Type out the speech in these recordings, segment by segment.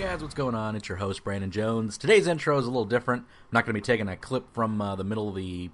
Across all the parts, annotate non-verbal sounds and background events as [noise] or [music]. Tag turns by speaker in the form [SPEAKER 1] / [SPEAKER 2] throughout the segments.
[SPEAKER 1] guys, what's going on? It's your host, Brandon Jones. Today's intro is a little different. I'm not going to be taking a clip from uh, the middle of the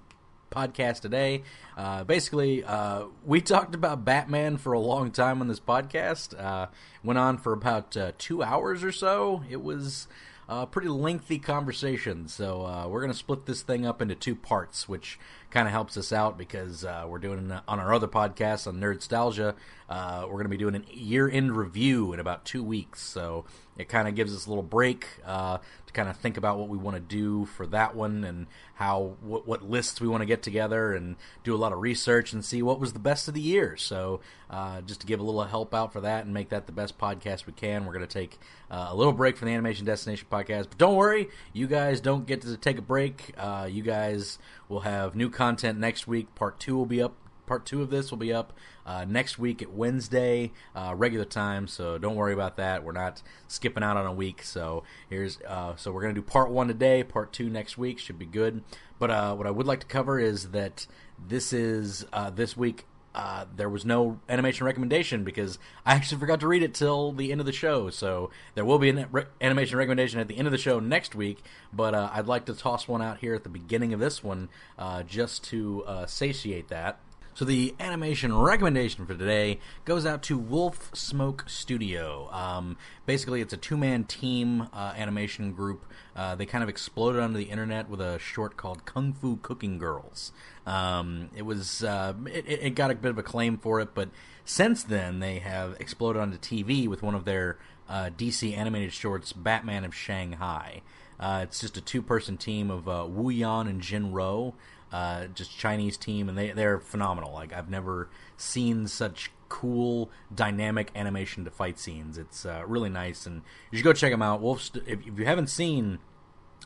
[SPEAKER 1] podcast today. Uh, basically, uh, we [laughs] talked about Batman for a long time on this podcast. Uh, went on for about uh, two hours or so. It was a pretty lengthy conversation, so uh, we're going to split this thing up into two parts, which kind of helps us out because uh, we're doing on our other podcast on Nerdstalgia. Uh, we're going to be doing an year-end review in about two weeks, so it kind of gives us a little break uh, to kind of think about what we want to do for that one and how what, what lists we want to get together and do a lot of research and see what was the best of the year. So uh, just to give a little help out for that and make that the best podcast we can, we're going to take uh, a little break from the Animation Destination podcast. But don't worry, you guys don't get to take a break. Uh, you guys will have new content next week. Part two will be up part two of this will be up uh, next week at Wednesday, uh, regular time. So don't worry about that. We're not skipping out on a week. So here's uh, so we're gonna do part one today, part two next week. Should be good. But uh, what I would like to cover is that this is uh, this week. Uh, there was no animation recommendation because I actually forgot to read it till the end of the show. So there will be an re- animation recommendation at the end of the show next week. But uh, I'd like to toss one out here at the beginning of this one uh, just to uh, satiate that. So the animation recommendation for today goes out to Wolf Smoke Studio. Um, basically, it's a two-man team uh, animation group. Uh, they kind of exploded onto the internet with a short called Kung Fu Cooking Girls. Um, it was uh, it, it it got a bit of acclaim for it, but since then they have exploded onto TV with one of their uh, DC animated shorts, Batman of Shanghai. Uh, it's just a two-person team of uh, Wu Yan and Jin Ro, uh, just Chinese team, and they they're phenomenal. Like I've never seen such cool, dynamic animation to fight scenes. It's uh, really nice, and you should go check them out. Wolf's, if, if you haven't seen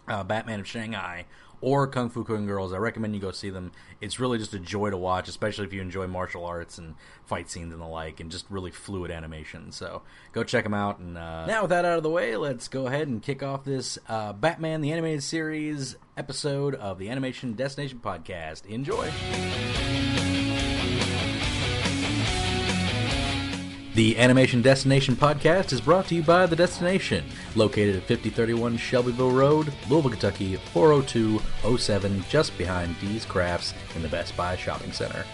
[SPEAKER 1] uh, Batman of Shanghai or Kung Fu Cooking Girls, I recommend you go see them. It's really just a joy to watch, especially if you enjoy martial arts and fight scenes and the like, and just really fluid animation. So go check them out. And uh, now, with that out of the way, let's go ahead and kick off this uh, Batman the Animated Series episode of the Animation Destination Podcast. Enjoy. The Animation Destination podcast is brought to you by The Destination, located at 5031 Shelbyville Road, Louisville, Kentucky 40207, just behind D's Crafts in the Best Buy Shopping Center.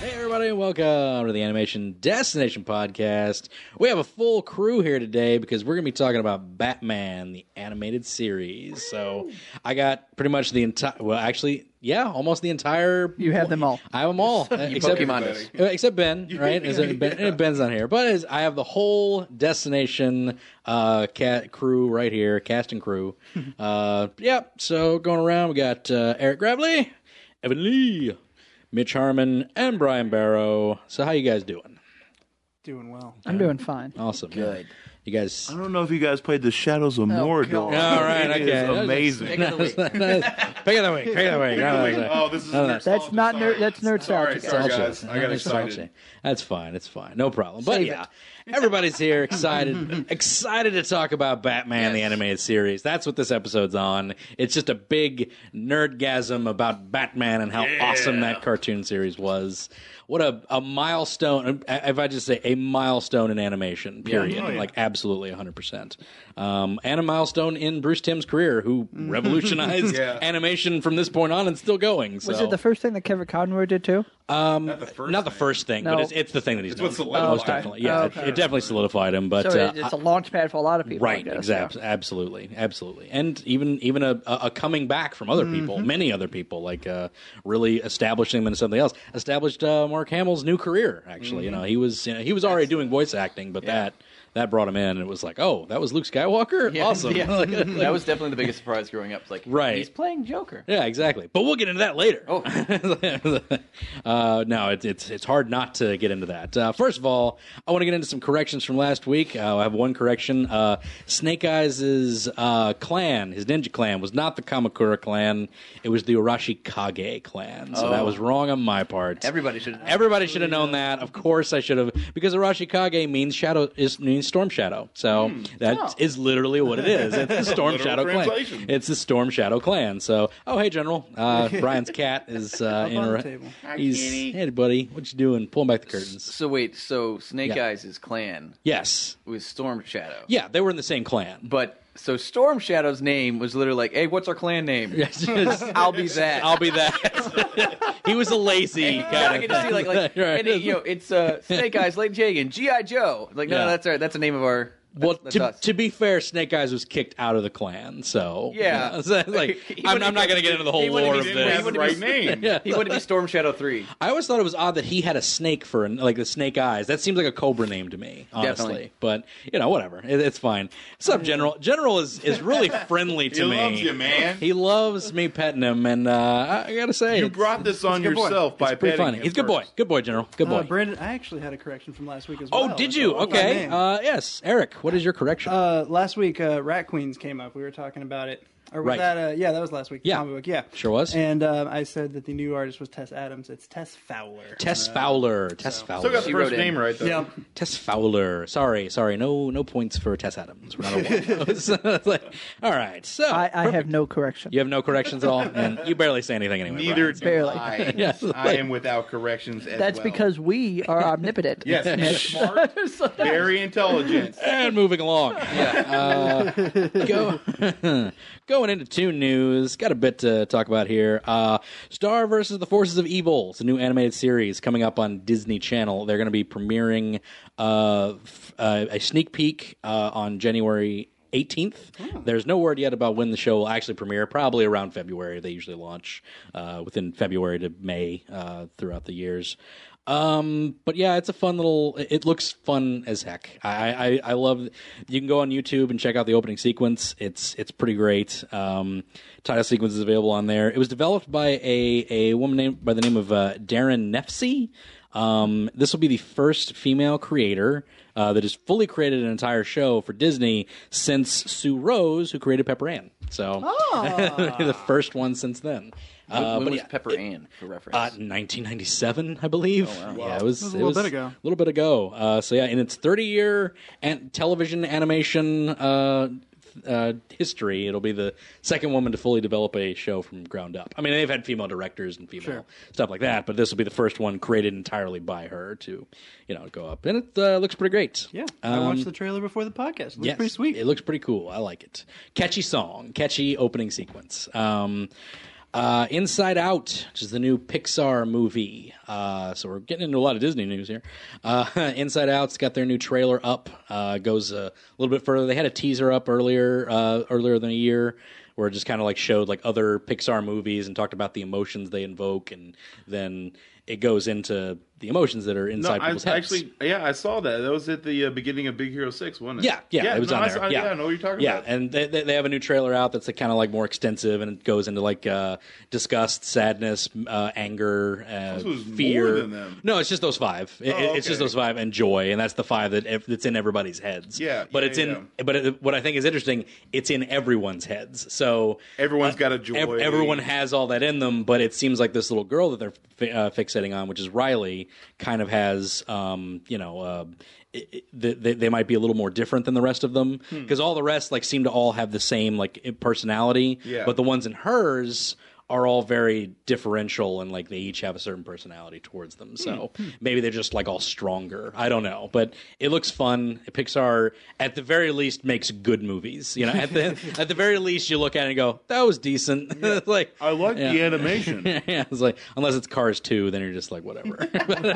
[SPEAKER 1] Hey, everybody, and welcome to the Animation Destination Podcast. We have a full crew here today because we're going to be talking about Batman, the animated series. So I got pretty much the entire, well, actually, yeah, almost the entire.
[SPEAKER 2] You have them all.
[SPEAKER 1] I have them
[SPEAKER 3] [laughs]
[SPEAKER 1] all. except,
[SPEAKER 3] Pokemon us.
[SPEAKER 1] Uh, Except Ben, right? Is it ben,
[SPEAKER 3] [laughs]
[SPEAKER 1] Ben's not here. But is, I have the whole Destination uh, cat crew right here, cast and
[SPEAKER 3] [laughs]
[SPEAKER 1] crew. uh, yep, so going around, we got uh, Eric Gravely, Evan Lee. Mitch Harmon and Brian Barrow. So how you guys doing?
[SPEAKER 4] Doing well.
[SPEAKER 2] I'm doing fine.
[SPEAKER 1] Awesome. Good. You guys.
[SPEAKER 5] I don't know if you guys played the Shadows of Mordor.
[SPEAKER 1] All right.
[SPEAKER 5] It
[SPEAKER 1] okay.
[SPEAKER 5] is
[SPEAKER 1] [laughs]
[SPEAKER 5] amazing.
[SPEAKER 1] That was- that was- Pick of the week. Pick of the week. That was-
[SPEAKER 3] Oh, this is
[SPEAKER 1] that's
[SPEAKER 2] That's not nerd. That's nerd
[SPEAKER 3] Sorry,
[SPEAKER 2] Sorry,
[SPEAKER 3] sorry, guys. I got
[SPEAKER 1] It's
[SPEAKER 3] excited.
[SPEAKER 1] salty. That's fine. It's fine. No problem. But
[SPEAKER 2] Save
[SPEAKER 1] yeah, everybody's here excited, [laughs] excited to talk about Batman the animated series. That's what this episode's on. It's just a big nerdgasm about Batman and how awesome that cartoon series was. What a, a milestone! If I just say a milestone in animation, period,
[SPEAKER 3] Oh,
[SPEAKER 1] like absolutely hundred percent, um, and a milestone in Bruce Timm's career, who
[SPEAKER 2] Mm.
[SPEAKER 1] revolutionized
[SPEAKER 3] [laughs] Yeah.
[SPEAKER 1] animation from this point on and still going. So.
[SPEAKER 2] Was it the first thing that Kevin Conroy did too?
[SPEAKER 3] Not the first.
[SPEAKER 1] Not the
[SPEAKER 3] thing.
[SPEAKER 1] first thing,
[SPEAKER 2] No.
[SPEAKER 1] but it's, it's the thing that he's
[SPEAKER 3] It's
[SPEAKER 1] done.
[SPEAKER 3] what solidified
[SPEAKER 1] Most
[SPEAKER 3] it.
[SPEAKER 1] definitely, yeah, it-
[SPEAKER 2] Oh,
[SPEAKER 1] it,
[SPEAKER 2] okay. definitely
[SPEAKER 1] definitely solidified him. But
[SPEAKER 2] so
[SPEAKER 1] uh,
[SPEAKER 2] it- it's a launch pad for a lot of people. I
[SPEAKER 1] right,
[SPEAKER 2] guess,
[SPEAKER 1] exactly, absolutely, absolutely, and even even a, a a coming back from other people,
[SPEAKER 2] Mm-hmm.
[SPEAKER 1] many other people, like uh, really establishing him into something else. Established uh, Mark Hamill's new career. Actually,
[SPEAKER 3] Mm-hmm.
[SPEAKER 1] you know, he was you know, he was already doing voice acting, but that that brought him in, and it was like, oh, that was Luke
[SPEAKER 2] [laughs]
[SPEAKER 1] Skywalker, awesome.
[SPEAKER 4] Yeah.
[SPEAKER 1] [laughs] Like,
[SPEAKER 3] That was definitely the biggest surprise growing up. It's Like,
[SPEAKER 1] Right.
[SPEAKER 3] he's playing Joker.
[SPEAKER 1] Yeah, exactly. But we'll get into that later.
[SPEAKER 3] Oh.
[SPEAKER 1] [laughs] uh, no, it's it's it's hard not to get into that. Uh, first of all, I want to get into some corrections from last week. Uh, I have one correction. Uh, Snake Eyes' uh, clan, his ninja clan, was not the Kamakura clan. It was the Urashi Kage clan. So that was wrong on my part.
[SPEAKER 3] Everybody should.
[SPEAKER 1] Everybody should have known that. Of course, I should have because Urashi Kage means shadow is means Storm Shadow. So that is
[SPEAKER 6] Oh.
[SPEAKER 1] literally what it is.
[SPEAKER 6] [laughs]
[SPEAKER 1] It's the Storm
[SPEAKER 7] Literal
[SPEAKER 1] Shadow
[SPEAKER 7] translation.
[SPEAKER 1] clan. It's the Storm Shadow clan. So, oh hey General,
[SPEAKER 6] [laughs]
[SPEAKER 1] uh, Brian's cat is uh, in
[SPEAKER 2] on
[SPEAKER 1] a,
[SPEAKER 2] the table.
[SPEAKER 7] Hi,
[SPEAKER 1] he's
[SPEAKER 7] kitty.
[SPEAKER 1] hey buddy, what you doing? Pulling back the curtains.
[SPEAKER 6] So wait, so Snake
[SPEAKER 1] Yeah.
[SPEAKER 6] Eyes' clan
[SPEAKER 1] Yes,
[SPEAKER 6] was Storm Shadow.
[SPEAKER 1] yeah, they were in the same clan. [laughs]
[SPEAKER 6] But so Storm Shadow's name was literally like, hey, what's our clan name? [laughs] I'll
[SPEAKER 1] [laughs]
[SPEAKER 6] be that.
[SPEAKER 1] I'll be that. [laughs] he was a lazy
[SPEAKER 6] Yeah,
[SPEAKER 1] kind
[SPEAKER 6] I
[SPEAKER 1] of.
[SPEAKER 6] can just see like, like
[SPEAKER 1] [laughs] Right.
[SPEAKER 6] and, you know, it's uh, Snake Eyes, Lady Jagan, G.I. Joe. Like, no,
[SPEAKER 1] Yeah.
[SPEAKER 6] no, that's our, that's the name of our. That's,
[SPEAKER 1] Well,
[SPEAKER 6] that's
[SPEAKER 1] to,
[SPEAKER 6] us.
[SPEAKER 1] to be fair, Snake Eyes was kicked out of the clan, so
[SPEAKER 6] Yeah.
[SPEAKER 1] you know, [laughs] so, like
[SPEAKER 6] [laughs] He
[SPEAKER 1] I'm,
[SPEAKER 6] wouldn't
[SPEAKER 1] I'm not going to get into the whole
[SPEAKER 6] he wouldn't
[SPEAKER 1] lore
[SPEAKER 6] be-
[SPEAKER 1] of
[SPEAKER 6] he
[SPEAKER 1] this.
[SPEAKER 6] wouldn't be-
[SPEAKER 7] name.
[SPEAKER 1] [laughs] Yeah.
[SPEAKER 6] he wanted to be Storm Shadow Three.
[SPEAKER 1] I always thought it was odd that he had a snake for an, like the Snake Eyes. That seems like a cobra name to me, honestly.
[SPEAKER 6] Definitely.
[SPEAKER 1] But you know, whatever, it, it's fine. Sup, General? General is
[SPEAKER 6] [laughs]
[SPEAKER 1] is really friendly to
[SPEAKER 7] He
[SPEAKER 1] me.
[SPEAKER 7] loves you, man.
[SPEAKER 1] He loves me petting him, and uh, I I gotta say,
[SPEAKER 7] You
[SPEAKER 1] it's-
[SPEAKER 7] brought this on
[SPEAKER 8] good boy.
[SPEAKER 7] yourself by
[SPEAKER 1] it's pretty
[SPEAKER 7] petting
[SPEAKER 1] funny.
[SPEAKER 7] him
[SPEAKER 1] He's a good boy,
[SPEAKER 7] first.
[SPEAKER 1] good boy, General, good boy.
[SPEAKER 8] Uh, Brandon, I actually had a correction from last week as
[SPEAKER 1] oh,
[SPEAKER 8] well.
[SPEAKER 1] did you?
[SPEAKER 8] That's all
[SPEAKER 1] Okay.
[SPEAKER 8] my name.
[SPEAKER 1] Uh, yes, Eric. What is your correction?
[SPEAKER 8] Uh, last week, uh, Rat Queens came up. We were talking about it. Or was
[SPEAKER 1] Right.
[SPEAKER 8] that? Uh, yeah, that was last week. the
[SPEAKER 1] Yeah.
[SPEAKER 8] comic book. Yeah,
[SPEAKER 1] Sure was.
[SPEAKER 8] And um, I said that the new artist was Tess Adams. It's Tess Fowler.
[SPEAKER 1] Tess
[SPEAKER 8] Uh,
[SPEAKER 1] Fowler. Tess
[SPEAKER 7] Still
[SPEAKER 1] Fowler.
[SPEAKER 7] got the
[SPEAKER 6] She
[SPEAKER 7] first
[SPEAKER 6] wrote in.
[SPEAKER 7] name right though.
[SPEAKER 8] Yeah.
[SPEAKER 1] Tess Fowler. Sorry, sorry. No, no points for Tess Adams. We're not awarding those. [laughs] It's like, all right. So
[SPEAKER 2] I, uh, I have no correction.
[SPEAKER 1] you have no corrections at all, and you barely say anything anyway.
[SPEAKER 2] [laughs]
[SPEAKER 7] Neither
[SPEAKER 1] Brian.
[SPEAKER 7] do
[SPEAKER 1] [laughs]
[SPEAKER 2] Barely.
[SPEAKER 7] I.
[SPEAKER 1] Yes.
[SPEAKER 7] I am without corrections. As
[SPEAKER 2] That's
[SPEAKER 7] well.
[SPEAKER 2] because we
[SPEAKER 8] [laughs]
[SPEAKER 2] are omnipotent. [laughs]
[SPEAKER 7] yes, he's smart, very intelligent.
[SPEAKER 1] And moving along. Uh, go, [laughs] going into Toon News, got a bit to talk about here. Uh, Star versus the Forces of Evil. It's a new animated series coming up on Disney Channel. They're going to be premiering uh, f- uh, a sneak peek uh, on January 18th. There's no word yet about when the show will actually premiere, probably around February. They usually launch uh, within February to May uh, throughout the years. Um, but yeah, it's a fun little. it- It looks fun as heck. I, I I love. You can go on YouTube and check out the opening sequence. It's it's pretty great. Um, title sequence is available on there. It was developed by a a woman named by the name of uh, Darren Nefsey. Um, this will be the first female creator uh, that has fully created an entire show for Disney since Sue Rose, who created Pepper Ann. So [laughs] the first one since then. Uh,
[SPEAKER 6] when
[SPEAKER 1] but
[SPEAKER 6] was
[SPEAKER 1] yeah,
[SPEAKER 6] Pepper Ann for reference?
[SPEAKER 1] uh, 1997, I believe. Yeah, it was,
[SPEAKER 8] was a
[SPEAKER 1] it
[SPEAKER 8] little bit ago.
[SPEAKER 1] A little bit ago. Uh, so yeah, in its 30 year an- television animation uh, uh, history, it'll be the second woman to fully develop a show from ground up. I mean, they've had female directors and female stuff like that, but this will be the first one created entirely by her to, you know, go up, and it uh, looks pretty great. Um,
[SPEAKER 8] Yeah, I watched the trailer before the podcast. It looked
[SPEAKER 1] Yes.
[SPEAKER 8] pretty sweet.
[SPEAKER 1] It looks pretty cool. I like it. Catchy song, catchy opening sequence. Um, uh, Inside Out, which is the new Pixar movie. Uh, so we're getting into a lot of Disney news here. Uh, [laughs] Inside Out's got their new trailer up. Uh, goes a little bit further. They had a teaser up earlier uh, earlier than a year where it just kind of like showed like other Pixar movies and talked about the emotions they invoke, and then it goes into the emotions that are
[SPEAKER 7] No,
[SPEAKER 1] inside
[SPEAKER 7] I
[SPEAKER 1] people's heads.
[SPEAKER 7] actually, yeah, I saw that. That was at the uh, beginning of Big Hero Six, wasn't it?
[SPEAKER 1] Yeah, yeah, it was
[SPEAKER 7] no,
[SPEAKER 1] on
[SPEAKER 7] I
[SPEAKER 1] there.
[SPEAKER 7] saw-
[SPEAKER 1] yeah.
[SPEAKER 7] I know what you're talking
[SPEAKER 1] yeah,
[SPEAKER 7] about.
[SPEAKER 1] and they, they, they have a new trailer out that's kind of like more extensive, and it goes into like uh, disgust, sadness, m- uh, anger, uh,
[SPEAKER 7] was more
[SPEAKER 1] fear.
[SPEAKER 7] than them.
[SPEAKER 1] No, it's just those five. It-
[SPEAKER 7] Oh,
[SPEAKER 1] it- It's just
[SPEAKER 7] okay.
[SPEAKER 1] those five and joy, and that's the five that ev- that's in everybody's heads.
[SPEAKER 7] Yeah,
[SPEAKER 1] but
[SPEAKER 7] yeah,
[SPEAKER 1] it's in.
[SPEAKER 7] yeah.
[SPEAKER 1] But it, what I think is interesting, it's in everyone's heads. So
[SPEAKER 7] Everyone's got a joy.
[SPEAKER 1] ev- everyone has all that in them, but it seems like this little girl that they're fi- uh, fixating on, which is Riley, kind of has, um, you know, uh, it, it- they- they, they might be a little more different than the rest of them
[SPEAKER 7] Hmm.
[SPEAKER 1] because all the rest like seem to all have the same like i- personality,
[SPEAKER 7] Yeah.
[SPEAKER 1] but the ones in hers are all very differential and like they each have a certain personality towards them. So maybe they're just like all stronger. I don't know, but it looks fun. Pixar at the very least makes good movies. You know, at the at the very least you look at it and go, that was decent. [laughs] like
[SPEAKER 7] I like
[SPEAKER 1] Yeah. [laughs]
[SPEAKER 7] the animation
[SPEAKER 1] yeah, it's like unless it's Cars 2, then you're just like whatever. [laughs]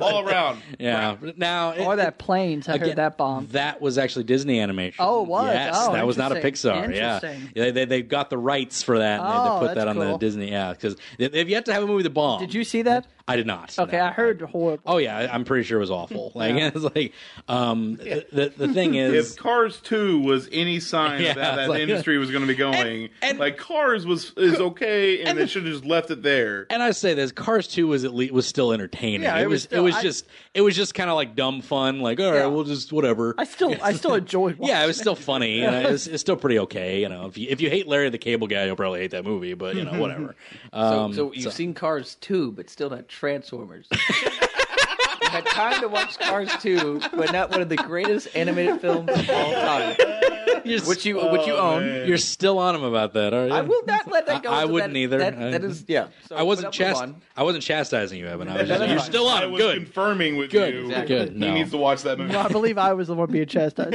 [SPEAKER 7] all around.
[SPEAKER 1] yeah. But Now it-
[SPEAKER 2] Or that planes. I
[SPEAKER 1] Again,
[SPEAKER 2] heard that bomb.
[SPEAKER 1] That was actually Disney animation.
[SPEAKER 2] Oh, it was?
[SPEAKER 1] Yes,
[SPEAKER 2] Oh,
[SPEAKER 1] that was not a
[SPEAKER 2] interesting.
[SPEAKER 1] Pixar. Yeah,
[SPEAKER 2] Interesting.
[SPEAKER 1] they, they they've got the rights for that. and they had to
[SPEAKER 2] Oh,
[SPEAKER 1] put that
[SPEAKER 2] that's
[SPEAKER 1] on the
[SPEAKER 2] cool.
[SPEAKER 1] Disney. Yeah, because they, they've yet to have a movie that bombed.
[SPEAKER 2] Did you see that?
[SPEAKER 1] I did not.
[SPEAKER 2] Okay,
[SPEAKER 1] no.
[SPEAKER 2] I heard horrible.
[SPEAKER 1] Oh yeah, I- I'm pretty sure it was
[SPEAKER 2] [laughs]
[SPEAKER 1] awful. Like [laughs] it's like um the, the the thing
[SPEAKER 7] If
[SPEAKER 1] is
[SPEAKER 7] Cars Two was any
[SPEAKER 1] [laughs]
[SPEAKER 7] sign
[SPEAKER 1] Yeah,
[SPEAKER 7] of how
[SPEAKER 1] it's
[SPEAKER 7] that
[SPEAKER 1] like-
[SPEAKER 7] industry was going to be going,
[SPEAKER 1] and-
[SPEAKER 7] like Cars was is okay, and, they should have just left it there.
[SPEAKER 1] and I say this, Cars Two was at least was still entertaining.
[SPEAKER 2] Yeah,
[SPEAKER 1] it
[SPEAKER 2] it was
[SPEAKER 1] was it
[SPEAKER 2] still-
[SPEAKER 1] was
[SPEAKER 2] I-
[SPEAKER 1] just it was just kind of like dumb fun. Like all right,
[SPEAKER 2] Yeah.
[SPEAKER 1] we'll just whatever.
[SPEAKER 2] I still,
[SPEAKER 1] [laughs]
[SPEAKER 2] I still enjoyed. Watching.
[SPEAKER 1] yeah, it was still funny. and it was, it's still pretty okay. You know, if you, if you hate Larry the Cable Guy, you'll probably hate that movie. But you know,
[SPEAKER 2] [laughs]
[SPEAKER 1] whatever.
[SPEAKER 6] so, so you've seen Cars two, but still not Transformers. had time to watch Cars 2, but not one of the greatest animated films of all time,
[SPEAKER 1] You're,
[SPEAKER 6] which you
[SPEAKER 7] Oh,
[SPEAKER 6] which you own.
[SPEAKER 7] man.
[SPEAKER 1] are still on him about that, are you?
[SPEAKER 6] I will not let that go.
[SPEAKER 1] I- I
[SPEAKER 6] so
[SPEAKER 1] wouldn't
[SPEAKER 6] that-
[SPEAKER 1] either.
[SPEAKER 6] that-
[SPEAKER 1] I-
[SPEAKER 6] that is, yeah. So,
[SPEAKER 1] I wasn't
[SPEAKER 6] but I'll move
[SPEAKER 1] chast-
[SPEAKER 6] on.
[SPEAKER 1] I wasn't chastising you, Evan. I was just
[SPEAKER 6] no,
[SPEAKER 1] you're
[SPEAKER 6] no.
[SPEAKER 1] still on
[SPEAKER 7] I
[SPEAKER 1] him.
[SPEAKER 7] was
[SPEAKER 1] Good.
[SPEAKER 7] confirming with
[SPEAKER 1] Good.
[SPEAKER 7] you.
[SPEAKER 6] Exactly.
[SPEAKER 1] Good.
[SPEAKER 7] He
[SPEAKER 1] No.
[SPEAKER 7] needs to watch that movie.
[SPEAKER 2] I believe I was the one
[SPEAKER 1] [laughs]
[SPEAKER 2] being chastised.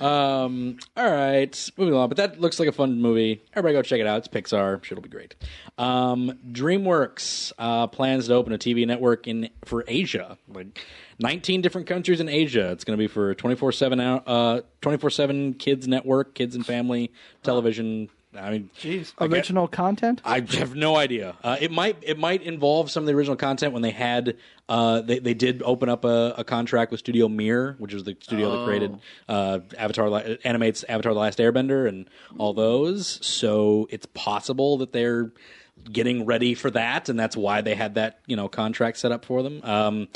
[SPEAKER 1] Um, all right, moving along. But that looks like a fun movie. Everybody go check it out. It's Pixar. Shit'll be great. Um, DreamWorks uh, plans to open a TV network in for Asia, like 19 different countries in Asia. It's going to be for 24 seven hour, uh 24 seven kids network, kids and family television. I mean,
[SPEAKER 2] Original content.
[SPEAKER 1] I have no idea. Uh, it might it might involve some of the original content when they had uh, they they did open up a, a contract with Studio Mirror, which was the studio that created uh, Avatar Li- animates Avatar: The Last Airbender and all those. So it's possible that they're getting ready for that, and that's why they had that you know contract set up for them. Um,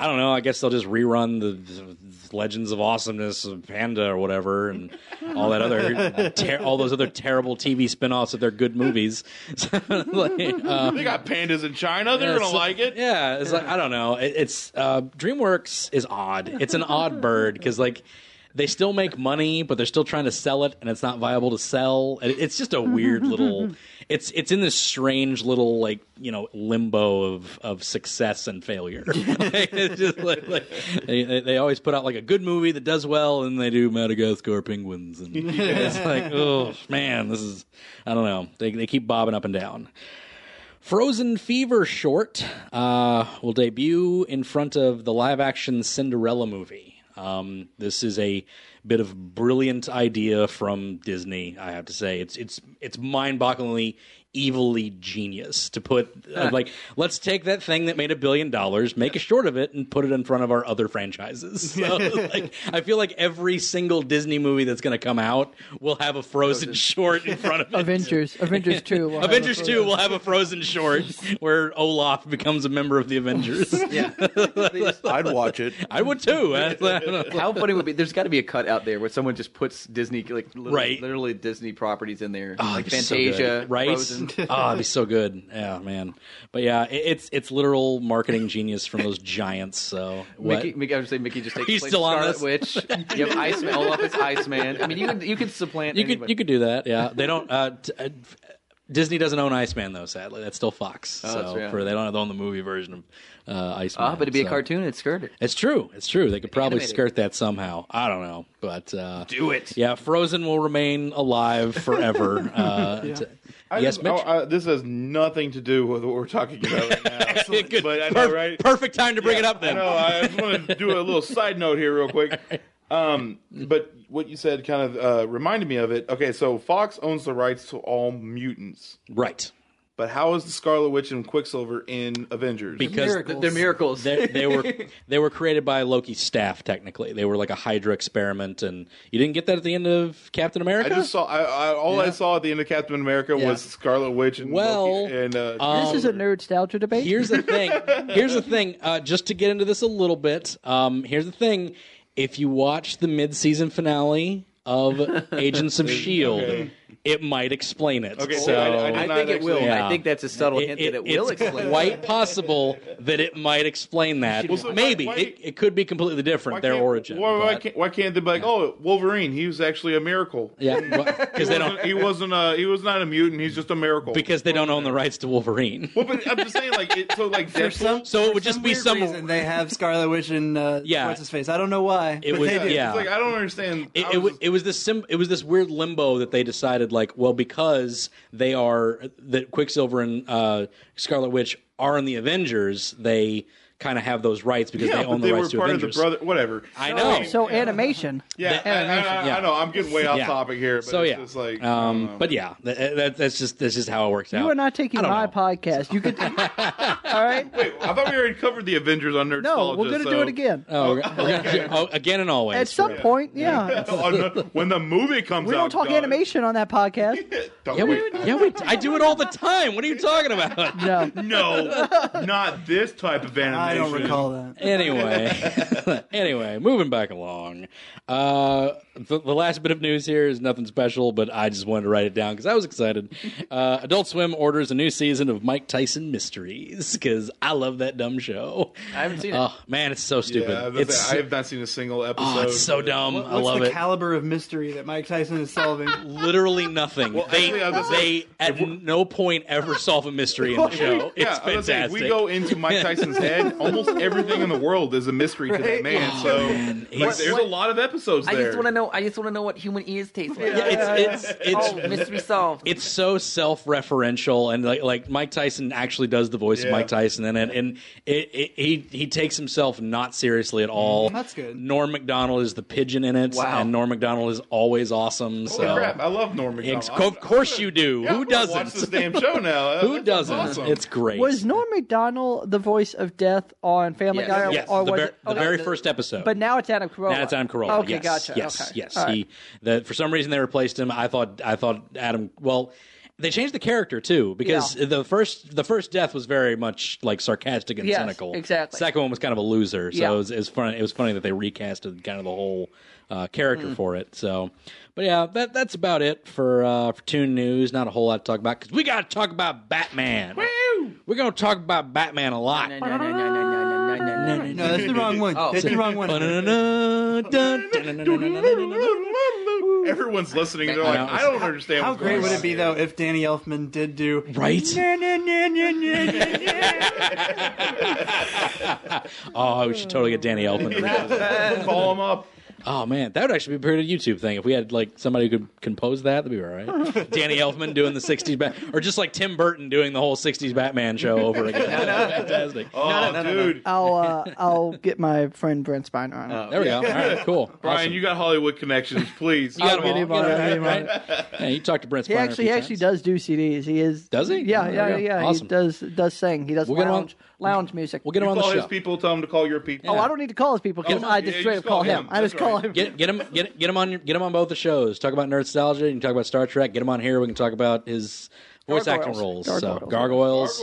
[SPEAKER 1] I don't know. I guess they'll just rerun the, the Legends of Awesomeness of Panda or whatever, and all that other, ter- all those other terrible TV spin-offs of their good movies. [laughs] So, like, um,
[SPEAKER 7] They got pandas in China. They're
[SPEAKER 1] yeah,
[SPEAKER 7] gonna
[SPEAKER 1] so-
[SPEAKER 7] like it.
[SPEAKER 1] Yeah, it's like I don't know. It, it's uh, DreamWorks is odd. It's an odd bird because like they still make money, but they're still trying to sell it, and it's not viable to sell. It, it's just a weird little. It's it's in this strange little like you know limbo of of success and failure. [laughs] Like, it's just like, like they, they- they always put out like a good movie that does well, and they do Madagascar penguins, and it's
[SPEAKER 7] [laughs]
[SPEAKER 1] like oh man, this is I don't know. They they keep bobbing up and down. Frozen Fever short uh, will debut in front of the live action Cinderella movie. Um, this is a bit of brilliant idea from Disney, I have to say. It's it's it's mind-bogglingly evilly genius to put uh, like let's take that thing that made a billion dollars, make a short of it and put it in front of our other franchises. So [laughs] like I feel like every single Disney movie that's going to come out will have a Frozen short in front
[SPEAKER 2] [laughs]
[SPEAKER 1] of it.
[SPEAKER 2] Avengers. Avengers two. will have
[SPEAKER 1] [laughs] Avengers
[SPEAKER 2] a-
[SPEAKER 1] 2 will have a Frozen short [laughs] where Olaf becomes a member of the Avengers.
[SPEAKER 6] Yeah.
[SPEAKER 9] I'd watch it.
[SPEAKER 1] [laughs] I would [laughs] too. I- I don't know.
[SPEAKER 6] How funny would it be? There's got to be a cut out there where someone just puts Disney, like literally,
[SPEAKER 1] Right.
[SPEAKER 6] literally Disney properties in there, like
[SPEAKER 1] It'd be so good.
[SPEAKER 6] Fantasia,
[SPEAKER 1] right? [laughs]
[SPEAKER 6] Frozen.
[SPEAKER 1] oh, it'd be so good. Yeah, man. But yeah, it, it's it's literal marketing genius from those giants. So what?
[SPEAKER 6] Mickey, Mickey, I would say Mickey just takes
[SPEAKER 1] He's
[SPEAKER 6] place
[SPEAKER 1] still
[SPEAKER 6] of
[SPEAKER 1] on
[SPEAKER 6] Scarlet
[SPEAKER 1] this?
[SPEAKER 6] Witch. You have Iceman. Olaf is Iceman. I mean, you could you could supplant.
[SPEAKER 1] you could
[SPEAKER 6] anybody.
[SPEAKER 1] you could do that. Yeah, they don't. Uh, t- uh, f- Disney doesn't own Iceman though. Sadly, that's still Fox.
[SPEAKER 6] Oh, that's
[SPEAKER 1] so
[SPEAKER 6] right.
[SPEAKER 1] for they don't own the movie version of uh, Iceman.
[SPEAKER 6] Ah, but it'd be
[SPEAKER 1] so.
[SPEAKER 6] a cartoon. It's skirted.
[SPEAKER 1] It's true. It's true. They could probably
[SPEAKER 6] Animated.
[SPEAKER 1] skirt that somehow. I don't know, but uh,
[SPEAKER 6] Do it.
[SPEAKER 1] Yeah, Frozen will remain alive forever. Uh, t-
[SPEAKER 7] I
[SPEAKER 1] yes,
[SPEAKER 7] just- oh,
[SPEAKER 1] Mitch.
[SPEAKER 7] I- I- this has nothing to do with what we're talking about right
[SPEAKER 1] [laughs]
[SPEAKER 7] now.
[SPEAKER 1] Good.
[SPEAKER 7] But I know,
[SPEAKER 1] Perf-
[SPEAKER 7] right?
[SPEAKER 1] Perfect time to bring it up
[SPEAKER 7] I
[SPEAKER 1] then.
[SPEAKER 7] know. I just want to do a little side note here,
[SPEAKER 1] [laughs]
[SPEAKER 7] real quick. Um, but what you said kind of uh, reminded me of it. Okay, so Fox owns the rights to all mutants,
[SPEAKER 1] Right.
[SPEAKER 7] but how is the Scarlet Witch and Quicksilver in Avengers?
[SPEAKER 1] Because
[SPEAKER 6] Th- They're miracles.
[SPEAKER 3] [laughs]
[SPEAKER 1] they, they were they were created by Loki's staff technically. They were like a Hydra experiment and you didn't get that at the end of Captain
[SPEAKER 7] I
[SPEAKER 1] America?
[SPEAKER 7] just saw I, I, all I saw at the end of Captain America was Scarlet Witch and
[SPEAKER 1] Well, um,
[SPEAKER 7] Loki and uh,
[SPEAKER 2] This is a nerd nostalgia debate.
[SPEAKER 1] here's the thing.
[SPEAKER 7] [laughs]
[SPEAKER 1] Here's the thing. Uh, just to get into this a little bit, um, here's the thing. If you watch the mid-season finale
[SPEAKER 7] [laughs]
[SPEAKER 1] of Agents of Shield, E it might explain it.
[SPEAKER 7] Okay,
[SPEAKER 1] so
[SPEAKER 7] I- I did
[SPEAKER 6] I
[SPEAKER 7] not
[SPEAKER 6] think it will.
[SPEAKER 7] actually-
[SPEAKER 1] Yeah.
[SPEAKER 6] I think that's a subtle hint that it will
[SPEAKER 1] it's
[SPEAKER 6] explain.
[SPEAKER 1] quite possible that it might explain that.
[SPEAKER 7] Well, so why-
[SPEAKER 1] Maybe
[SPEAKER 7] why-
[SPEAKER 1] it, it could be completely different their
[SPEAKER 7] can't-
[SPEAKER 1] origin.
[SPEAKER 7] Why, why
[SPEAKER 1] but-
[SPEAKER 7] can't, why can't they be like, oh, Wolverine? He was actually a miracle. [laughs]
[SPEAKER 1] yeah, because
[SPEAKER 7] He
[SPEAKER 1] they don't
[SPEAKER 7] wasn't- He wasn't a. He was not a mutant. He's just a miracle.
[SPEAKER 1] because they don't own the rights to Wolverine.
[SPEAKER 7] well, but I'm just saying, like, it, so like
[SPEAKER 8] For
[SPEAKER 7] Deadpool-
[SPEAKER 8] some,
[SPEAKER 1] So it
[SPEAKER 8] for
[SPEAKER 1] would just
[SPEAKER 8] some
[SPEAKER 1] be
[SPEAKER 8] weird
[SPEAKER 1] some-
[SPEAKER 8] reason they have Scarlet Witch and uh,
[SPEAKER 1] Yeah.
[SPEAKER 8] what's his face. I don't know why.
[SPEAKER 1] It was
[SPEAKER 7] Yeah, it's
[SPEAKER 1] yeah.
[SPEAKER 7] like I don't understand.
[SPEAKER 1] it,
[SPEAKER 7] I
[SPEAKER 1] it,
[SPEAKER 7] was
[SPEAKER 1] was, it was this sim, it was this weird limbo that they decided like well because they are that Quicksilver and uh, Scarlet Witch are in the Avengers they kind of have those rights because
[SPEAKER 7] yeah,
[SPEAKER 1] they own the
[SPEAKER 7] but they
[SPEAKER 1] rights
[SPEAKER 7] were
[SPEAKER 1] to
[SPEAKER 7] part
[SPEAKER 1] Avengers.
[SPEAKER 7] of the brother. Whatever.
[SPEAKER 1] I know.
[SPEAKER 2] So animation.
[SPEAKER 7] Yeah, I, I- I-
[SPEAKER 1] yeah.
[SPEAKER 7] I know. I'm getting way off
[SPEAKER 1] Yeah.
[SPEAKER 7] topic here. But
[SPEAKER 1] so
[SPEAKER 7] it's
[SPEAKER 1] yeah,
[SPEAKER 7] just like, I don't
[SPEAKER 1] um,
[SPEAKER 7] know.
[SPEAKER 1] but yeah, that, that, that's just that's just how it works out.
[SPEAKER 2] You are not taking
[SPEAKER 1] I don't
[SPEAKER 2] my
[SPEAKER 1] know.
[SPEAKER 2] podcast.
[SPEAKER 1] [laughs]
[SPEAKER 2] You could. all right.
[SPEAKER 7] Wait, I thought we already covered the Avengers on Nerd.
[SPEAKER 2] No, we're gonna do it again.
[SPEAKER 1] Oh, we're-
[SPEAKER 7] [laughs]
[SPEAKER 1] we're gonna- oh, again and always.
[SPEAKER 2] At some point, yeah.
[SPEAKER 1] Oh,
[SPEAKER 7] when the movie comes
[SPEAKER 2] We
[SPEAKER 7] out,
[SPEAKER 2] don't talk
[SPEAKER 7] Doug.
[SPEAKER 1] [laughs]
[SPEAKER 2] animation on that podcast.
[SPEAKER 7] Don't
[SPEAKER 1] yeah,
[SPEAKER 3] [laughs]
[SPEAKER 2] [laughs]
[SPEAKER 7] we?
[SPEAKER 1] we, yeah, we, I do it all the time. What are you talking about?
[SPEAKER 2] No.
[SPEAKER 7] No, no, not this type of animation.
[SPEAKER 8] I don't recall that.
[SPEAKER 1] anyway, [laughs] anyway, moving back along. Uh, the, the last bit of news here is nothing special, but I just wanted to write it down because I was excited. Uh, Adult Swim orders a new season of Mike Tyson Mysteries because I love that dumb show.
[SPEAKER 6] I haven't seen it.
[SPEAKER 1] Oh man, it's so stupid.
[SPEAKER 7] Yeah, I was gonna
[SPEAKER 1] it's,
[SPEAKER 7] say, I have not seen a single episode.
[SPEAKER 1] [laughs] oh, it's so dumb.
[SPEAKER 8] What's
[SPEAKER 1] I love
[SPEAKER 8] the
[SPEAKER 1] it.
[SPEAKER 8] caliber of mystery that Mike Tyson is
[SPEAKER 1] [laughs]
[SPEAKER 8] solving?
[SPEAKER 1] Literally nothing.
[SPEAKER 7] Well,
[SPEAKER 1] they
[SPEAKER 7] actually, I was gonna say,
[SPEAKER 1] they at no point ever solve a mystery in the show.
[SPEAKER 7] Yeah,
[SPEAKER 1] it's
[SPEAKER 7] I was gonna say,
[SPEAKER 1] fantastic.
[SPEAKER 7] if we go into
[SPEAKER 1] [laughs]
[SPEAKER 7] Mike Tyson's head, almost everything in the world is a mystery to that
[SPEAKER 8] Right?
[SPEAKER 7] man. so
[SPEAKER 1] Oh, man,
[SPEAKER 7] like,
[SPEAKER 1] he's-
[SPEAKER 7] there's a lot of episodes
[SPEAKER 3] I
[SPEAKER 7] there.
[SPEAKER 3] just want to know. I just want to know what human ears taste like.
[SPEAKER 1] yeah, it's it's it's
[SPEAKER 3] oh, mystery solved. [laughs]
[SPEAKER 1] it's so self-referential and like like Mike Tyson actually does the voice
[SPEAKER 7] Yeah.
[SPEAKER 1] of Mike Tyson in it and it, it he he takes himself not seriously at all.
[SPEAKER 7] Mm-hmm.
[SPEAKER 8] that's good.
[SPEAKER 1] Norm Macdonald is the pigeon in it
[SPEAKER 3] Wow.
[SPEAKER 1] and Norm Macdonald is always awesome.
[SPEAKER 7] Holy
[SPEAKER 1] so
[SPEAKER 7] crap! I love Norm Macdonald.
[SPEAKER 1] It's- of course you do.
[SPEAKER 7] Yeah,
[SPEAKER 1] Who
[SPEAKER 7] I'm gonna Watch this
[SPEAKER 1] doesn't?
[SPEAKER 7] damn
[SPEAKER 1] [laughs]
[SPEAKER 7] show now.
[SPEAKER 1] Who
[SPEAKER 7] That's
[SPEAKER 1] doesn't?
[SPEAKER 7] Awesome.
[SPEAKER 1] It's great.
[SPEAKER 2] Was Norm Macdonald the voice of death on Family
[SPEAKER 6] Yes.
[SPEAKER 2] Guy, or-
[SPEAKER 1] yes,
[SPEAKER 2] or
[SPEAKER 1] the,
[SPEAKER 2] was
[SPEAKER 1] ver-
[SPEAKER 2] it?
[SPEAKER 1] the
[SPEAKER 2] okay.
[SPEAKER 1] very first episode.
[SPEAKER 2] But now it's Adam Carolla.
[SPEAKER 1] Now it's Adam Carolla.
[SPEAKER 2] Okay,
[SPEAKER 1] yes,
[SPEAKER 2] gotcha.
[SPEAKER 1] Yes,
[SPEAKER 2] okay.
[SPEAKER 1] yes.
[SPEAKER 2] All right.
[SPEAKER 1] He the, for some reason they replaced him. I thought I thought Adam. Well, they changed the character too because
[SPEAKER 2] Yeah.
[SPEAKER 1] the first the first death was very much like sarcastic and
[SPEAKER 3] Yes,
[SPEAKER 1] cynical.
[SPEAKER 3] exactly.
[SPEAKER 1] Second one was kind of a loser. So
[SPEAKER 3] Yeah.
[SPEAKER 1] it, was, it was funny. It was funny that they recasted kind of the whole uh, character
[SPEAKER 2] Mm.
[SPEAKER 1] for it. So, but yeah, that that's about it for uh, for Toon News. Not a whole lot to talk about because we got to talk about Batman. We're gonna talk about Batman a lot.
[SPEAKER 3] No, no, no, no, no, no, no, no, no, no.
[SPEAKER 8] No, that's the wrong one.
[SPEAKER 3] Oh.
[SPEAKER 8] That's the wrong
[SPEAKER 1] [laughs]
[SPEAKER 8] one.
[SPEAKER 1] Ba-na-na-na, dun, dun-na-na-na-na-na-na.
[SPEAKER 7] Everyone's listening. They're like,
[SPEAKER 1] I know.
[SPEAKER 7] I don't understand.
[SPEAKER 8] How
[SPEAKER 7] what's
[SPEAKER 8] great
[SPEAKER 7] going
[SPEAKER 8] would
[SPEAKER 7] on
[SPEAKER 8] it be
[SPEAKER 7] here."
[SPEAKER 8] though if Danny Elfman did do?
[SPEAKER 1] Right? oh, we should totally get Danny Elfman.
[SPEAKER 7] Call him up.
[SPEAKER 1] oh man, that would actually be a pretty good YouTube thing if we had like somebody who could compose that. That'd be all
[SPEAKER 7] [laughs]
[SPEAKER 1] right. Danny Elfman doing the '60s Bat, or just like Tim Burton doing the whole '60s Batman show over again. That'd be fantastic.
[SPEAKER 7] Oh, dude.
[SPEAKER 1] [laughs]
[SPEAKER 2] I'll uh, I'll get my friend Brent Spiner on. it.
[SPEAKER 1] There we go. All right, cool.
[SPEAKER 7] Brian,
[SPEAKER 1] Awesome.
[SPEAKER 7] you got Hollywood connections, please.
[SPEAKER 1] [laughs] You got
[SPEAKER 2] I'll get
[SPEAKER 1] him
[SPEAKER 2] him
[SPEAKER 1] all.
[SPEAKER 2] on
[SPEAKER 1] You
[SPEAKER 2] it,
[SPEAKER 1] got
[SPEAKER 2] I'll get
[SPEAKER 1] him,
[SPEAKER 2] him on
[SPEAKER 1] right?
[SPEAKER 2] it.
[SPEAKER 1] Yeah, you talked to Brent.
[SPEAKER 2] He
[SPEAKER 1] Spiner a
[SPEAKER 2] actually
[SPEAKER 1] few
[SPEAKER 2] he actually
[SPEAKER 1] times.
[SPEAKER 2] does do CDs. He is
[SPEAKER 1] Does he?
[SPEAKER 2] Yeah,
[SPEAKER 1] There
[SPEAKER 2] yeah,
[SPEAKER 1] we go.
[SPEAKER 2] yeah.
[SPEAKER 1] Awesome.
[SPEAKER 2] He does does sing. He does
[SPEAKER 1] We'll get him on-
[SPEAKER 2] lounge lounge music.
[SPEAKER 1] We'll get him on the
[SPEAKER 7] Call his
[SPEAKER 1] show.
[SPEAKER 7] people. Tell him to call your people.
[SPEAKER 2] Oh, I don't need to call his people because
[SPEAKER 1] him
[SPEAKER 2] I
[SPEAKER 7] on-
[SPEAKER 2] just
[SPEAKER 7] yeah, you
[SPEAKER 2] straight
[SPEAKER 7] just
[SPEAKER 2] up call
[SPEAKER 7] call
[SPEAKER 2] him.
[SPEAKER 7] him.
[SPEAKER 2] I just
[SPEAKER 7] That's
[SPEAKER 2] call
[SPEAKER 7] right.
[SPEAKER 2] him.
[SPEAKER 1] Get get him get get him on your, get him on both the shows. Talk about nostalgia. You can talk about Star Trek. Get him on here. We can talk about his voice acting roles.
[SPEAKER 2] Gargoyles.
[SPEAKER 1] So
[SPEAKER 2] Gargoyles.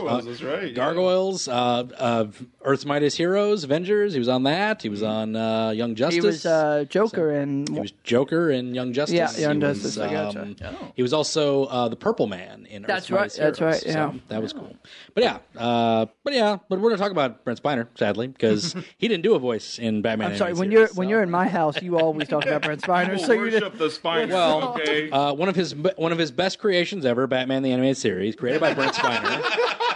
[SPEAKER 1] gargoyles,
[SPEAKER 7] Gargoyles,
[SPEAKER 1] uh,
[SPEAKER 7] that's right, yeah.
[SPEAKER 1] Gargoyles, uh, uh, Earth's Mightiest Heroes, Avengers. He was on that. He was on
[SPEAKER 7] Mm-hmm.
[SPEAKER 1] uh, Young Justice.
[SPEAKER 2] He was uh, Joker and
[SPEAKER 1] He was Joker in Young Justice.
[SPEAKER 2] Yeah, Young
[SPEAKER 1] He was,
[SPEAKER 2] Justice, I gotcha.
[SPEAKER 1] um, He was also uh, the Purple Man in Earth's
[SPEAKER 2] That's right,
[SPEAKER 1] Mightiest
[SPEAKER 2] that's
[SPEAKER 1] Heroes.
[SPEAKER 2] right,
[SPEAKER 1] So
[SPEAKER 2] yeah.
[SPEAKER 1] that was cool. But yeah, uh, but yeah, but we're gonna talk about Brent Spiner sadly
[SPEAKER 2] [laughs]
[SPEAKER 1] because he didn't do a voice in Batman.
[SPEAKER 2] I'm sorry.
[SPEAKER 1] animated
[SPEAKER 2] When
[SPEAKER 1] series,
[SPEAKER 2] you're when
[SPEAKER 1] so-
[SPEAKER 2] you're in my house, you always talk about Brent Spiner.
[SPEAKER 7] [laughs] People
[SPEAKER 2] so you
[SPEAKER 7] worship
[SPEAKER 2] just
[SPEAKER 7] the spine.
[SPEAKER 1] Well,
[SPEAKER 7] [laughs] okay.
[SPEAKER 1] Uh, one of his one of his best creations ever, Batman the Animated Series, created by Brent
[SPEAKER 2] [laughs]
[SPEAKER 1] Spiner.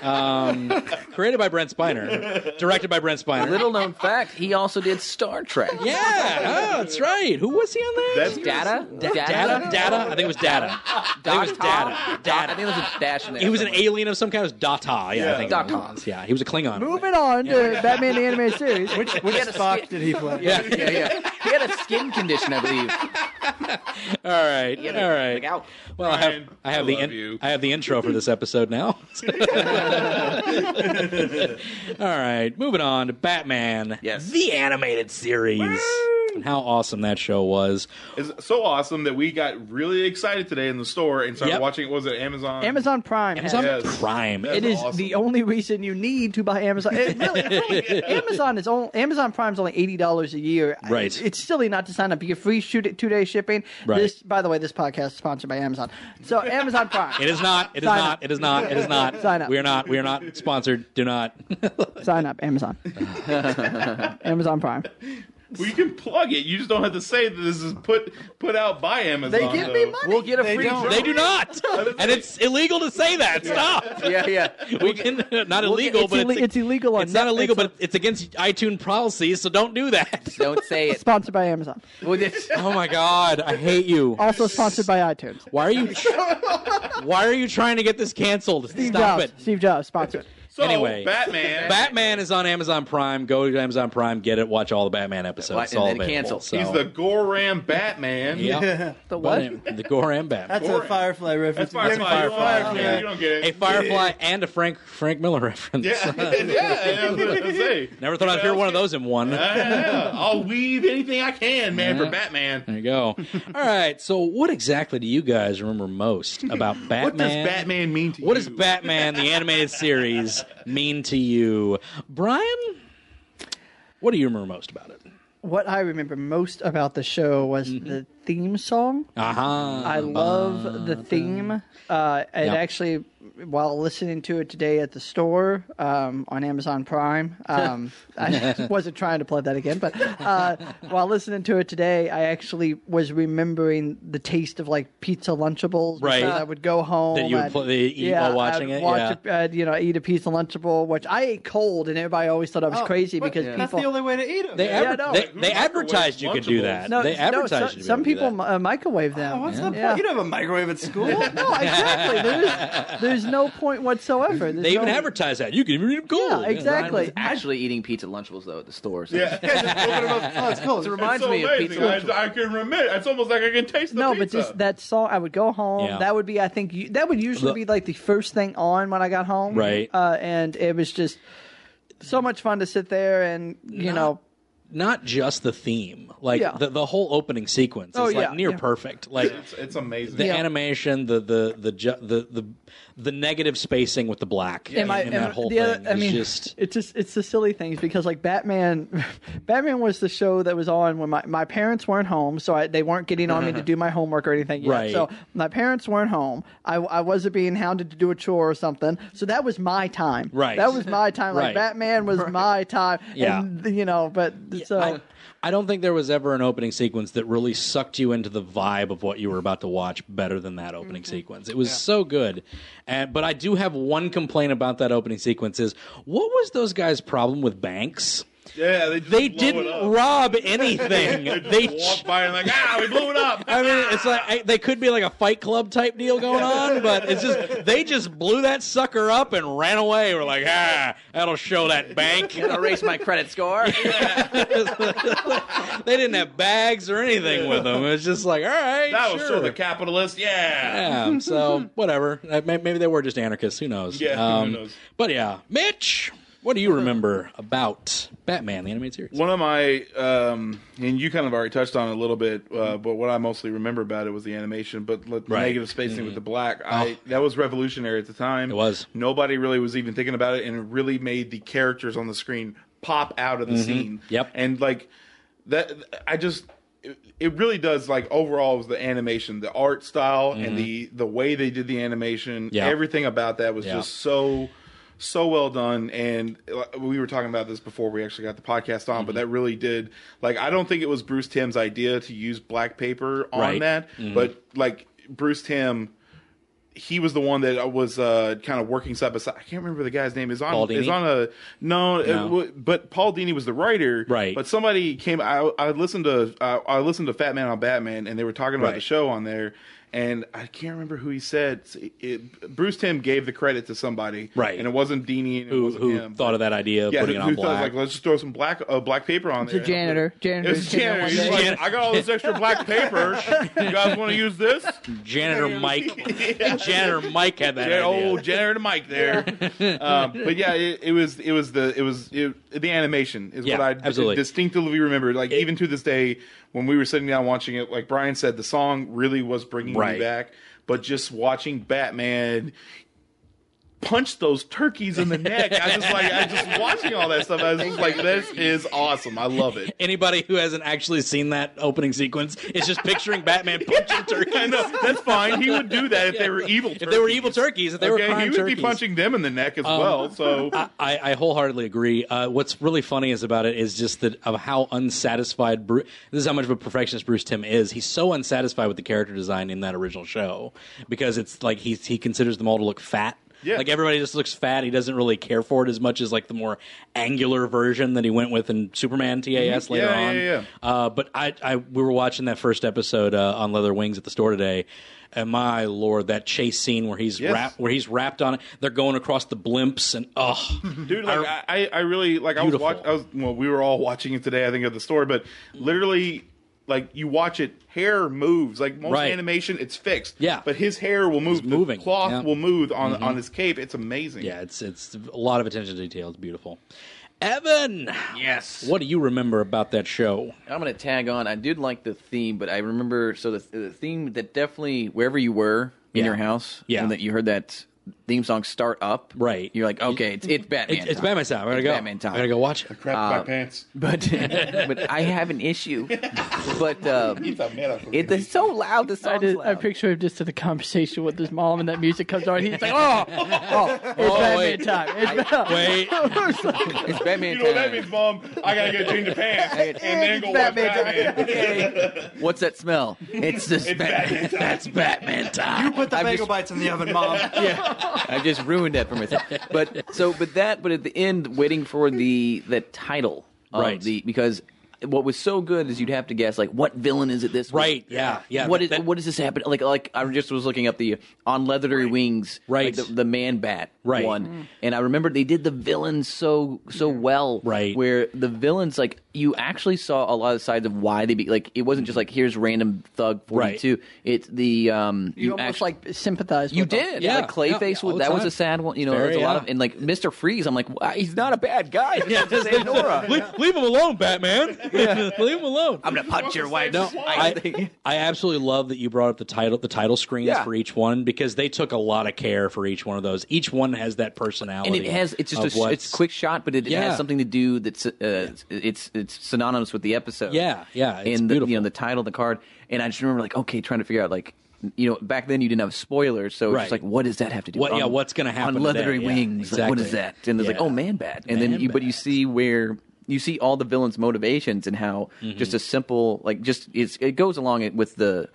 [SPEAKER 1] Um, created by Brent Spiner, directed by Brent Spiner.
[SPEAKER 3] Little known fact, he also did Star Trek.
[SPEAKER 1] yeah, oh, that's right. Who was he on that?
[SPEAKER 7] That's
[SPEAKER 3] Data, data,
[SPEAKER 1] Data, data. I think it was data.
[SPEAKER 3] Doc
[SPEAKER 1] was
[SPEAKER 3] Tom?
[SPEAKER 1] Data.
[SPEAKER 3] Doc- I think it was a dash in there.
[SPEAKER 1] He was an
[SPEAKER 3] somewhere.
[SPEAKER 1] alien of some kind. It was Data. Yeah, I think it
[SPEAKER 3] Data.
[SPEAKER 1] was. Yeah, he was a Klingon.
[SPEAKER 2] moving on to Batman the animated series. Which
[SPEAKER 8] Which Spock did he play?
[SPEAKER 1] [laughs] Yeah.
[SPEAKER 3] Yeah, yeah. He had a skin condition, I
[SPEAKER 8] [laughs]
[SPEAKER 3] believe.
[SPEAKER 1] All right.
[SPEAKER 3] He had a-
[SPEAKER 1] All right.
[SPEAKER 3] Like out.
[SPEAKER 1] Well, I
[SPEAKER 7] Brian,
[SPEAKER 1] have I have
[SPEAKER 7] I
[SPEAKER 1] the
[SPEAKER 7] love
[SPEAKER 1] in,
[SPEAKER 7] you.
[SPEAKER 1] I have the intro for this episode
[SPEAKER 7] [laughs]
[SPEAKER 1] now. All right, moving on to Batman.
[SPEAKER 3] Yes.
[SPEAKER 1] the animated series. And how awesome that show was.
[SPEAKER 7] it's so awesome that we got really excited today in the store and started
[SPEAKER 1] Yep.
[SPEAKER 7] watching. What was it Amazon?
[SPEAKER 2] Amazon Prime. has
[SPEAKER 1] Amazon
[SPEAKER 2] it.
[SPEAKER 7] Yes.
[SPEAKER 1] Prime.
[SPEAKER 7] Yes.
[SPEAKER 2] It is the only reason you need to buy Amazon. It really, really- Amazon is only Amazon Prime's only eighty dollars a year.
[SPEAKER 1] Right.
[SPEAKER 2] It's silly not to sign up. You get free shoot two day shipping.
[SPEAKER 1] Right.
[SPEAKER 2] This, by the way, this podcast is sponsored by Amazon. So Amazon
[SPEAKER 1] [laughs]
[SPEAKER 2] Prime.
[SPEAKER 1] It is not. It is
[SPEAKER 2] Sign
[SPEAKER 1] not.
[SPEAKER 2] up.
[SPEAKER 1] It is not. It is not.
[SPEAKER 2] Sign up.
[SPEAKER 1] We are not. We are not sponsored. Do not. [laughs]
[SPEAKER 2] Sign up, Amazon. Amazon Prime.
[SPEAKER 7] We can plug it. You just don't have to say that this is put put out by Amazon.
[SPEAKER 2] They give me
[SPEAKER 7] though.
[SPEAKER 2] money.
[SPEAKER 3] We'll get a
[SPEAKER 8] They
[SPEAKER 3] free
[SPEAKER 8] don't.
[SPEAKER 1] they do not. And it's illegal to say that. Stop.
[SPEAKER 3] Yeah, yeah. [laughs]
[SPEAKER 1] We can not illegal,
[SPEAKER 2] it's
[SPEAKER 1] but
[SPEAKER 2] ille-
[SPEAKER 1] it's,
[SPEAKER 2] it's illegal on
[SPEAKER 1] It's not
[SPEAKER 2] Netflix
[SPEAKER 1] illegal,
[SPEAKER 2] on-
[SPEAKER 1] but it's against iTunes policies. So don't do that.
[SPEAKER 3] Don't say it.
[SPEAKER 2] Sponsored by Amazon.
[SPEAKER 3] We'll just- [laughs]
[SPEAKER 1] Oh my god, I hate you.
[SPEAKER 2] Also sponsored by iTunes.
[SPEAKER 1] Why are you? Why are you trying to get this canceled?
[SPEAKER 2] Steve
[SPEAKER 1] Stop
[SPEAKER 2] Jobs.
[SPEAKER 1] it.
[SPEAKER 2] Steve Jobs sponsored.
[SPEAKER 7] So,
[SPEAKER 1] anyway,
[SPEAKER 7] Batman.
[SPEAKER 1] Batman is on Amazon Prime. Go to Amazon Prime, get it, watch all the Batman episodes.
[SPEAKER 3] Why-
[SPEAKER 1] It's
[SPEAKER 3] and
[SPEAKER 1] all
[SPEAKER 3] then
[SPEAKER 1] available,
[SPEAKER 3] cancel.
[SPEAKER 1] So.
[SPEAKER 7] He's the Goram Batman. [laughs]
[SPEAKER 1] yeah.
[SPEAKER 2] The what?
[SPEAKER 1] But, uh, the Goram Batman.
[SPEAKER 8] That's a
[SPEAKER 7] Boring.
[SPEAKER 8] Firefly reference.
[SPEAKER 7] That's Firefly.
[SPEAKER 8] Yeah,
[SPEAKER 7] You don't-
[SPEAKER 1] Firefly.
[SPEAKER 7] yeah, You don't get it.
[SPEAKER 1] a Firefly and a Frank Frank Miller reference.
[SPEAKER 7] Yeah, [laughs] yeah, that's what I was gonna say.
[SPEAKER 1] [laughs] Never thought I'd hear one of those in one.
[SPEAKER 7] [laughs] Yeah, I'll weave anything I can, man, for Batman.
[SPEAKER 1] There you go. All right. So, what exactly do you guys remember most about Batman?
[SPEAKER 7] What does Batman mean to you?
[SPEAKER 1] What does Batman the animated series mean to you, Brian? What do you remember most about it?
[SPEAKER 2] What I remember most about the show was
[SPEAKER 1] Mm-hmm.
[SPEAKER 2] the theme song.
[SPEAKER 1] Uh-huh.
[SPEAKER 2] I love the theme. Uh, and
[SPEAKER 1] Yep.
[SPEAKER 2] actually, while listening to it today at the store um, on Amazon Prime,
[SPEAKER 1] [laughs]
[SPEAKER 2] um, I wasn't trying to plug that again, but uh, while listening to it today, I actually was remembering the taste of like pizza Lunchables.
[SPEAKER 1] Right.
[SPEAKER 2] because I would go home.
[SPEAKER 1] That you would
[SPEAKER 2] I'd-
[SPEAKER 1] pl- they eat
[SPEAKER 2] yeah,
[SPEAKER 1] while watching
[SPEAKER 2] I'd
[SPEAKER 1] it,
[SPEAKER 2] watch
[SPEAKER 1] yeah.
[SPEAKER 2] a- I'd, you know, eat a pizza Lunchable, which I ate cold, and everybody always thought I was
[SPEAKER 8] Oh,
[SPEAKER 2] crazy
[SPEAKER 8] but
[SPEAKER 2] because
[SPEAKER 8] That's
[SPEAKER 2] people.
[SPEAKER 8] the only way to eat them.
[SPEAKER 1] They,
[SPEAKER 2] Yeah,
[SPEAKER 1] adver-
[SPEAKER 2] no.
[SPEAKER 1] they,
[SPEAKER 2] Like,
[SPEAKER 1] they advertised you could do
[SPEAKER 7] Lunchables?
[SPEAKER 1] that.
[SPEAKER 2] no,
[SPEAKER 1] they
[SPEAKER 2] no,
[SPEAKER 1] advertised
[SPEAKER 2] some,
[SPEAKER 1] you to be
[SPEAKER 2] some
[SPEAKER 1] able to do
[SPEAKER 2] people
[SPEAKER 1] that.
[SPEAKER 2] mi- uh, microwave them.
[SPEAKER 8] What's Oh, the
[SPEAKER 2] Yeah.
[SPEAKER 8] point? You don't have a microwave at school.
[SPEAKER 2] no, exactly. There's, there's no point whatsoever. There's
[SPEAKER 1] They even
[SPEAKER 2] no,
[SPEAKER 1] advertised that. You can even eat them cold.
[SPEAKER 2] Yeah, exactly.
[SPEAKER 3] was actually eating pizza lunchables though at the store.
[SPEAKER 7] [laughs]
[SPEAKER 3] So.
[SPEAKER 7] Yeah.
[SPEAKER 8] [laughs] oh, it's cool.
[SPEAKER 3] It reminds
[SPEAKER 7] it's so
[SPEAKER 3] me of
[SPEAKER 7] amazing.
[SPEAKER 3] pizza lunchables.
[SPEAKER 7] I, I can remember. It's almost like I can taste the
[SPEAKER 2] No,
[SPEAKER 7] pizza.
[SPEAKER 2] but just that song. I would go home.
[SPEAKER 1] Yeah.
[SPEAKER 2] That would be, I think, you, that would usually
[SPEAKER 1] Look-
[SPEAKER 2] be like the first thing on when I got home.
[SPEAKER 1] Right.
[SPEAKER 2] Uh, and it was just so much fun to sit there and you know.
[SPEAKER 1] Not just the theme, like
[SPEAKER 2] Yeah.
[SPEAKER 1] the, the whole opening sequence is
[SPEAKER 2] Oh,
[SPEAKER 1] like
[SPEAKER 2] yeah,
[SPEAKER 1] near
[SPEAKER 2] yeah.
[SPEAKER 1] perfect. Like
[SPEAKER 7] it's, it's amazing.
[SPEAKER 1] the
[SPEAKER 2] Yeah.
[SPEAKER 1] animation, the the the, ju- the the the negative spacing with the black in,
[SPEAKER 2] Am I-
[SPEAKER 1] in
[SPEAKER 2] am
[SPEAKER 1] that
[SPEAKER 2] I-
[SPEAKER 1] whole
[SPEAKER 2] the other-
[SPEAKER 1] thing
[SPEAKER 2] I
[SPEAKER 1] is
[SPEAKER 2] mean,
[SPEAKER 1] just
[SPEAKER 2] [laughs] it's just it's the silly things because like Batman, [laughs] Batman was the show that was on when my, my parents weren't home, so I, they weren't getting on
[SPEAKER 1] [laughs]
[SPEAKER 2] me to do my homework or anything. Yet.
[SPEAKER 1] Right.
[SPEAKER 2] So my parents weren't home. I, I wasn't being hounded to do a chore or something. So that was my time.
[SPEAKER 1] Right.
[SPEAKER 2] That was my time. Like
[SPEAKER 1] Right.
[SPEAKER 2] Batman was my time.
[SPEAKER 1] Yeah.
[SPEAKER 2] And, you know, but so.
[SPEAKER 1] I, I don't think there was ever an opening sequence that really sucked you into the vibe of what you were about to watch better than that opening
[SPEAKER 7] Mm-hmm.
[SPEAKER 1] sequence. It was so good. And but I do have one complaint about that opening sequence is what was those guys' problem with banks?
[SPEAKER 7] yeah, they, just
[SPEAKER 1] They
[SPEAKER 7] blow it up.
[SPEAKER 1] didn't
[SPEAKER 7] [laughs]
[SPEAKER 1] rob anything.
[SPEAKER 7] They
[SPEAKER 1] they
[SPEAKER 7] just walk by and like, ah, we blew it up.
[SPEAKER 1] I mean, it's like I, they could be like a Fight Club type deal going on, but it's just they just blew that sucker up and ran away. We're like, ah, that'll show that bank.
[SPEAKER 3] Gonna erase my
[SPEAKER 7] [laughs]
[SPEAKER 3] credit
[SPEAKER 1] [laughs]
[SPEAKER 3] score.
[SPEAKER 1] they didn't have bags or anything with them. It's just like, all right,
[SPEAKER 7] that
[SPEAKER 1] sure.
[SPEAKER 7] was sort of the capitalist. Yeah.
[SPEAKER 1] yeah,
[SPEAKER 7] [laughs]
[SPEAKER 1] so whatever. Uh, may- Maybe they were just anarchists. Who knows? Um,
[SPEAKER 7] Yeah, who knows?
[SPEAKER 1] But yeah, Mitch, what do you remember about Batman the animated series?
[SPEAKER 7] One of my, um, and you kind of already touched on it a little bit, uh, but what I mostly remember about it was the animation. But the
[SPEAKER 1] Mm-hmm. Right. Mm-hmm. Oh.
[SPEAKER 7] negative spacing with the black, I that was revolutionary at the time.
[SPEAKER 1] It was.
[SPEAKER 7] Nobody really was even thinking about it, and it really made the characters on the screen pop out of the scene.
[SPEAKER 1] Mm-hmm. Yep.
[SPEAKER 7] And like that, I just. It it really does like overall was the animation, the art style,
[SPEAKER 1] Mm-hmm.
[SPEAKER 7] and the the way they did the animation.
[SPEAKER 1] Yeah.
[SPEAKER 7] Everything about that was
[SPEAKER 1] Yeah.
[SPEAKER 7] just so so well done and uh, we were talking about this before we actually got the podcast on but
[SPEAKER 1] Mm-hmm.
[SPEAKER 7] that really did like i don't think it was bruce timm's idea to use black paper on
[SPEAKER 1] Right. Mm-hmm.
[SPEAKER 7] that but like bruce tim he was the one that was uh, kind of working side by side. I can't remember the guy's name. Is
[SPEAKER 1] Paul
[SPEAKER 7] on
[SPEAKER 1] Dini?
[SPEAKER 7] is on a no, it w- but Paul Dini was the writer,
[SPEAKER 1] Right.
[SPEAKER 7] But somebody came. I, I listened to I, I listened to Fat Man on Batman, and they were talking about
[SPEAKER 1] Right.
[SPEAKER 7] the show on there, and I can't remember who he said. It, it- Bruce Tim gave the credit to somebody,
[SPEAKER 1] Right.
[SPEAKER 7] And it wasn't Dini, and it
[SPEAKER 1] Who,
[SPEAKER 7] wasn't
[SPEAKER 1] who
[SPEAKER 7] him.
[SPEAKER 1] thought of that idea of
[SPEAKER 7] Yeah,
[SPEAKER 1] putting
[SPEAKER 7] who,
[SPEAKER 1] it
[SPEAKER 7] who
[SPEAKER 1] on
[SPEAKER 7] thought,
[SPEAKER 1] black?
[SPEAKER 7] like let's just throw some black uh, black paper on there.
[SPEAKER 2] the janitor. Janitor.
[SPEAKER 7] It was
[SPEAKER 2] came in
[SPEAKER 7] janitor.
[SPEAKER 2] one
[SPEAKER 7] He's
[SPEAKER 2] day.
[SPEAKER 7] like, I got all this extra black paper. You guys want to use this?
[SPEAKER 1] [laughs]
[SPEAKER 7] [laughs]
[SPEAKER 1] Janitor Mike. Janitor Mike had that
[SPEAKER 7] Yeah,
[SPEAKER 1] idea.
[SPEAKER 7] old janitor Mike there. um, but yeah, it, it was it was the it was it, the animation is
[SPEAKER 1] Yeah,
[SPEAKER 7] what I
[SPEAKER 1] absolutely.
[SPEAKER 7] distinctively remember. Like even to this day, when we were sitting down watching it, like Brian said, the song really was bringing
[SPEAKER 1] Right.
[SPEAKER 7] me back. But just watching Batman punch those
[SPEAKER 1] [laughs]
[SPEAKER 7] turkeys in the neck, I just like I just watching all that stuff. I was just like, this is awesome. I
[SPEAKER 1] [laughs]
[SPEAKER 7] love it.
[SPEAKER 1] Anybody who hasn't actually seen that opening sequence is just picturing
[SPEAKER 7] [laughs]
[SPEAKER 1] Batman punching turkeys.
[SPEAKER 7] I know that's fine. He would do that if they were evil. Turkeys.
[SPEAKER 1] If they were evil turkeys, if they were
[SPEAKER 7] okay,
[SPEAKER 1] crime
[SPEAKER 7] he would
[SPEAKER 1] turkeys, Um,
[SPEAKER 7] be punching them in the neck as well. So
[SPEAKER 1] I, I wholeheartedly agree. Uh, what's really funny is about it is just that of how unsatisfied. Bru- this is how much of a perfectionist Bruce Tim is. He's so unsatisfied with the character design in that original show because it's like he he considers them all to look fat.
[SPEAKER 7] Yeah.
[SPEAKER 1] Like everybody just looks fat. He doesn't really care for it as much as like the more angular version that he went with in Superman TAS later
[SPEAKER 7] Mm-hmm. Yeah, yeah,
[SPEAKER 1] on.
[SPEAKER 7] yeah.
[SPEAKER 1] Uh, but I, I, we were watching that first episode uh, on Leather Wings at the store today, and my lord, that chase scene where he's
[SPEAKER 7] Yes.
[SPEAKER 1] wrapped, where he's wrapped on it. They're going across the blimps, and oh,
[SPEAKER 7] [laughs] dude like I, I, I really like
[SPEAKER 1] Beautiful.
[SPEAKER 7] i was watching i was well we were all watching it today i think at the store but literally like you watch it hair moves like most
[SPEAKER 1] Right.
[SPEAKER 7] animation it's fixed
[SPEAKER 1] Yeah.
[SPEAKER 7] but his hair will move
[SPEAKER 1] It's
[SPEAKER 7] the
[SPEAKER 1] moving,
[SPEAKER 7] cloth
[SPEAKER 1] yeah. Mm-hmm.
[SPEAKER 7] will move on on his cape it's amazing
[SPEAKER 1] yeah, it's it's a lot of attention to detail. It's beautiful. Evan,
[SPEAKER 3] Yes.
[SPEAKER 1] what do you remember about that show?
[SPEAKER 3] I'm gonna tag on. I did like the theme, but I remember so the, the theme that definitely wherever you were in
[SPEAKER 1] Yeah.
[SPEAKER 3] your house,
[SPEAKER 1] Yeah.
[SPEAKER 3] and that you heard that theme song start up,
[SPEAKER 1] Right.
[SPEAKER 3] You're like, okay, it's it's Batman.
[SPEAKER 1] It, it's
[SPEAKER 3] time.
[SPEAKER 1] Batman time. I gotta
[SPEAKER 3] It's
[SPEAKER 1] go.
[SPEAKER 3] Batman time.
[SPEAKER 1] I gotta go watch it.
[SPEAKER 7] crap my pants
[SPEAKER 3] But but I have an issue.
[SPEAKER 7] [laughs]
[SPEAKER 3] but um,
[SPEAKER 7] It's a metaphor.
[SPEAKER 3] it, it's so loud. The song's
[SPEAKER 2] I, did,
[SPEAKER 3] loud.
[SPEAKER 2] I picture him just in a conversation with his mom, and that music comes on. And he's like, "Oh, oh, it's Batman
[SPEAKER 1] wait.
[SPEAKER 2] time." It's
[SPEAKER 1] [laughs]
[SPEAKER 2] Batman. [laughs]
[SPEAKER 1] Wait,
[SPEAKER 3] [laughs] it's
[SPEAKER 7] [laughs]
[SPEAKER 3] Batman
[SPEAKER 7] you know what
[SPEAKER 3] time.
[SPEAKER 7] that means mom i gotta go change
[SPEAKER 1] [laughs]
[SPEAKER 7] the pants and then go watch batman,
[SPEAKER 3] What's that smell? It's this Batman.
[SPEAKER 1] that's Batman
[SPEAKER 8] You
[SPEAKER 1] time.
[SPEAKER 8] put the
[SPEAKER 3] I've
[SPEAKER 8] bagel
[SPEAKER 3] just-
[SPEAKER 8] bites in the oven, mom.
[SPEAKER 3] I just ruined that for myself. But so, but that, but at the end, waiting for the the title, of
[SPEAKER 1] Right.
[SPEAKER 3] The because what was so good is you'd have to guess like what villain is it this week?
[SPEAKER 1] Right? Yeah. Yeah.
[SPEAKER 3] What
[SPEAKER 1] that-
[SPEAKER 3] is
[SPEAKER 1] that-
[SPEAKER 3] what is this happening? Like like I just was looking up the on leathery wings,
[SPEAKER 1] Right.
[SPEAKER 3] like the, the man bat,
[SPEAKER 1] Right.
[SPEAKER 2] Mm-hmm.
[SPEAKER 3] One, and I remember they did the villain so so well,
[SPEAKER 1] Right.
[SPEAKER 3] Where the villains like you actually saw a lot of sides of why they be like it wasn't just like here's random thug forty
[SPEAKER 1] Right.
[SPEAKER 3] two. It's the um
[SPEAKER 2] You, almost
[SPEAKER 3] actually
[SPEAKER 2] like sympathize.
[SPEAKER 3] you
[SPEAKER 2] with him.
[SPEAKER 3] did,
[SPEAKER 1] Yeah,
[SPEAKER 3] Like Clayface
[SPEAKER 1] yeah, all
[SPEAKER 3] was
[SPEAKER 1] the
[SPEAKER 3] that was
[SPEAKER 1] time.
[SPEAKER 3] a sad one. You know,
[SPEAKER 1] Very,
[SPEAKER 3] there's a lot
[SPEAKER 1] yeah.
[SPEAKER 3] of and like Mister Freeze. I'm like, wow, he's not a bad guy.
[SPEAKER 1] Yeah. [laughs] leave, leave him alone,
[SPEAKER 3] [laughs]
[SPEAKER 1] Batman. [laughs] leave him alone.
[SPEAKER 3] I'm gonna punch your wife.
[SPEAKER 1] No, I, I absolutely love that you brought up the title the title screens
[SPEAKER 3] Yeah.
[SPEAKER 1] for each one because they took a lot of care for each one of those. Each one has that personality,
[SPEAKER 3] [laughs] and it has it's
[SPEAKER 1] of
[SPEAKER 3] just a
[SPEAKER 1] what's-
[SPEAKER 3] it's quick shot, but it, it
[SPEAKER 1] Yeah.
[SPEAKER 3] has something to do that's uh, it's it's synonymous with the episode.
[SPEAKER 1] Yeah, yeah, it's
[SPEAKER 3] and the,
[SPEAKER 1] beautiful.
[SPEAKER 3] you know the title, the card, and I just remember like okay, trying to figure out like. You know, back then you didn't have spoilers, so it's
[SPEAKER 1] Right.
[SPEAKER 3] just like, what does that have to do?
[SPEAKER 1] What- yeah, what's gonna happen
[SPEAKER 3] on leathery
[SPEAKER 1] today? Yeah,
[SPEAKER 3] wings? Like, what is that?
[SPEAKER 1] exactly.
[SPEAKER 3] And it's like,
[SPEAKER 1] Yeah.
[SPEAKER 3] oh, man, bad. And then,
[SPEAKER 1] Man
[SPEAKER 3] you, but you
[SPEAKER 1] bat.
[SPEAKER 3] see where you see all the villains' motivations and how
[SPEAKER 1] Mm-hmm.
[SPEAKER 3] just a simple, like, just it's, it goes along it with the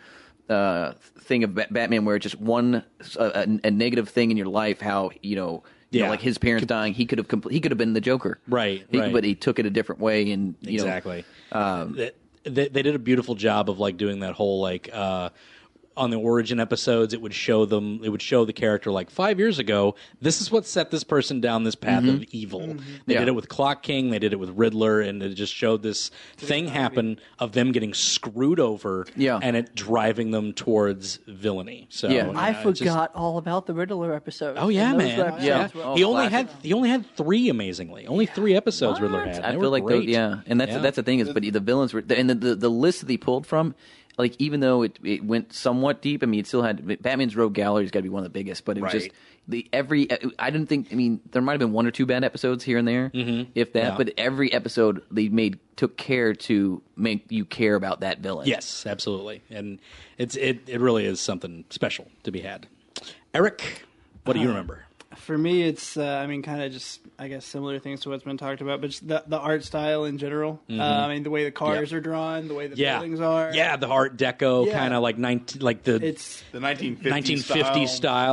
[SPEAKER 3] uh, thing of Ba- Batman, where just one uh, a, a negative thing in your life, how you know. You know,
[SPEAKER 1] Yeah.
[SPEAKER 3] like his parents dying, he could have compl- he could have been the Joker,
[SPEAKER 1] Right,
[SPEAKER 3] He-
[SPEAKER 1] right.
[SPEAKER 3] But he took it a different way, and you know, um,
[SPEAKER 1] exactly. That- they, they did a beautiful job of like doing that whole like uh, on the origin episodes. It would show them. It would show the character like five years ago. This is what set this person down this path of evil.
[SPEAKER 2] Mm-hmm.
[SPEAKER 1] They
[SPEAKER 3] Mm-hmm. Yeah.
[SPEAKER 1] did it with Clock King. They did it with Riddler, and it just showed this thing happen of them getting screwed over.
[SPEAKER 3] Yeah.
[SPEAKER 1] and it driving them towards villainy. So
[SPEAKER 3] Yeah.
[SPEAKER 1] you know,
[SPEAKER 2] I
[SPEAKER 1] it's just-
[SPEAKER 2] forgot all about the Riddler episode.
[SPEAKER 1] Oh yeah, man! Yeah,
[SPEAKER 3] episodes were
[SPEAKER 1] he
[SPEAKER 3] all
[SPEAKER 1] only
[SPEAKER 3] classic.
[SPEAKER 1] had he only had three. Amazingly, only three episodes Riddler had. and
[SPEAKER 3] I
[SPEAKER 1] they
[SPEAKER 3] feel
[SPEAKER 1] were
[SPEAKER 3] like
[SPEAKER 1] great.
[SPEAKER 3] those, yeah, and that's
[SPEAKER 1] Yeah.
[SPEAKER 3] that's the thing is, but the villains were and the the, the list that he pulled from, like even though it, it went somewhat deep, I mean, it still had Batman's Rogue Gallery's got to be one of the biggest, but it was
[SPEAKER 1] Right.
[SPEAKER 3] just the every e, I didn't think I mean there might have been one or two bad episodes here and there, if that,
[SPEAKER 1] Mm-hmm. Yeah.
[SPEAKER 3] but every episode they made took care to make you care about that villain.
[SPEAKER 1] Yes, absolutely, and it's it, it really is something special to be had. Eric, what do
[SPEAKER 8] Uh,
[SPEAKER 1] you remember?
[SPEAKER 8] For me, it's uh, I mean, kind of just I guess similar things to what's been talked about, but just the, the art style in general. Uh, I mean, the way the cars are drawn, the way the
[SPEAKER 1] Yeah,
[SPEAKER 8] buildings are.
[SPEAKER 1] yeah, the Art Deco
[SPEAKER 8] Yeah.
[SPEAKER 1] kind of like nineteen, like the
[SPEAKER 8] it's
[SPEAKER 7] [laughs] the 1950s
[SPEAKER 1] nineteen fifty
[SPEAKER 7] style.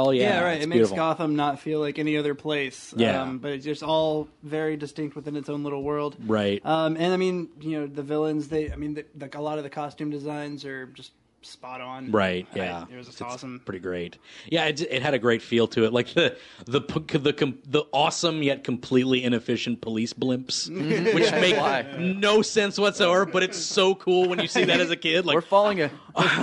[SPEAKER 1] style. Yeah,
[SPEAKER 8] yeah, right.
[SPEAKER 1] it's
[SPEAKER 8] It makes
[SPEAKER 1] beautiful.
[SPEAKER 8] Gotham not feel like any other place.
[SPEAKER 1] Yeah.
[SPEAKER 8] um, but it's just all very distinct within its own little world.
[SPEAKER 1] Right.
[SPEAKER 8] Um, and I mean, you know, the villains. They, I mean, the, like a lot of the costume designs are just spot on.
[SPEAKER 1] Right.
[SPEAKER 8] I-
[SPEAKER 1] Yeah.
[SPEAKER 8] it was
[SPEAKER 1] It's
[SPEAKER 8] just awesome.
[SPEAKER 1] Pretty great. Yeah. It, it had a great feel to it. Like the the p- the com- the awesome yet completely inefficient police
[SPEAKER 8] [laughs]
[SPEAKER 1] blimps, which make no sense whatsoever. But it's so cool when you see that as a kid. Like
[SPEAKER 3] We're
[SPEAKER 1] [laughs]
[SPEAKER 3] following a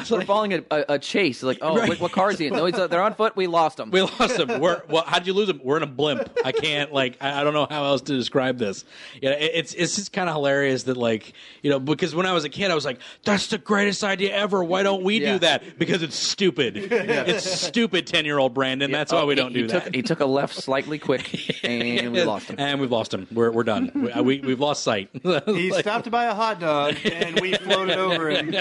[SPEAKER 3] we're following a, a, a chase. Like, oh,
[SPEAKER 1] Right.
[SPEAKER 3] what, what car is he in? No, he's, uh, they're on foot. We lost him.
[SPEAKER 1] We lost him. We're, well, how'd you lose him? We're in a blimp. I can't like I, I don't know how else to describe this. You know, it, it's it's just kind of hilarious that like you know because when I was a kid I was like that's the greatest idea ever. Why don't we do
[SPEAKER 3] Yeah.
[SPEAKER 1] that? Because it's stupid. It's stupid ten year old Brandon. That's why
[SPEAKER 3] Oh,
[SPEAKER 1] we
[SPEAKER 3] he-
[SPEAKER 1] don't
[SPEAKER 3] he
[SPEAKER 1] do
[SPEAKER 3] took,
[SPEAKER 1] that.
[SPEAKER 3] He took a left
[SPEAKER 1] [laughs]
[SPEAKER 3] slightly quick, and we lost him.
[SPEAKER 1] And we've lost him. We're we're done. we, uh, we we've lost sight. [laughs]
[SPEAKER 8] He
[SPEAKER 1] Like-
[SPEAKER 8] stopped to buy a hot dog, and we floated
[SPEAKER 7] [laughs]
[SPEAKER 8] over him.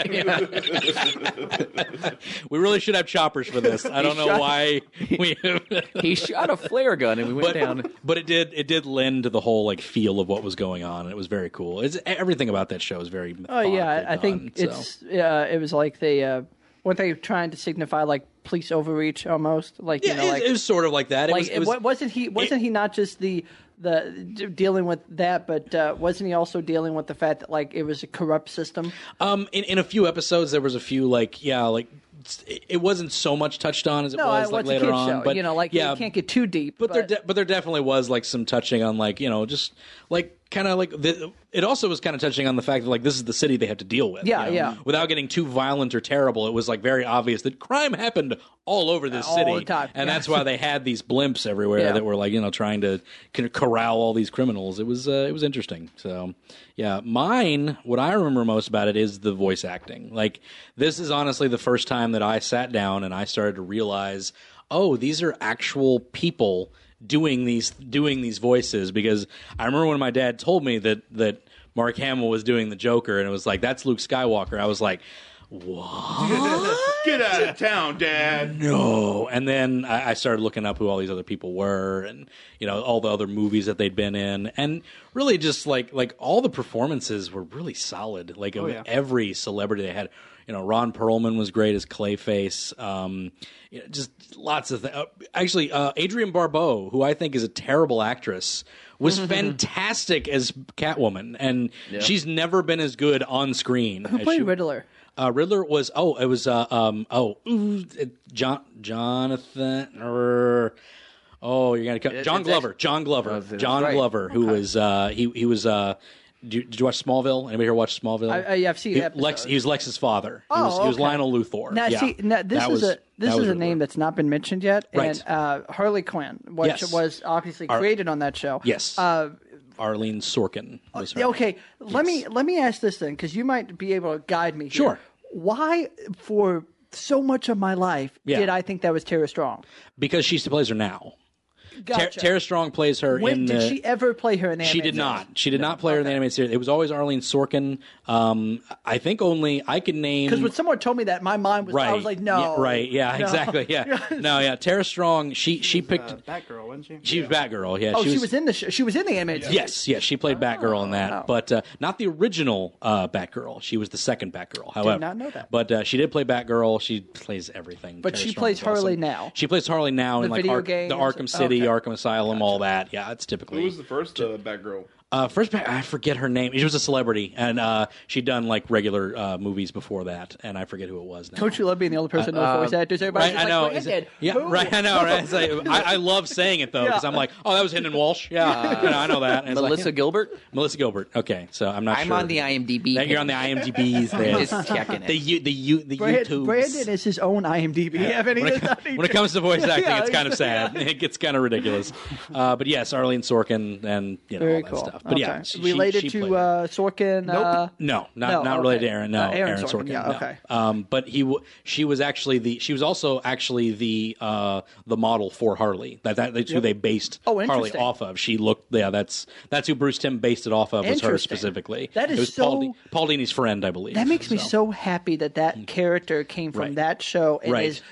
[SPEAKER 1] we really should have choppers for this. I don't know
[SPEAKER 3] shot-
[SPEAKER 1] why
[SPEAKER 3] [laughs]
[SPEAKER 1] we.
[SPEAKER 3] he shot a flare gun and we went
[SPEAKER 1] but,
[SPEAKER 3] down.
[SPEAKER 1] [laughs] but it did it did lend to the whole like feel of what was going on, and it was very cool. It's everything about that show is very.
[SPEAKER 2] Oh yeah, I
[SPEAKER 1] methodically
[SPEAKER 2] think
[SPEAKER 1] done, so.
[SPEAKER 2] it's uh, it was like the uh, weren't they trying to signify like police overreach almost. Like
[SPEAKER 1] Yeah,
[SPEAKER 2] you know,
[SPEAKER 1] it,
[SPEAKER 2] like,
[SPEAKER 1] it was sort of like that. It
[SPEAKER 2] like
[SPEAKER 1] was, it was-
[SPEAKER 2] wa- wasn't he wasn't he not just the the d- dealing with that, but uh, wasn't he also dealing with the fact that like it was a corrupt system?
[SPEAKER 1] um, in, in a few episodes, there was a few like yeah, like s- it- it wasn't so much touched on as it
[SPEAKER 2] No, I
[SPEAKER 1] was
[SPEAKER 2] well,
[SPEAKER 1] like
[SPEAKER 2] it's
[SPEAKER 1] later
[SPEAKER 2] a kid
[SPEAKER 1] on.
[SPEAKER 2] show.
[SPEAKER 1] But
[SPEAKER 2] you know, like
[SPEAKER 1] yeah,
[SPEAKER 2] you can't get too deep.
[SPEAKER 1] but, there, de- but there definitely was like some touching on like you know just like kind of like the, it also was kind of touching on the fact that like this is the city they have to deal with.
[SPEAKER 2] Yeah,
[SPEAKER 1] you know?
[SPEAKER 2] yeah.
[SPEAKER 1] Without getting too violent or terrible, it was like very obvious that crime happened all over this
[SPEAKER 2] All
[SPEAKER 1] city,
[SPEAKER 2] the time,
[SPEAKER 1] and
[SPEAKER 2] yeah.
[SPEAKER 1] that's why they had these blimps everywhere
[SPEAKER 2] Yeah.
[SPEAKER 1] that were like you know trying to c- corral all these criminals. It was uh, it was interesting. So yeah, mine. What I remember most about it is the voice acting. Like this is honestly the first time that I sat down and I started to realize, oh, these are actual people doing these doing these voices because I remember when my dad told me that that Mark Hamill was doing the Joker and it was like that's Luke Skywalker. I was like.
[SPEAKER 7] Get out of town, Dad.
[SPEAKER 1] no. And then I, I started looking up who all these other people were, and you know all the other movies that they'd been in, and really just like like all the performances were really solid. Like
[SPEAKER 2] Oh,
[SPEAKER 1] of every celebrity they had, you know, Ron Perlman was great as Clayface. Um, you know, just lots of th- uh, actually uh, Adrienne Barbeau, who I think is a terrible actress.
[SPEAKER 2] [laughs]
[SPEAKER 1] Was fantastic as Catwoman, and she's never been as good on screen.
[SPEAKER 2] who
[SPEAKER 1] as
[SPEAKER 2] played
[SPEAKER 1] she-
[SPEAKER 2] Riddler?
[SPEAKER 1] uh, Riddler was oh it was uh, um oh ooh, it, John Jonathan er, oh you're gonna cut John
[SPEAKER 3] it's
[SPEAKER 1] Glover John Glover John
[SPEAKER 3] right.
[SPEAKER 1] Glover who was uh he he was uh did you, did you watch Smallville anybody here watch Smallville
[SPEAKER 2] I- I- I've seen
[SPEAKER 1] he,
[SPEAKER 2] episodes.
[SPEAKER 1] Lex he was Lex's father he
[SPEAKER 2] Oh,
[SPEAKER 1] was, he was
[SPEAKER 2] okay.
[SPEAKER 1] Lionel Luthor
[SPEAKER 2] Now,
[SPEAKER 1] yeah.
[SPEAKER 2] see, now, this
[SPEAKER 1] That
[SPEAKER 2] is
[SPEAKER 1] was-
[SPEAKER 2] a
[SPEAKER 1] that
[SPEAKER 2] this
[SPEAKER 1] was
[SPEAKER 2] is a
[SPEAKER 1] Riddler.
[SPEAKER 2] name that's not been mentioned yet,
[SPEAKER 1] Right.
[SPEAKER 2] and uh, Harley Quinn, which
[SPEAKER 1] Yes.
[SPEAKER 2] was obviously created on that show.
[SPEAKER 1] yes uh, Arlene Sorkin was her.
[SPEAKER 2] Oh, Okay, let me let me ask this then, because you might be able to guide me. here.
[SPEAKER 1] Sure.
[SPEAKER 2] Why, for so much of my life,
[SPEAKER 1] Yeah.
[SPEAKER 2] did I think that was Tara Strong?
[SPEAKER 1] because she plays her now Ter-
[SPEAKER 2] Gotcha.
[SPEAKER 1] Tara Strong plays her
[SPEAKER 2] when
[SPEAKER 1] in
[SPEAKER 2] did
[SPEAKER 1] the
[SPEAKER 2] she ever play her in the?
[SPEAKER 1] She
[SPEAKER 2] anime
[SPEAKER 1] did not.
[SPEAKER 2] series?
[SPEAKER 1] She did not play her in the animated series. It was always Arlene Sorkin. Um, I think only I could name
[SPEAKER 2] Because when someone told me that, my mind was
[SPEAKER 1] Mm. right.
[SPEAKER 2] I was like, no,
[SPEAKER 1] Yeah, right. Yeah.
[SPEAKER 2] no.
[SPEAKER 1] Exactly.
[SPEAKER 2] [laughs]
[SPEAKER 1] Yeah. no. Yeah. Tara Strong. She she picked.
[SPEAKER 8] Uh, Batgirl, wasn't she?
[SPEAKER 1] she was Batgirl. Yeah.
[SPEAKER 2] Oh, she was, in Oh. the sh- she was in the animated. series.
[SPEAKER 1] Yes, yes, she played Batgirl in that, but uh, not the original uh, Batgirl. She was the second Batgirl. However,
[SPEAKER 2] not know that.
[SPEAKER 1] But uh, she did play Batgirl. She plays everything.
[SPEAKER 2] But
[SPEAKER 1] Tara
[SPEAKER 2] she
[SPEAKER 1] Strong
[SPEAKER 2] plays
[SPEAKER 1] is awesome.
[SPEAKER 2] Harley now.
[SPEAKER 1] She plays Harley now in like
[SPEAKER 2] video
[SPEAKER 1] Ark-
[SPEAKER 2] games.
[SPEAKER 1] the Arkham City,
[SPEAKER 2] Okay.
[SPEAKER 1] Arkham Asylum, all that. Yeah, it's typically
[SPEAKER 7] Who was the first uh, Batgirl?
[SPEAKER 1] Uh, first, back, I forget her name. She was a celebrity, and uh, she'd done like regular uh, movies before that, and I forget who it was. Now.
[SPEAKER 2] Don't you love being the only person who voice actors? Everybody's
[SPEAKER 1] Uh, Right,
[SPEAKER 2] just
[SPEAKER 1] I know.
[SPEAKER 2] like,
[SPEAKER 1] is it-
[SPEAKER 2] "Brandon,
[SPEAKER 1] yeah,
[SPEAKER 2] who?"
[SPEAKER 1] right. I know. Right. It's like, I, I love saying it though because I'm like, oh, that was Hinton Walsh. Yeah, You know, I know that. And it's like,
[SPEAKER 3] Melissa
[SPEAKER 1] yeah.
[SPEAKER 3] Gilbert.
[SPEAKER 1] Melissa Gilbert. Okay, so I'm not.
[SPEAKER 3] I'm
[SPEAKER 1] sure.
[SPEAKER 3] on the IMDb.
[SPEAKER 1] That you're on the IMDb's. There.
[SPEAKER 3] Just checking
[SPEAKER 1] [laughs]
[SPEAKER 3] it.
[SPEAKER 1] The you the you the
[SPEAKER 2] Brandon,
[SPEAKER 1] YouTube.
[SPEAKER 2] Brandon is his own IMDb. Evan, he
[SPEAKER 1] when it,
[SPEAKER 2] does not
[SPEAKER 1] com-
[SPEAKER 2] need
[SPEAKER 1] when it
[SPEAKER 2] to-
[SPEAKER 1] comes to voice acting,
[SPEAKER 2] Yeah,
[SPEAKER 1] it's kind of sad. It gets kind of ridiculous. Uh, but yes, Arlene Sorkin and you know all
[SPEAKER 2] Very
[SPEAKER 1] that
[SPEAKER 2] cool.
[SPEAKER 1] stuff. But yeah,
[SPEAKER 2] Okay.
[SPEAKER 1] she- she-
[SPEAKER 2] related
[SPEAKER 1] she played
[SPEAKER 2] to
[SPEAKER 1] it.
[SPEAKER 2] uh, Sorkin. Uh,
[SPEAKER 1] No, not
[SPEAKER 2] No,
[SPEAKER 1] not
[SPEAKER 2] okay.
[SPEAKER 1] related to Aaron. No,
[SPEAKER 2] Uh, Aaron
[SPEAKER 1] Aaron Sorkin.
[SPEAKER 2] Sorkin, yeah,
[SPEAKER 1] no.
[SPEAKER 2] okay.
[SPEAKER 1] Um, but he, w- she was actually the, she was also actually the, uh, the model for Harley. That, that that's who they based
[SPEAKER 2] Oh,
[SPEAKER 1] Harley
[SPEAKER 2] interesting.
[SPEAKER 1] off of. She looked, yeah, that's that's who Bruce Tim based it off of. Was her
[SPEAKER 2] Interesting.
[SPEAKER 1] specifically?
[SPEAKER 2] That is
[SPEAKER 1] it was Paul,
[SPEAKER 2] so-
[SPEAKER 1] Di- Paul Dini's friend, I believe.
[SPEAKER 2] That makes me so happy that that character came from
[SPEAKER 1] Right.
[SPEAKER 2] that show and
[SPEAKER 1] Right.
[SPEAKER 2] is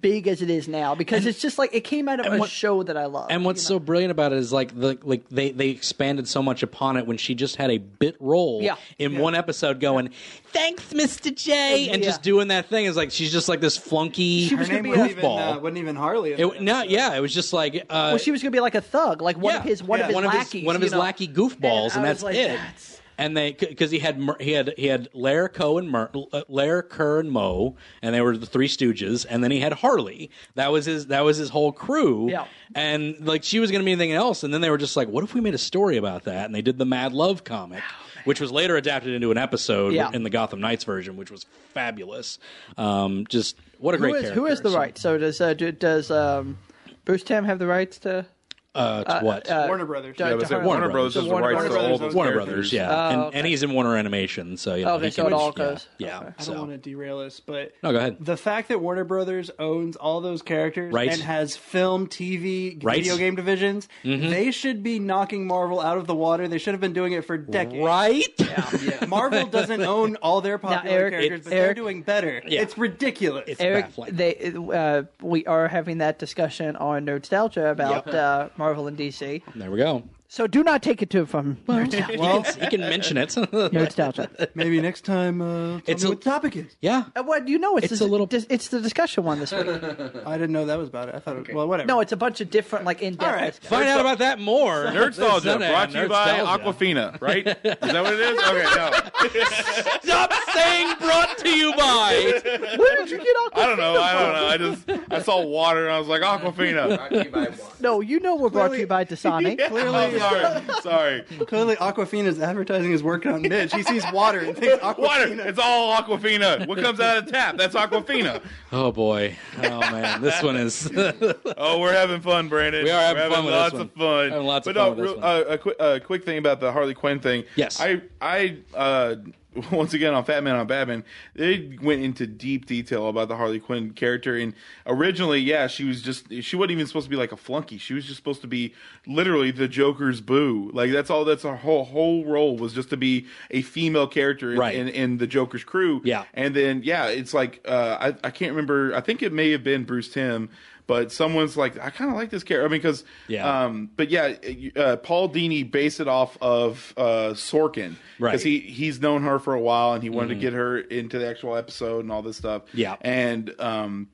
[SPEAKER 2] big as it is now because it's just like it came out of a
[SPEAKER 1] what-
[SPEAKER 2] show that I love.
[SPEAKER 1] And what's so brilliant about it is like the like they they expanded so much upon it when she just had a bit role
[SPEAKER 2] Yeah.
[SPEAKER 1] in one episode going, "Thanks, Mr. J," and
[SPEAKER 2] Yeah.
[SPEAKER 1] just doing that thing is like she's just like this flunky
[SPEAKER 2] She was
[SPEAKER 8] Her name
[SPEAKER 2] be
[SPEAKER 8] wasn't
[SPEAKER 1] goofball.
[SPEAKER 8] even, uh, wasn't even Harley. in
[SPEAKER 1] It,
[SPEAKER 8] that
[SPEAKER 1] no,
[SPEAKER 8] episode.
[SPEAKER 1] yeah, it was just like uh,
[SPEAKER 2] well, she was gonna be like a thug, like one of
[SPEAKER 1] yeah,
[SPEAKER 2] his one
[SPEAKER 8] yeah.
[SPEAKER 2] of his
[SPEAKER 1] one of
[SPEAKER 2] lackeys,
[SPEAKER 1] his one of
[SPEAKER 2] you
[SPEAKER 1] his
[SPEAKER 2] know?
[SPEAKER 1] lackey goofballs, and,
[SPEAKER 2] And I
[SPEAKER 1] that's
[SPEAKER 2] was like,
[SPEAKER 1] it.
[SPEAKER 2] "That's-
[SPEAKER 1] And they because he had Mer- he had he had Lair, Coe, and Mer, uh, Lair, Kerr, and Moe, and they were the Three Stooges, and then he had Harley. That was his that was his whole crew.
[SPEAKER 2] Yeah.
[SPEAKER 1] And like she was going to be anything else, and then they were just like, what if we made a story about that? And they did the Mad Love comic. Which was later adapted into an episode
[SPEAKER 2] Oh, Yeah.
[SPEAKER 1] in the Gotham Knights version, which was fabulous. Um, just what a
[SPEAKER 2] Who
[SPEAKER 1] great
[SPEAKER 2] is
[SPEAKER 1] character!
[SPEAKER 2] who is the
[SPEAKER 1] So,
[SPEAKER 2] rights? So does uh, do, does um, Bruce Tim have the rights to?
[SPEAKER 1] Uh, to what?
[SPEAKER 8] Warner Brothers.
[SPEAKER 2] Yeah,
[SPEAKER 7] Yeah, but it's like
[SPEAKER 2] Harley.
[SPEAKER 7] Warner
[SPEAKER 1] Warner
[SPEAKER 7] Brothers
[SPEAKER 2] Brothers.
[SPEAKER 7] is the
[SPEAKER 2] Warner
[SPEAKER 7] rights to
[SPEAKER 8] Brothers
[SPEAKER 7] all those
[SPEAKER 8] owns
[SPEAKER 1] Warner
[SPEAKER 7] characters.
[SPEAKER 1] Brothers, yeah, and, and he's in Warner Animation, so you know.
[SPEAKER 2] Okay,
[SPEAKER 1] he
[SPEAKER 2] so
[SPEAKER 1] can-
[SPEAKER 2] it all
[SPEAKER 1] yeah,
[SPEAKER 2] goes.
[SPEAKER 1] Yeah,
[SPEAKER 2] Okay.
[SPEAKER 8] I
[SPEAKER 1] so
[SPEAKER 8] don't want to derail this, but
[SPEAKER 1] No, go ahead.
[SPEAKER 8] The fact that Warner Brothers owns all those characters
[SPEAKER 1] Right.
[SPEAKER 8] and has film, TV,
[SPEAKER 1] Right. Mm-hmm.
[SPEAKER 8] video game divisions, they should be knocking Marvel out of the water. They should have been doing it for decades. [laughs]
[SPEAKER 1] right.
[SPEAKER 8] Marvel
[SPEAKER 1] [laughs]
[SPEAKER 8] doesn't own all their popular
[SPEAKER 2] Eric-
[SPEAKER 8] characters,
[SPEAKER 2] it-
[SPEAKER 8] but they're
[SPEAKER 2] Eric-
[SPEAKER 8] doing better.
[SPEAKER 1] Yeah.
[SPEAKER 8] It's ridiculous.
[SPEAKER 1] It's
[SPEAKER 2] Eric,
[SPEAKER 1] baffling.
[SPEAKER 2] they uh, we are having that discussion on Nostalgia about uh, Marvel and DC.
[SPEAKER 1] there we go.
[SPEAKER 2] So do not take it to it from
[SPEAKER 1] [laughs]
[SPEAKER 2] Nerdist-
[SPEAKER 1] Well, you can mention it. [laughs]
[SPEAKER 2] Nerdstalgia.
[SPEAKER 8] Maybe next time. Uh, tell
[SPEAKER 1] It's
[SPEAKER 8] me
[SPEAKER 1] a-
[SPEAKER 8] what the topic is.
[SPEAKER 1] yeah.
[SPEAKER 2] Uh, What you know? It's,
[SPEAKER 1] It's a
[SPEAKER 2] the,
[SPEAKER 1] little-
[SPEAKER 2] dis- It's the discussion
[SPEAKER 1] [laughs]
[SPEAKER 2] one this week.
[SPEAKER 8] I didn't know that was about it. I thought. It, well, whatever.
[SPEAKER 2] No, it's a bunch of different like in depth.
[SPEAKER 8] All right.
[SPEAKER 1] Find out about that more.
[SPEAKER 7] [laughs]
[SPEAKER 1] [laughs]
[SPEAKER 7] Nerdstalgia
[SPEAKER 1] Sunday on
[SPEAKER 7] brought to you by
[SPEAKER 1] Nerdstalgia.
[SPEAKER 7] Aquafina, right? Is that what it is? Okay, no.
[SPEAKER 1] Stop saying brought to you
[SPEAKER 7] [laughs]
[SPEAKER 1] by.
[SPEAKER 2] Where did you get
[SPEAKER 1] [laughs]
[SPEAKER 2] Aquafina?
[SPEAKER 7] I don't know. I don't know. I just I saw water and I was like Aquafina.
[SPEAKER 2] No, you know we're brought to you
[SPEAKER 1] [laughs]
[SPEAKER 2] by Dasani.
[SPEAKER 7] Clearly, sorry, sorry.
[SPEAKER 8] Clearly, Aquafina's advertising is working on Mitch. He sees water and thinks
[SPEAKER 1] [laughs]
[SPEAKER 8] Aquafina.
[SPEAKER 7] Water. It's all Aquafina. What comes out of the tap? That's Aquafina.
[SPEAKER 1] Oh boy. Oh man. This one is.
[SPEAKER 7] [laughs] Oh, we're having fun, Brandon.
[SPEAKER 1] We are having
[SPEAKER 7] We're
[SPEAKER 1] fun with
[SPEAKER 7] lots
[SPEAKER 1] this one.
[SPEAKER 7] of fun.
[SPEAKER 1] Having lots of
[SPEAKER 7] but no,
[SPEAKER 1] fun with this
[SPEAKER 7] real-
[SPEAKER 1] one.
[SPEAKER 7] Uh, a quick, uh, quick thing about the Harley Quinn thing.
[SPEAKER 1] Yes.
[SPEAKER 7] I, I, uh, [laughs] once again on Fat Man on Batman, they went into deep detail about the Harley Quinn character. And originally, yeah, she was just she wasn't even supposed to be like a flunky. She was just supposed to be literally the Joker's boo. Like that's all. That's her whole whole role was just to be a female character in,
[SPEAKER 1] Right.
[SPEAKER 7] in, in the Joker's crew.
[SPEAKER 1] Yeah.
[SPEAKER 7] And then yeah, it's like uh, I I can't remember. I think it may have been Bruce Tim, but someone's like, I kind of like this character. I mean, because
[SPEAKER 1] Yeah.
[SPEAKER 7] Um, but yeah, uh, Paul Dini based it off of uh, Sorkin
[SPEAKER 1] Right. Mm-hmm.
[SPEAKER 7] he he's known her for a while and he wanted to get her into the actual episode and all this stuff.
[SPEAKER 1] Yeah.
[SPEAKER 7] and um.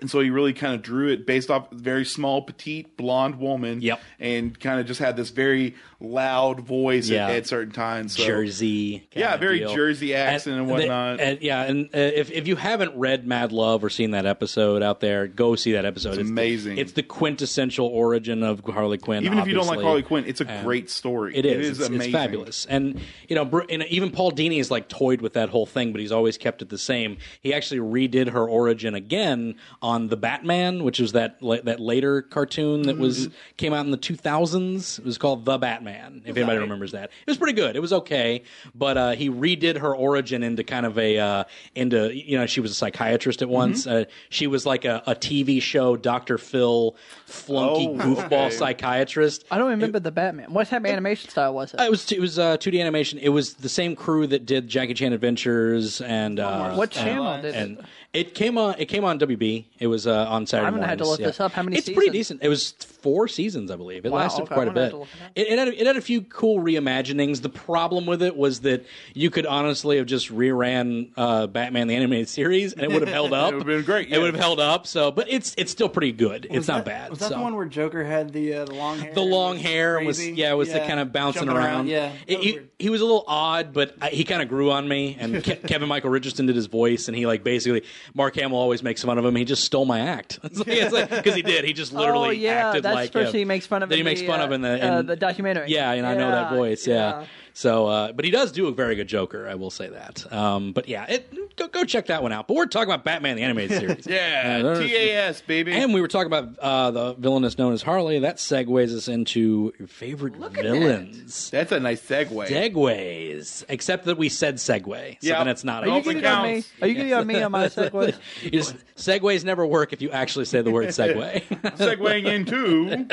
[SPEAKER 7] And so he really kind of drew it based off very small, petite, blonde woman,
[SPEAKER 1] Yep.
[SPEAKER 7] and kind of just had this very loud voice
[SPEAKER 1] Yeah.
[SPEAKER 7] at, at certain times. So.
[SPEAKER 1] Jersey. kind
[SPEAKER 7] Yeah,
[SPEAKER 1] of
[SPEAKER 7] very
[SPEAKER 1] deal.
[SPEAKER 7] Jersey accent and
[SPEAKER 1] the-
[SPEAKER 7] whatnot.
[SPEAKER 1] and- yeah, and uh, if if you haven't read Mad Love or seen that episode out there, go see that episode. It's, the-
[SPEAKER 7] amazing.
[SPEAKER 1] it's the quintessential origin of Harley Quinn.
[SPEAKER 7] Even if you don't like
[SPEAKER 1] obviously.
[SPEAKER 7] Harley Quinn, it's a
[SPEAKER 1] And
[SPEAKER 7] great story.
[SPEAKER 1] It is.
[SPEAKER 7] It is
[SPEAKER 1] It's- it's,
[SPEAKER 7] amazing.
[SPEAKER 1] fabulous. And you know, Bru- and even Paul Dini has like toyed with that whole thing, but he's always kept it the same. He actually redid her origin again on the Batman, which was that la- that later cartoon that
[SPEAKER 7] Mm-hmm.
[SPEAKER 1] was came out in the 2000s. It was called The Batman. If anybody remembers that, it was pretty good. It was okay, but uh, he redid her origin into kind of a uh, into you know she was a psychiatrist at once.
[SPEAKER 7] Mm-hmm.
[SPEAKER 1] Uh, she was like a, a TV show Doctor Phil flunky
[SPEAKER 7] Oh,
[SPEAKER 1] goofball
[SPEAKER 7] okay.
[SPEAKER 1] psychiatrist.
[SPEAKER 2] I don't remember the Batman. What type of animation style was it?
[SPEAKER 1] Uh, It was it was uh, 2D animation. It was the same crew that did Jackie Chan Adventures and uh,
[SPEAKER 2] what
[SPEAKER 1] and-
[SPEAKER 2] channel did it?
[SPEAKER 1] and it came on it came on WB. It was uh, on Saturday.
[SPEAKER 2] I'm gonna have to
[SPEAKER 1] mornings,
[SPEAKER 2] look this up. How many
[SPEAKER 1] It's pretty
[SPEAKER 2] seasons?
[SPEAKER 1] decent. It was four seasons, I believe. It
[SPEAKER 2] Wow,
[SPEAKER 1] lasted
[SPEAKER 2] okay,
[SPEAKER 1] quite a
[SPEAKER 2] I'm gonna have
[SPEAKER 1] bit.
[SPEAKER 2] to look it up.
[SPEAKER 1] It, it, had a, it had a few cool reimaginings. The problem with it was that you could honestly have just reran uh, Batman the animated series and it would have
[SPEAKER 2] [laughs]
[SPEAKER 1] held up. it
[SPEAKER 7] would've been great,
[SPEAKER 1] It
[SPEAKER 7] yeah.
[SPEAKER 1] would have held up. So, but it's it's still pretty good. it's
[SPEAKER 8] Was
[SPEAKER 1] not
[SPEAKER 8] that-
[SPEAKER 1] bad.
[SPEAKER 8] Was that
[SPEAKER 1] so.
[SPEAKER 8] the one where Joker had the uh, the long hair?
[SPEAKER 1] the long
[SPEAKER 8] It
[SPEAKER 1] hair and was
[SPEAKER 8] crazy?
[SPEAKER 1] yeah it was the
[SPEAKER 8] Yeah.
[SPEAKER 1] kind of bouncing
[SPEAKER 8] Jumping
[SPEAKER 1] around.
[SPEAKER 8] Yeah,
[SPEAKER 1] It-
[SPEAKER 8] That was
[SPEAKER 1] he,
[SPEAKER 8] weird.
[SPEAKER 1] he was a little odd but I, he kind of grew on me
[SPEAKER 2] [laughs]
[SPEAKER 1] and Ke- kevin michael richardson did his voice and he like basically mark hamill always makes fun of him he just stole my act [laughs] because he did he just literally
[SPEAKER 2] [laughs] oh yeah,
[SPEAKER 1] acted
[SPEAKER 2] that's
[SPEAKER 1] like
[SPEAKER 2] first
[SPEAKER 1] him.
[SPEAKER 2] thing he makes fun of.
[SPEAKER 1] that he
[SPEAKER 2] in
[SPEAKER 1] makes
[SPEAKER 2] the,
[SPEAKER 1] fun
[SPEAKER 2] uh,
[SPEAKER 1] of in the,
[SPEAKER 2] uh,
[SPEAKER 1] in-
[SPEAKER 2] the documentary.
[SPEAKER 1] yeah and i know that
[SPEAKER 2] Yeah,
[SPEAKER 1] voice yeah, so uh, but he does do a very good joker i will say that um, but yeah it, go, go check that one out but we're talking about batman the
[SPEAKER 2] [laughs]
[SPEAKER 1] animated series
[SPEAKER 7] Yeah,
[SPEAKER 1] Uh,
[SPEAKER 7] TAS baby.
[SPEAKER 1] and we were talking about uh, the villainess known as Harley. That segues us into your favorite villains.
[SPEAKER 7] That's a nice segue.
[SPEAKER 1] Segues, except that we said segue, so
[SPEAKER 7] Yeah.
[SPEAKER 1] then it's not.
[SPEAKER 7] Are
[SPEAKER 1] a
[SPEAKER 2] Are you
[SPEAKER 7] Don't
[SPEAKER 2] getting
[SPEAKER 7] think
[SPEAKER 2] on me?
[SPEAKER 7] counts.
[SPEAKER 2] Are you getting on me
[SPEAKER 1] [laughs]
[SPEAKER 2] on my segue?
[SPEAKER 1] You just- segues never work if you actually say
[SPEAKER 7] [laughs]
[SPEAKER 1] the word segue, [laughs]
[SPEAKER 7] Segueing into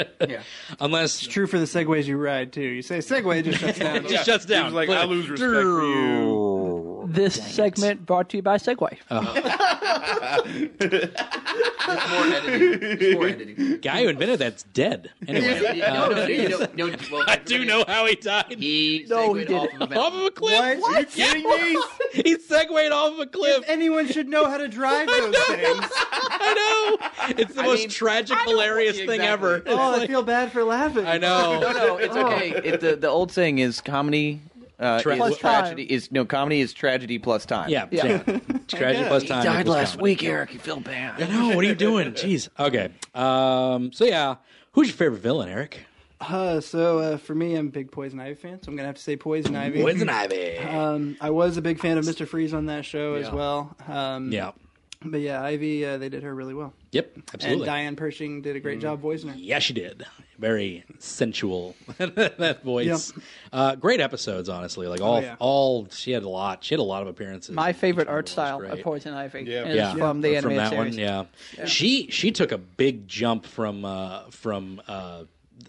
[SPEAKER 1] unless
[SPEAKER 8] It's true for the segways you ride too. You say segway, it just shuts
[SPEAKER 1] [laughs]
[SPEAKER 8] down.
[SPEAKER 1] it just shuts down.
[SPEAKER 7] He's like, I lose respect for you.
[SPEAKER 2] This segment brought to you by Segway.
[SPEAKER 1] Oh,
[SPEAKER 3] More editing. It's More editing.
[SPEAKER 1] Guy who invented that's dead. Anyway,
[SPEAKER 7] [laughs]
[SPEAKER 3] no, no, you don't- no, well,
[SPEAKER 1] [laughs] I do know how he died.
[SPEAKER 3] He
[SPEAKER 2] No, he
[SPEAKER 3] segued
[SPEAKER 2] didn't.
[SPEAKER 3] off of
[SPEAKER 1] [laughs]
[SPEAKER 3] a
[SPEAKER 1] Off of
[SPEAKER 3] mountain.
[SPEAKER 1] a cliff.
[SPEAKER 7] Are you
[SPEAKER 1] [laughs]
[SPEAKER 7] kidding me?
[SPEAKER 1] He segued off of a cliff.
[SPEAKER 3] [laughs]
[SPEAKER 8] Anyone should know how to drive those
[SPEAKER 1] [laughs]
[SPEAKER 8] things.
[SPEAKER 1] I know. It's the
[SPEAKER 3] I
[SPEAKER 1] most
[SPEAKER 3] mean,
[SPEAKER 1] tragic,
[SPEAKER 3] I know what
[SPEAKER 1] hilarious
[SPEAKER 3] you
[SPEAKER 1] thing
[SPEAKER 3] exactly-
[SPEAKER 1] ever. It's
[SPEAKER 8] Oh, I
[SPEAKER 1] like-
[SPEAKER 8] feel bad for laughing.
[SPEAKER 1] I know.
[SPEAKER 3] [laughs] No, no, it's okay. It, the the old saying is comedy. Uh,
[SPEAKER 1] Tra-
[SPEAKER 3] is
[SPEAKER 1] Plus
[SPEAKER 3] tragedy is no comedy is tragedy plus time.
[SPEAKER 1] Yeah,
[SPEAKER 2] Yeah.
[SPEAKER 1] yeah. Tragedy plus time.
[SPEAKER 3] died
[SPEAKER 1] equals
[SPEAKER 3] last
[SPEAKER 1] comedy.
[SPEAKER 3] week, Eric. You feel bad.
[SPEAKER 1] No, what are you [laughs] doing? Jeez. Okay. Um. So yeah, who's your favorite villain, Eric?
[SPEAKER 8] Uh, so uh, for me, I'm a big Poison Ivy fan, so I'm gonna have to say Poison Ivy.
[SPEAKER 1] Poison Ivy.
[SPEAKER 8] Um, I was a big fan of Mr. Freeze on that show as well. Um,
[SPEAKER 1] yeah.
[SPEAKER 8] But yeah, Ivy, uh, they did her really well.
[SPEAKER 1] Yep. Absolutely. Mm.
[SPEAKER 8] And Diane Pershing did a great job voicing her.
[SPEAKER 1] Yeah, she did. Very sensual [laughs] that voice. Uh, great episodes, honestly. Like all,
[SPEAKER 8] Oh, yeah.
[SPEAKER 1] all she had a lot. She had a lot of appearances.
[SPEAKER 2] My favorite
[SPEAKER 1] She
[SPEAKER 2] art
[SPEAKER 1] was
[SPEAKER 2] style
[SPEAKER 1] great.
[SPEAKER 2] of Poison Ivy
[SPEAKER 7] Yeah.
[SPEAKER 2] is
[SPEAKER 1] yeah,
[SPEAKER 2] from the animated
[SPEAKER 1] that
[SPEAKER 2] series.
[SPEAKER 1] one. Yeah. she she took a big jump from uh, from uh,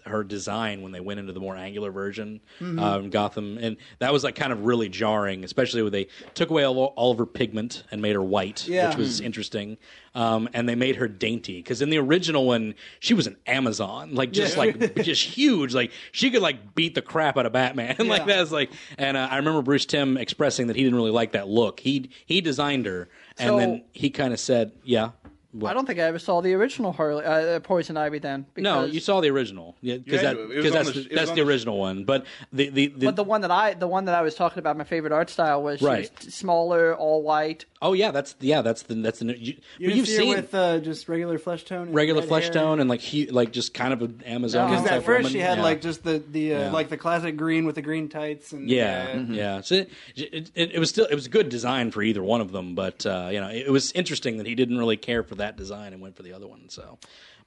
[SPEAKER 1] her design when they went into the more angular version
[SPEAKER 2] Mm-hmm.
[SPEAKER 1] um, Gotham, and that was like kind of really jarring, especially when they took away all, all of her pigment and made her white,
[SPEAKER 8] Yeah.
[SPEAKER 1] which was interesting. Um, and they made her dainty because in the original one, she was an Amazon, like just like [laughs] just huge, like she could like beat the crap out of Batman, [laughs] like that's like. And uh, I remember Bruce Tim expressing that he didn't really like that look. He he designed her, and
[SPEAKER 2] So-
[SPEAKER 1] then he kind of said, "Yeah."
[SPEAKER 2] I don't think I ever saw the original Harley uh, Poison Ivy then.
[SPEAKER 1] No,
[SPEAKER 2] because-
[SPEAKER 1] you saw the original. Yeah,
[SPEAKER 7] You
[SPEAKER 1] because
[SPEAKER 7] had
[SPEAKER 1] that,
[SPEAKER 7] to. It
[SPEAKER 1] 'cause
[SPEAKER 7] was on
[SPEAKER 1] that's
[SPEAKER 7] the-
[SPEAKER 1] the,
[SPEAKER 7] it was
[SPEAKER 1] that's
[SPEAKER 7] on
[SPEAKER 1] the
[SPEAKER 7] the-
[SPEAKER 1] original one. But the the, the,
[SPEAKER 2] But the one that I, the one that I was talking about, my favorite art style was she was
[SPEAKER 1] Right.
[SPEAKER 2] t- smaller, all white.
[SPEAKER 1] oh yeah, that's yeah, that's the that's the new- you,
[SPEAKER 8] You
[SPEAKER 1] but
[SPEAKER 8] didn't
[SPEAKER 1] you've
[SPEAKER 8] see her
[SPEAKER 1] seen
[SPEAKER 8] with uh, just regular flesh tone, and
[SPEAKER 1] regular
[SPEAKER 8] red
[SPEAKER 1] flesh
[SPEAKER 8] hair?
[SPEAKER 1] tone and like he, like just kind of an Amazon.
[SPEAKER 8] Because
[SPEAKER 1] type
[SPEAKER 8] at first
[SPEAKER 1] woman.
[SPEAKER 8] she had
[SPEAKER 1] Yeah.
[SPEAKER 8] like just the the uh,
[SPEAKER 1] Yeah.
[SPEAKER 8] like the classic green with the green tights and
[SPEAKER 1] Yeah, Mm-hmm.
[SPEAKER 8] uh,
[SPEAKER 1] yeah. So it, it, it, it was still it was good design for either one of them, but uh, you know it, it was interesting that he didn't really care for that design and went for the other one. So,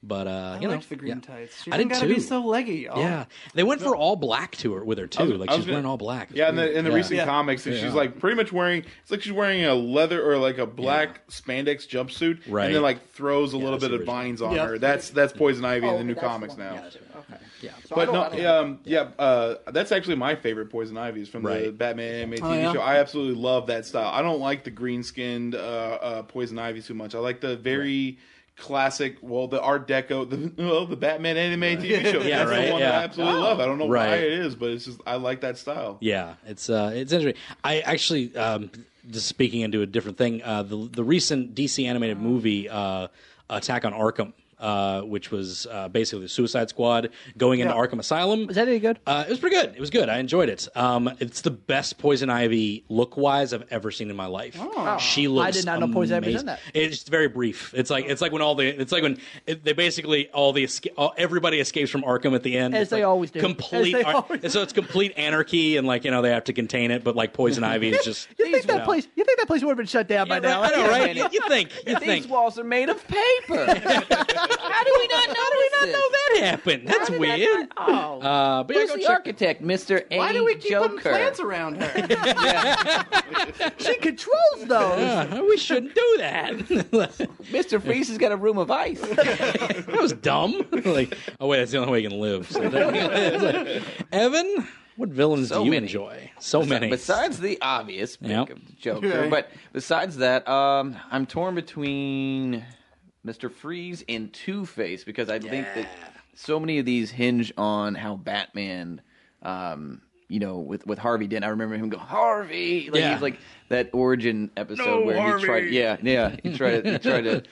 [SPEAKER 1] but uh,
[SPEAKER 8] I
[SPEAKER 1] you
[SPEAKER 8] liked
[SPEAKER 1] know,
[SPEAKER 8] the green
[SPEAKER 1] yeah.
[SPEAKER 8] tights. She
[SPEAKER 1] I
[SPEAKER 8] didn't
[SPEAKER 1] did
[SPEAKER 8] gotta be
[SPEAKER 1] too.
[SPEAKER 8] so leggy. y'all.
[SPEAKER 1] Yeah, they went for all black to her with her too. like
[SPEAKER 7] I
[SPEAKER 1] she
[SPEAKER 7] was
[SPEAKER 1] was
[SPEAKER 7] gonna-
[SPEAKER 1] wearing all black. It was
[SPEAKER 7] Yeah, in the
[SPEAKER 1] weird.
[SPEAKER 7] in the
[SPEAKER 1] Yeah.
[SPEAKER 7] recent
[SPEAKER 8] Yeah.
[SPEAKER 7] comics, and she's like pretty much wearing it's like she's wearing a leather or like a black spandex jumpsuit,
[SPEAKER 1] Right.
[SPEAKER 7] And then like throws a little
[SPEAKER 1] that's
[SPEAKER 7] bit of
[SPEAKER 1] original.
[SPEAKER 7] vines on
[SPEAKER 8] Yeah.
[SPEAKER 7] her. That's that's Poison Ivy in
[SPEAKER 2] Oh,
[SPEAKER 7] the new
[SPEAKER 2] that's the
[SPEAKER 7] comics
[SPEAKER 2] one.
[SPEAKER 7] now.
[SPEAKER 2] Gotcha. Okay.
[SPEAKER 1] Yeah.
[SPEAKER 2] So I
[SPEAKER 7] But
[SPEAKER 2] don't-
[SPEAKER 7] no,
[SPEAKER 2] I don't-
[SPEAKER 7] um, yeah, uh, that's actually my favorite Poison Ivy is from the
[SPEAKER 1] Right.
[SPEAKER 7] Batman animated
[SPEAKER 8] Oh,
[SPEAKER 7] TV
[SPEAKER 8] yeah?
[SPEAKER 7] show. I absolutely love that style. I don't like the green skinned uh, uh, Poison Ivy too much. I like the very classic, well, the Art Deco, the [laughs] well, the Batman animated TV show.
[SPEAKER 1] [laughs] Yeah,
[SPEAKER 7] that's the
[SPEAKER 1] right,
[SPEAKER 7] one
[SPEAKER 1] yeah. Oh.
[SPEAKER 7] that I absolutely love. I don't know why
[SPEAKER 1] Right.
[SPEAKER 7] it is, but it's just I like that style.
[SPEAKER 1] Yeah, it's uh, it's interesting. I actually um, just speaking into a different thing. Uh, the the recent DC animated movie uh, Attack on Arkham. Uh, which was uh, basically the Suicide Squad going into Arkham Asylum.
[SPEAKER 2] Was that any good?
[SPEAKER 1] Uh, it was pretty good. It was good. I enjoyed it. Um, it's the best Poison Ivy look wise I've ever seen in my life. She looks.
[SPEAKER 2] Oh. I did not know Poison Ivy was
[SPEAKER 1] amazing.
[SPEAKER 2] in that.
[SPEAKER 1] It's very brief. It's like it's like when all the it's like when it, they basically all the esca- all, everybody escapes from Arkham at the end,
[SPEAKER 2] As
[SPEAKER 1] It's
[SPEAKER 2] they
[SPEAKER 1] like
[SPEAKER 2] always do.
[SPEAKER 1] Complete.
[SPEAKER 2] As they
[SPEAKER 1] ar-
[SPEAKER 2] always
[SPEAKER 1] and so it's complete anarchy, and like you know they have to contain it, but like Poison Ivy is just.
[SPEAKER 2] [laughs] You think
[SPEAKER 1] you
[SPEAKER 2] that
[SPEAKER 1] know.
[SPEAKER 2] place? You think that place would have been shut down by
[SPEAKER 1] I
[SPEAKER 2] now?
[SPEAKER 1] know, right? You, you think? You think?
[SPEAKER 3] These walls are made of paper. How do we not know?
[SPEAKER 1] How do we not know that happened? That's weird.
[SPEAKER 3] Oh.
[SPEAKER 1] Uh, but yeah,
[SPEAKER 3] Who's
[SPEAKER 1] go
[SPEAKER 3] the
[SPEAKER 1] check.
[SPEAKER 3] architect, Mister A.
[SPEAKER 8] Why do we keep putting
[SPEAKER 3] Joker?
[SPEAKER 8] plants around her?
[SPEAKER 2] She controls those.
[SPEAKER 1] Yeah, Uh, we shouldn't do that. [laughs]
[SPEAKER 3] Mister Freeze has got a room of ice.
[SPEAKER 1] that was dumb. [laughs] like, oh wait, that's the only way you can live. So that- [laughs] Evan, what villains
[SPEAKER 3] So
[SPEAKER 1] do you
[SPEAKER 3] many.
[SPEAKER 1] enjoy? So many.
[SPEAKER 3] Besides the obvious pick
[SPEAKER 1] Yep.
[SPEAKER 3] of Joker, but besides that, um, I'm torn between Mister Freeze and Two Face because I think that so many of these hinge on how Batman, um, you know, with with Harvey Dent. I remember him go Harvey, like
[SPEAKER 1] Yeah.
[SPEAKER 3] he's like that origin episode where he tried, yeah, yeah, he tried to, he tried to.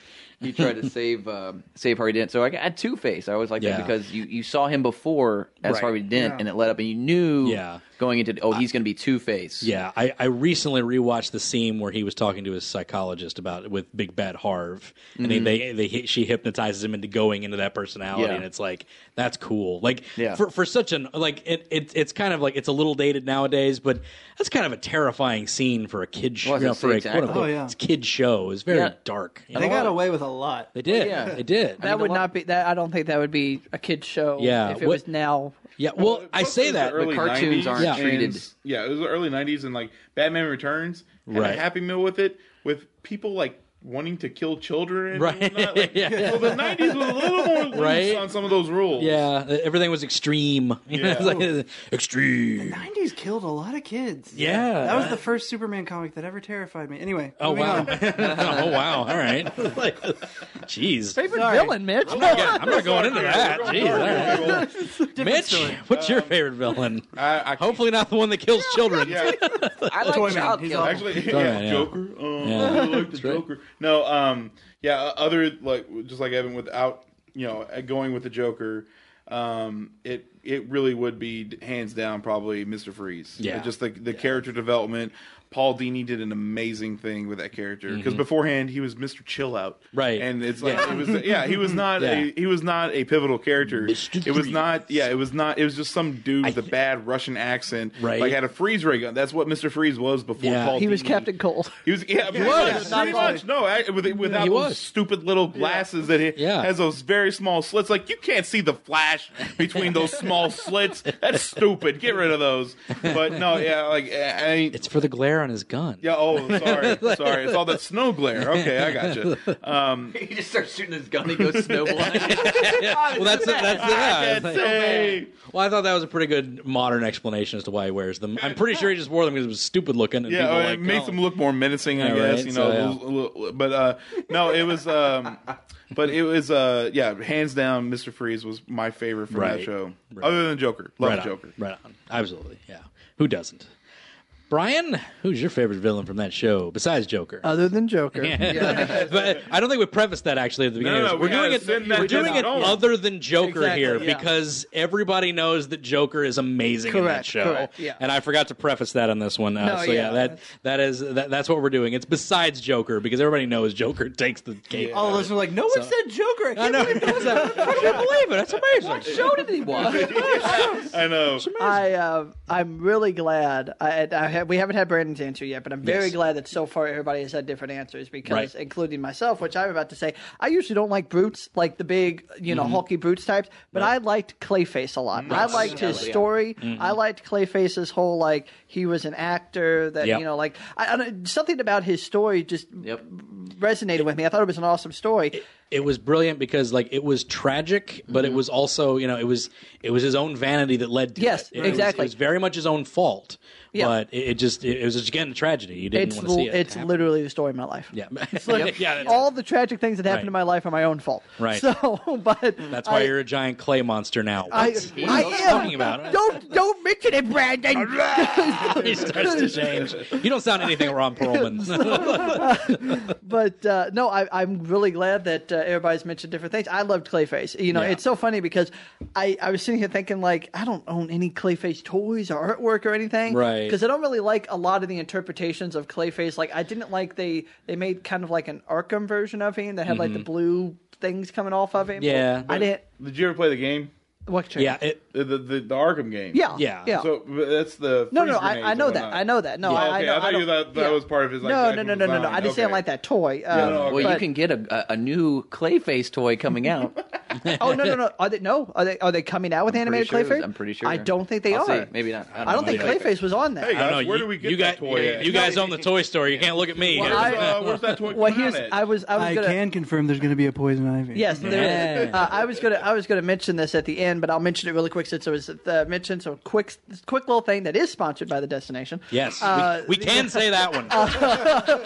[SPEAKER 3] He tried to save um, save Harvey Dent, so I got Two Face. I always like
[SPEAKER 1] Yeah.
[SPEAKER 3] that because you, you saw him before as
[SPEAKER 1] Right.
[SPEAKER 3] Harvey Dent, and it led up, and you knew
[SPEAKER 1] Yeah.
[SPEAKER 3] going into oh he's going to be Two Face.
[SPEAKER 1] yeah, I, I recently rewatched the scene where he was talking to his psychologist about with Big Bad Harv, and he- they, they she hypnotizes him into going into that personality,
[SPEAKER 3] Mm-hmm. Yeah.
[SPEAKER 1] and it's like that's cool. Like
[SPEAKER 3] Yeah.
[SPEAKER 1] for for such an like it, it it's kind of like it's a little dated nowadays, but that's kind of a terrifying scene for a kid show.
[SPEAKER 3] Well, I was gonna
[SPEAKER 1] for a
[SPEAKER 3] say, exactly.
[SPEAKER 1] quote-unquote
[SPEAKER 8] Oh, yeah.
[SPEAKER 1] kid show. It's very
[SPEAKER 3] Yeah. Oh,
[SPEAKER 1] dark. you
[SPEAKER 8] they
[SPEAKER 1] know?
[SPEAKER 8] got away with a lot.
[SPEAKER 1] They did.
[SPEAKER 3] yeah.
[SPEAKER 1] They did.
[SPEAKER 2] that would
[SPEAKER 3] lot-
[SPEAKER 2] not be that. I don't think that would be a kid's show.
[SPEAKER 1] Yeah,
[SPEAKER 2] if it
[SPEAKER 1] what-
[SPEAKER 2] was now.
[SPEAKER 1] Yeah, well, I
[SPEAKER 7] Plus, it
[SPEAKER 1] say
[SPEAKER 7] was
[SPEAKER 1] that.
[SPEAKER 7] the early
[SPEAKER 1] but-
[SPEAKER 3] cartoons
[SPEAKER 7] 90s,
[SPEAKER 3] aren't
[SPEAKER 7] and-
[SPEAKER 3] treated.
[SPEAKER 7] Yeah, it was the early '90s, and like Batman Returns had
[SPEAKER 1] Right.
[SPEAKER 7] a Happy Meal with it, with people like wanting to kill children. and
[SPEAKER 1] Right. [laughs]
[SPEAKER 7] whatnot. Like,
[SPEAKER 1] Yeah.
[SPEAKER 7] So the '90s was a little more loose
[SPEAKER 1] Right.
[SPEAKER 7] on some of those rules.
[SPEAKER 1] yeah, everything was extreme. [laughs] You know,
[SPEAKER 7] Yeah.
[SPEAKER 1] it's like, extreme.
[SPEAKER 8] Nineties killed a lot of kids.
[SPEAKER 1] Yeah.
[SPEAKER 8] that was the first Superman comic that ever terrified me. Anyway,
[SPEAKER 1] Oh
[SPEAKER 8] moving
[SPEAKER 1] [laughs] wow!
[SPEAKER 8] on.
[SPEAKER 1] oh wow! All
[SPEAKER 7] [laughs]
[SPEAKER 1] right. Jeez.
[SPEAKER 2] Favorite
[SPEAKER 8] Sorry.
[SPEAKER 2] villain, Mitch.
[SPEAKER 1] I'm not going into that. Jeez. all right. Mitch, what's your favorite villain?
[SPEAKER 7] I, I
[SPEAKER 1] Hopefully not the one that kills children.
[SPEAKER 7] Yeah,
[SPEAKER 3] I like
[SPEAKER 8] Toyman,
[SPEAKER 3] child
[SPEAKER 8] he's
[SPEAKER 3] kill.
[SPEAKER 8] awful.
[SPEAKER 7] actually,
[SPEAKER 1] Sorry,
[SPEAKER 7] yeah,
[SPEAKER 1] yeah.
[SPEAKER 7] Joker. Um,
[SPEAKER 1] Yeah.
[SPEAKER 7] I really like the Joker. No, um, yeah, uh, other like just like Evan, without you know uh, going with the Joker, um, it it really would be d- hands down probably Mister Freeze.
[SPEAKER 1] Yeah.
[SPEAKER 7] just the the character development. Paul Dini did an amazing thing with that character because beforehand he was Mister Chill Out,
[SPEAKER 1] Mm-hmm. Right.
[SPEAKER 7] And it's like it was, yeah,
[SPEAKER 1] [laughs]
[SPEAKER 7] he was not
[SPEAKER 1] Yeah.
[SPEAKER 7] a he was not a pivotal character.
[SPEAKER 1] Mr.
[SPEAKER 7] It was
[SPEAKER 1] Freeze.
[SPEAKER 7] not, yeah, it was not. It was just some dude with a
[SPEAKER 1] thi-
[SPEAKER 7] bad Russian accent,
[SPEAKER 1] Right.
[SPEAKER 7] Like had a freeze ray gun. That's what Mister Freeze was before
[SPEAKER 1] Yeah.
[SPEAKER 7] Paul.
[SPEAKER 2] He was
[SPEAKER 7] Dini.
[SPEAKER 2] Captain Cold.
[SPEAKER 7] He was, yeah, he
[SPEAKER 1] was.
[SPEAKER 7] was pretty much. No, I, with, without
[SPEAKER 1] He
[SPEAKER 7] those
[SPEAKER 1] was.
[SPEAKER 7] stupid little glasses that he
[SPEAKER 1] Yeah.
[SPEAKER 7] has those very small slits. Like you can't see the flash between those small slits. That's stupid. Get rid of those. But no, yeah, like I, I
[SPEAKER 1] It's for the glare on his gun.
[SPEAKER 7] yeah. Oh, sorry, sorry. It's all that snow glare. Okay, I got gotcha. you. Um,
[SPEAKER 3] [laughs] he just starts shooting his gun. He goes [laughs] snowblind.
[SPEAKER 1] Well, that's it. [laughs] That's it. Yeah,
[SPEAKER 7] [laughs] I
[SPEAKER 1] it's like-
[SPEAKER 7] say,
[SPEAKER 1] well, I thought that was a pretty good modern explanation as to why he wears them. I'm pretty sure he just wore them because it was stupid looking. And
[SPEAKER 7] yeah,
[SPEAKER 1] people
[SPEAKER 7] oh,
[SPEAKER 1] were
[SPEAKER 7] it
[SPEAKER 1] like,
[SPEAKER 7] makes
[SPEAKER 1] oh.
[SPEAKER 7] them look more menacing, I
[SPEAKER 1] Yeah,
[SPEAKER 7] guess.
[SPEAKER 1] right,
[SPEAKER 7] You
[SPEAKER 1] so,
[SPEAKER 7] know,
[SPEAKER 1] yeah.
[SPEAKER 7] l- l- l- but uh, no, it
[SPEAKER 1] [laughs]
[SPEAKER 7] was. Um, but it was, uh, yeah, hands down, Mister Freeze was my favorite from
[SPEAKER 1] Right.
[SPEAKER 7] that show.
[SPEAKER 1] Right.
[SPEAKER 7] Other than Joker, love
[SPEAKER 1] right
[SPEAKER 7] Joker.
[SPEAKER 1] On, right on. Absolutely. Yeah. Who doesn't? Brian, who's your favorite villain from that show besides Joker? [laughs]
[SPEAKER 2] Other than Joker.
[SPEAKER 1] but I don't think we prefaced that actually at the beginning.
[SPEAKER 7] no,
[SPEAKER 1] we're
[SPEAKER 7] we
[SPEAKER 1] doing
[SPEAKER 7] gotta
[SPEAKER 1] it.
[SPEAKER 7] send that
[SPEAKER 1] We're doing
[SPEAKER 7] down.
[SPEAKER 1] it
[SPEAKER 7] Yeah.
[SPEAKER 1] other than Joker
[SPEAKER 2] Exactly,
[SPEAKER 1] here
[SPEAKER 2] yeah.
[SPEAKER 1] because everybody knows that Joker is amazing in that
[SPEAKER 2] Correct,
[SPEAKER 1] show.
[SPEAKER 2] correct, yeah.
[SPEAKER 1] And I forgot to preface that on this one. Uh,
[SPEAKER 2] No,
[SPEAKER 1] so yeah,
[SPEAKER 2] yeah.
[SPEAKER 1] that that is that, that's what we're doing. It's besides Joker because everybody knows Joker [laughs] takes the cake.
[SPEAKER 8] All of us are like, no one said Joker. I
[SPEAKER 1] I
[SPEAKER 8] can't
[SPEAKER 1] know.
[SPEAKER 8] believe
[SPEAKER 1] [laughs] It's like, I can't believe it. That's amazing.
[SPEAKER 3] Show did
[SPEAKER 1] [laughs]
[SPEAKER 3] he watch?
[SPEAKER 7] I know.
[SPEAKER 2] I uh, I'm really glad. I, I ha- we haven't had Brandon's answer yet, but I'm very
[SPEAKER 1] Yes.
[SPEAKER 2] glad that so far everybody has had different answers because,
[SPEAKER 1] Right.
[SPEAKER 2] including myself, which I'm about to say, I usually don't like brutes, like the big, you
[SPEAKER 1] Mm-hmm.
[SPEAKER 2] know, hulky brutes types. But I liked Clayface a lot. I liked his story.
[SPEAKER 1] Mm-hmm.
[SPEAKER 2] I liked Clayface's whole like he was an actor that
[SPEAKER 1] Yep.
[SPEAKER 2] you know, like I, I don't, something about his story just
[SPEAKER 3] Yep.
[SPEAKER 2] resonated with me. I thought it was an awesome story.
[SPEAKER 1] it was brilliant because like it was tragic, but
[SPEAKER 2] Mm-hmm.
[SPEAKER 1] it was also you know it was it was his own vanity that led to
[SPEAKER 2] Yes,
[SPEAKER 1] it. It was-
[SPEAKER 2] exactly.
[SPEAKER 1] it was very much his own fault,
[SPEAKER 2] Yeah.
[SPEAKER 1] but it, it just it, was just, again a tragedy. You didn't
[SPEAKER 2] it's
[SPEAKER 1] want to see
[SPEAKER 2] l-
[SPEAKER 1] it.
[SPEAKER 2] it's
[SPEAKER 1] happen.
[SPEAKER 2] literally the story of my life.
[SPEAKER 1] yeah,
[SPEAKER 2] [laughs]
[SPEAKER 1] [laughs]
[SPEAKER 2] like,
[SPEAKER 1] yeah. that's-
[SPEAKER 2] all the tragic things that happened
[SPEAKER 1] Right.
[SPEAKER 2] in my life are my own fault.
[SPEAKER 1] Right.
[SPEAKER 2] [laughs] So, but
[SPEAKER 1] that's why
[SPEAKER 2] I,
[SPEAKER 1] you're a giant clay monster now.
[SPEAKER 2] I,
[SPEAKER 1] What? What
[SPEAKER 2] I
[SPEAKER 1] are you
[SPEAKER 2] am.
[SPEAKER 1] talking
[SPEAKER 2] [laughs]
[SPEAKER 1] about.
[SPEAKER 2] Don't don't mention it, Brandon.
[SPEAKER 1] He starts to change. You don't sound anything
[SPEAKER 2] [laughs]
[SPEAKER 1] Ron Perlman.
[SPEAKER 2] but uh, no, I, I'm really glad that uh, everybody's mentioned different things. I loved Clayface. You know,
[SPEAKER 1] Yeah.
[SPEAKER 2] it's so funny because I, I was sitting here thinking like I don't own any Clayface toys or artwork or anything,
[SPEAKER 1] Right.
[SPEAKER 2] Because I don't really like a lot of the interpretations of Clayface. Like I didn't like they they made kind of like an Arkham version of him that had like the blue things coming off of him.
[SPEAKER 1] Mm-hmm. Yeah.
[SPEAKER 2] I didn't.
[SPEAKER 7] Did you ever play the game?
[SPEAKER 2] What?
[SPEAKER 1] [laughs] yeah, it,
[SPEAKER 7] The the, the, the Arkham game.
[SPEAKER 2] Yeah.
[SPEAKER 1] Yeah.
[SPEAKER 2] Yeah.
[SPEAKER 7] So but that's the
[SPEAKER 2] no,
[SPEAKER 7] freeze
[SPEAKER 2] no, I, I
[SPEAKER 7] grenades
[SPEAKER 2] know
[SPEAKER 7] and
[SPEAKER 2] that.
[SPEAKER 7] whatnot.
[SPEAKER 2] I know that. No,
[SPEAKER 7] Yeah,
[SPEAKER 2] I, I
[SPEAKER 7] okay,
[SPEAKER 2] know.
[SPEAKER 7] I thought you
[SPEAKER 2] don't-
[SPEAKER 7] thought that was part of his, like,
[SPEAKER 2] no, no,
[SPEAKER 7] actual
[SPEAKER 2] no, no, no, no.
[SPEAKER 7] design.
[SPEAKER 2] I just didn't
[SPEAKER 7] Okay.
[SPEAKER 2] like that toy. Um,
[SPEAKER 7] no, okay.
[SPEAKER 3] Well, you
[SPEAKER 2] but-
[SPEAKER 3] can get a, a, a new Clayface toy coming out.
[SPEAKER 2] Oh no, no, no. Are they no? Are they are they coming out with [laughs] animated
[SPEAKER 3] sure-
[SPEAKER 2] Clayface?
[SPEAKER 3] I'm pretty sure.
[SPEAKER 2] I don't think they
[SPEAKER 3] I'll
[SPEAKER 2] are.
[SPEAKER 3] see. Maybe not. I don't,
[SPEAKER 2] I don't
[SPEAKER 3] know.
[SPEAKER 2] think Clayface was on that.
[SPEAKER 7] Hey,
[SPEAKER 1] I don't know.
[SPEAKER 7] guys, where
[SPEAKER 1] you,
[SPEAKER 7] do we get
[SPEAKER 1] you
[SPEAKER 7] that
[SPEAKER 1] got,
[SPEAKER 7] toy? at?
[SPEAKER 1] You guys own the toy store. You can't look at me.
[SPEAKER 7] Where's,
[SPEAKER 2] I-
[SPEAKER 7] uh, where's that toy?
[SPEAKER 2] [laughs] well,
[SPEAKER 7] coming
[SPEAKER 2] here's
[SPEAKER 7] out at?
[SPEAKER 2] I was I was
[SPEAKER 8] I
[SPEAKER 2] gonna
[SPEAKER 8] can confirm there's going to be a poison ivy.
[SPEAKER 2] yes there is.
[SPEAKER 1] Yeah.
[SPEAKER 2] Uh, I was gonna I was gonna mention this at the end, but I'll mention it really quick since it was uh, mentioned. So quick quick little thing that is sponsored by the destination.
[SPEAKER 1] Yes,
[SPEAKER 2] Uh,
[SPEAKER 1] we, we can say that
[SPEAKER 2] [laughs]
[SPEAKER 1] one.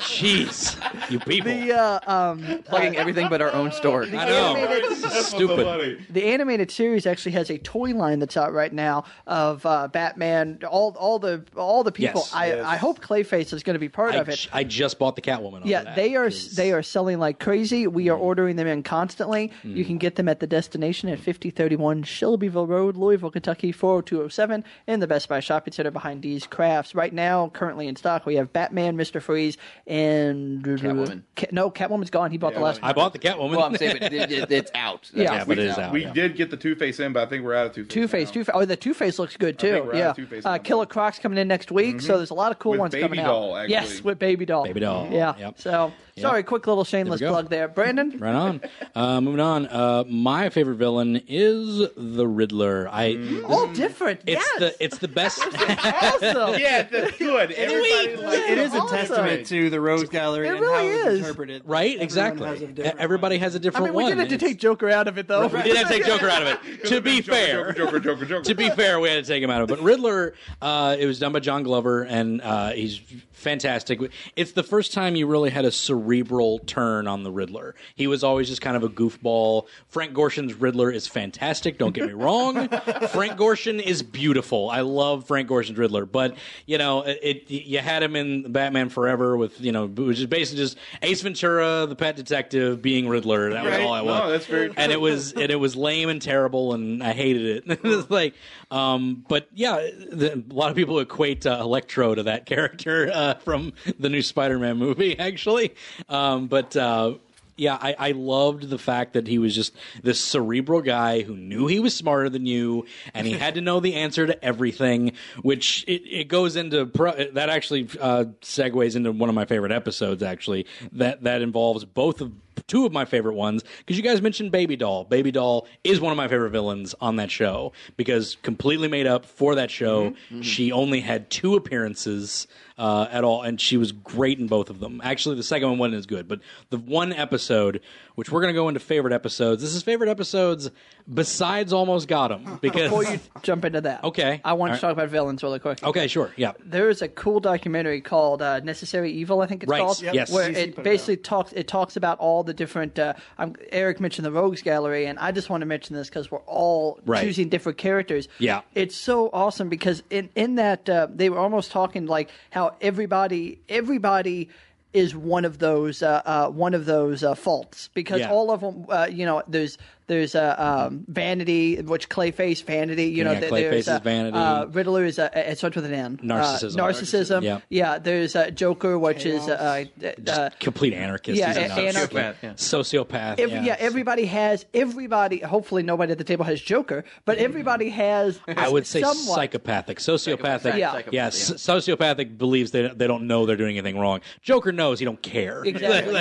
[SPEAKER 1] Jeez, you people.
[SPEAKER 2] The uh, um,
[SPEAKER 3] plugging everything but our own store.
[SPEAKER 1] I know.
[SPEAKER 2] animated
[SPEAKER 7] That's what's so
[SPEAKER 1] Stupid.
[SPEAKER 7] funny.
[SPEAKER 2] the animated series actually has a toy line that's out right now of uh, Batman. All all the all the people.
[SPEAKER 1] Yes.
[SPEAKER 2] I
[SPEAKER 7] Yes.
[SPEAKER 2] I hope Clayface is going to be part of
[SPEAKER 1] I,
[SPEAKER 2] it.
[SPEAKER 1] j- I just bought the Catwoman. off of
[SPEAKER 2] yeah,
[SPEAKER 1] that, Mm.
[SPEAKER 2] they are
[SPEAKER 1] 'cause-
[SPEAKER 2] they are selling like crazy. We are ordering them in constantly.
[SPEAKER 1] Mm.
[SPEAKER 2] You can get them at the destination at 5031 Shelbyville Road, Louisville, Kentucky 40207 in the Best Buy Shopping Center behind D's Crafts. Right now, currently in stock, we have Batman, Mr. Freeze, and
[SPEAKER 3] Catwoman.
[SPEAKER 2] Ca- no, Catwoman's gone. He bought the last
[SPEAKER 1] I bought the Catwoman.
[SPEAKER 3] [laughs] Well, I'm saying but it, it, it's out.
[SPEAKER 1] [laughs]
[SPEAKER 2] Yeah.
[SPEAKER 1] yeah, but it is out.
[SPEAKER 7] We
[SPEAKER 1] Oh, yeah.
[SPEAKER 7] did get the Two Face in, but I think we're out of Two Face.
[SPEAKER 2] Two Face, Two Face. Oh, the Two Face looks good too.
[SPEAKER 7] think we're out of
[SPEAKER 2] yeah,
[SPEAKER 7] Two-Face on
[SPEAKER 2] uh,
[SPEAKER 7] that
[SPEAKER 2] Killer
[SPEAKER 7] one.
[SPEAKER 2] Croc's coming in next week, so there's a lot of cool
[SPEAKER 7] Mm-hmm. With
[SPEAKER 2] ones
[SPEAKER 7] Baby
[SPEAKER 2] coming
[SPEAKER 7] Doll,
[SPEAKER 2] out.
[SPEAKER 7] actually.
[SPEAKER 2] Yes, with Baby Doll.
[SPEAKER 1] Baby Doll.
[SPEAKER 2] Yeah.
[SPEAKER 1] Yep.
[SPEAKER 2] So sorry, quick little shameless
[SPEAKER 1] go.
[SPEAKER 2] plug there, Brandon.
[SPEAKER 1] Right on. Uh, moving on. Uh, my favorite villain is the Riddler. I.
[SPEAKER 2] [laughs] All different.
[SPEAKER 1] It's
[SPEAKER 2] yes.
[SPEAKER 1] the
[SPEAKER 2] [laughs]
[SPEAKER 1] it's the best.
[SPEAKER 2] awesome.
[SPEAKER 7] Yeah,
[SPEAKER 2] [laughs]
[SPEAKER 7] that's good. Everybody likes
[SPEAKER 8] It is a
[SPEAKER 2] Awesome.
[SPEAKER 8] testament to the Rose Gallery
[SPEAKER 2] It
[SPEAKER 8] and
[SPEAKER 2] really
[SPEAKER 8] how it was
[SPEAKER 2] is.
[SPEAKER 8] interpreted.
[SPEAKER 1] Right,
[SPEAKER 8] Everyone
[SPEAKER 1] exactly.
[SPEAKER 8] has a
[SPEAKER 1] E-
[SPEAKER 8] different
[SPEAKER 1] Everybody has a
[SPEAKER 2] I
[SPEAKER 1] different
[SPEAKER 2] mean, we
[SPEAKER 1] one.
[SPEAKER 2] did it to
[SPEAKER 1] It's-
[SPEAKER 2] take Joker out of it, [laughs] though.
[SPEAKER 1] we did have to take Joker out of it. [laughs] to be
[SPEAKER 7] Joker,
[SPEAKER 1] fair,
[SPEAKER 7] Joker, Joker, Joker, Joker.
[SPEAKER 1] to be fair, we had to take him out of it. But Riddler, uh, it was done by John Glover, and uh, he's fantastic. It's the first time you really had a cerebral turn on the Riddler. He was always just kind of a goofball. Frank Gorshin's Riddler is fantastic. Don't get me wrong. Frank Gorshin is beautiful. I love Frank Gorshin's Riddler, but you know, it, it you had him in Batman Forever with you know, which is basically just Ace Ventura, the pet detective, being Riddler. That was
[SPEAKER 7] Right.
[SPEAKER 1] all I
[SPEAKER 7] No,
[SPEAKER 1] was
[SPEAKER 7] that's very
[SPEAKER 1] and it was and it was lame and terrible and I hated it. [laughs] it's like, um, but yeah, the, a lot of people equate uh, Electro to that [laughs] character uh, from the new Spider-Man movie, [laughs] actually. Um, but uh, yeah, I, I loved the fact that he was just this cerebral guy who knew he was smarter than you, and he had to know the answer to everything. Which it, it goes into pro- that actually uh, segues into one of my favorite episodes. Actually, that that involves both of two of my favorite ones because you guys mentioned Baby Doll. Baby Doll is one of my favorite villains on that show because completely made up for that show.
[SPEAKER 2] Mm-hmm.
[SPEAKER 1] She only had two appearances uh, at all, and she was great in both of them. Actually, the second one wasn't as good, but the one episode, which we're going to go into favorite episodes, this is favorite episodes besides Almost Got
[SPEAKER 2] [laughs]
[SPEAKER 1] Him because
[SPEAKER 2] Before you jump into that,
[SPEAKER 1] Okay.
[SPEAKER 2] I want
[SPEAKER 1] All
[SPEAKER 2] to
[SPEAKER 1] right.
[SPEAKER 2] talk about villains really quick.
[SPEAKER 1] okay, sure, yeah.
[SPEAKER 2] There is a cool documentary called uh, "Necessary Evil," I think it's
[SPEAKER 1] Right,
[SPEAKER 2] called,
[SPEAKER 1] Yep. yes.
[SPEAKER 2] where
[SPEAKER 8] CC
[SPEAKER 2] it
[SPEAKER 8] put it
[SPEAKER 2] basically talks. It talks about all the different. Uh, I'm, Eric mentioned the Rogues Gallery, and I just want to mention this because we're all
[SPEAKER 1] Right.
[SPEAKER 2] choosing different characters.
[SPEAKER 1] Yeah.
[SPEAKER 2] it's so awesome because in in that uh, they were almost talking like how everybody everybody is one of those uh, uh, one of those uh, faults because
[SPEAKER 1] Yeah.
[SPEAKER 2] all of them uh, you know there's there's uh, um, vanity which Clayface vanity you know
[SPEAKER 1] Yeah,
[SPEAKER 2] th- there's
[SPEAKER 1] Clayface's
[SPEAKER 2] uh,
[SPEAKER 1] vanity.
[SPEAKER 2] uh, Riddler is uh, it starts with an N Uh,
[SPEAKER 1] Narcissism.
[SPEAKER 2] narcissism
[SPEAKER 1] Narcissism. Yeah.
[SPEAKER 2] yeah there's uh, Joker which is uh, uh, uh,
[SPEAKER 1] Complete anarchist.
[SPEAKER 2] yeah,
[SPEAKER 1] He's a
[SPEAKER 2] a-
[SPEAKER 1] nuts.
[SPEAKER 2] anarchy.
[SPEAKER 1] Like, Sociopath.
[SPEAKER 2] Every, yeah. everybody has everybody. Hopefully, nobody at the table has Joker, but everybody has.
[SPEAKER 1] Mm-hmm. I would say
[SPEAKER 2] somewhat.
[SPEAKER 1] psychopathic, sociopathic.
[SPEAKER 3] Psychopathic,
[SPEAKER 2] Yeah.
[SPEAKER 1] yes,
[SPEAKER 3] psychopath,
[SPEAKER 1] sociopathic believes they they don't know they're doing anything wrong. Joker knows he don't care.
[SPEAKER 2] Exactly.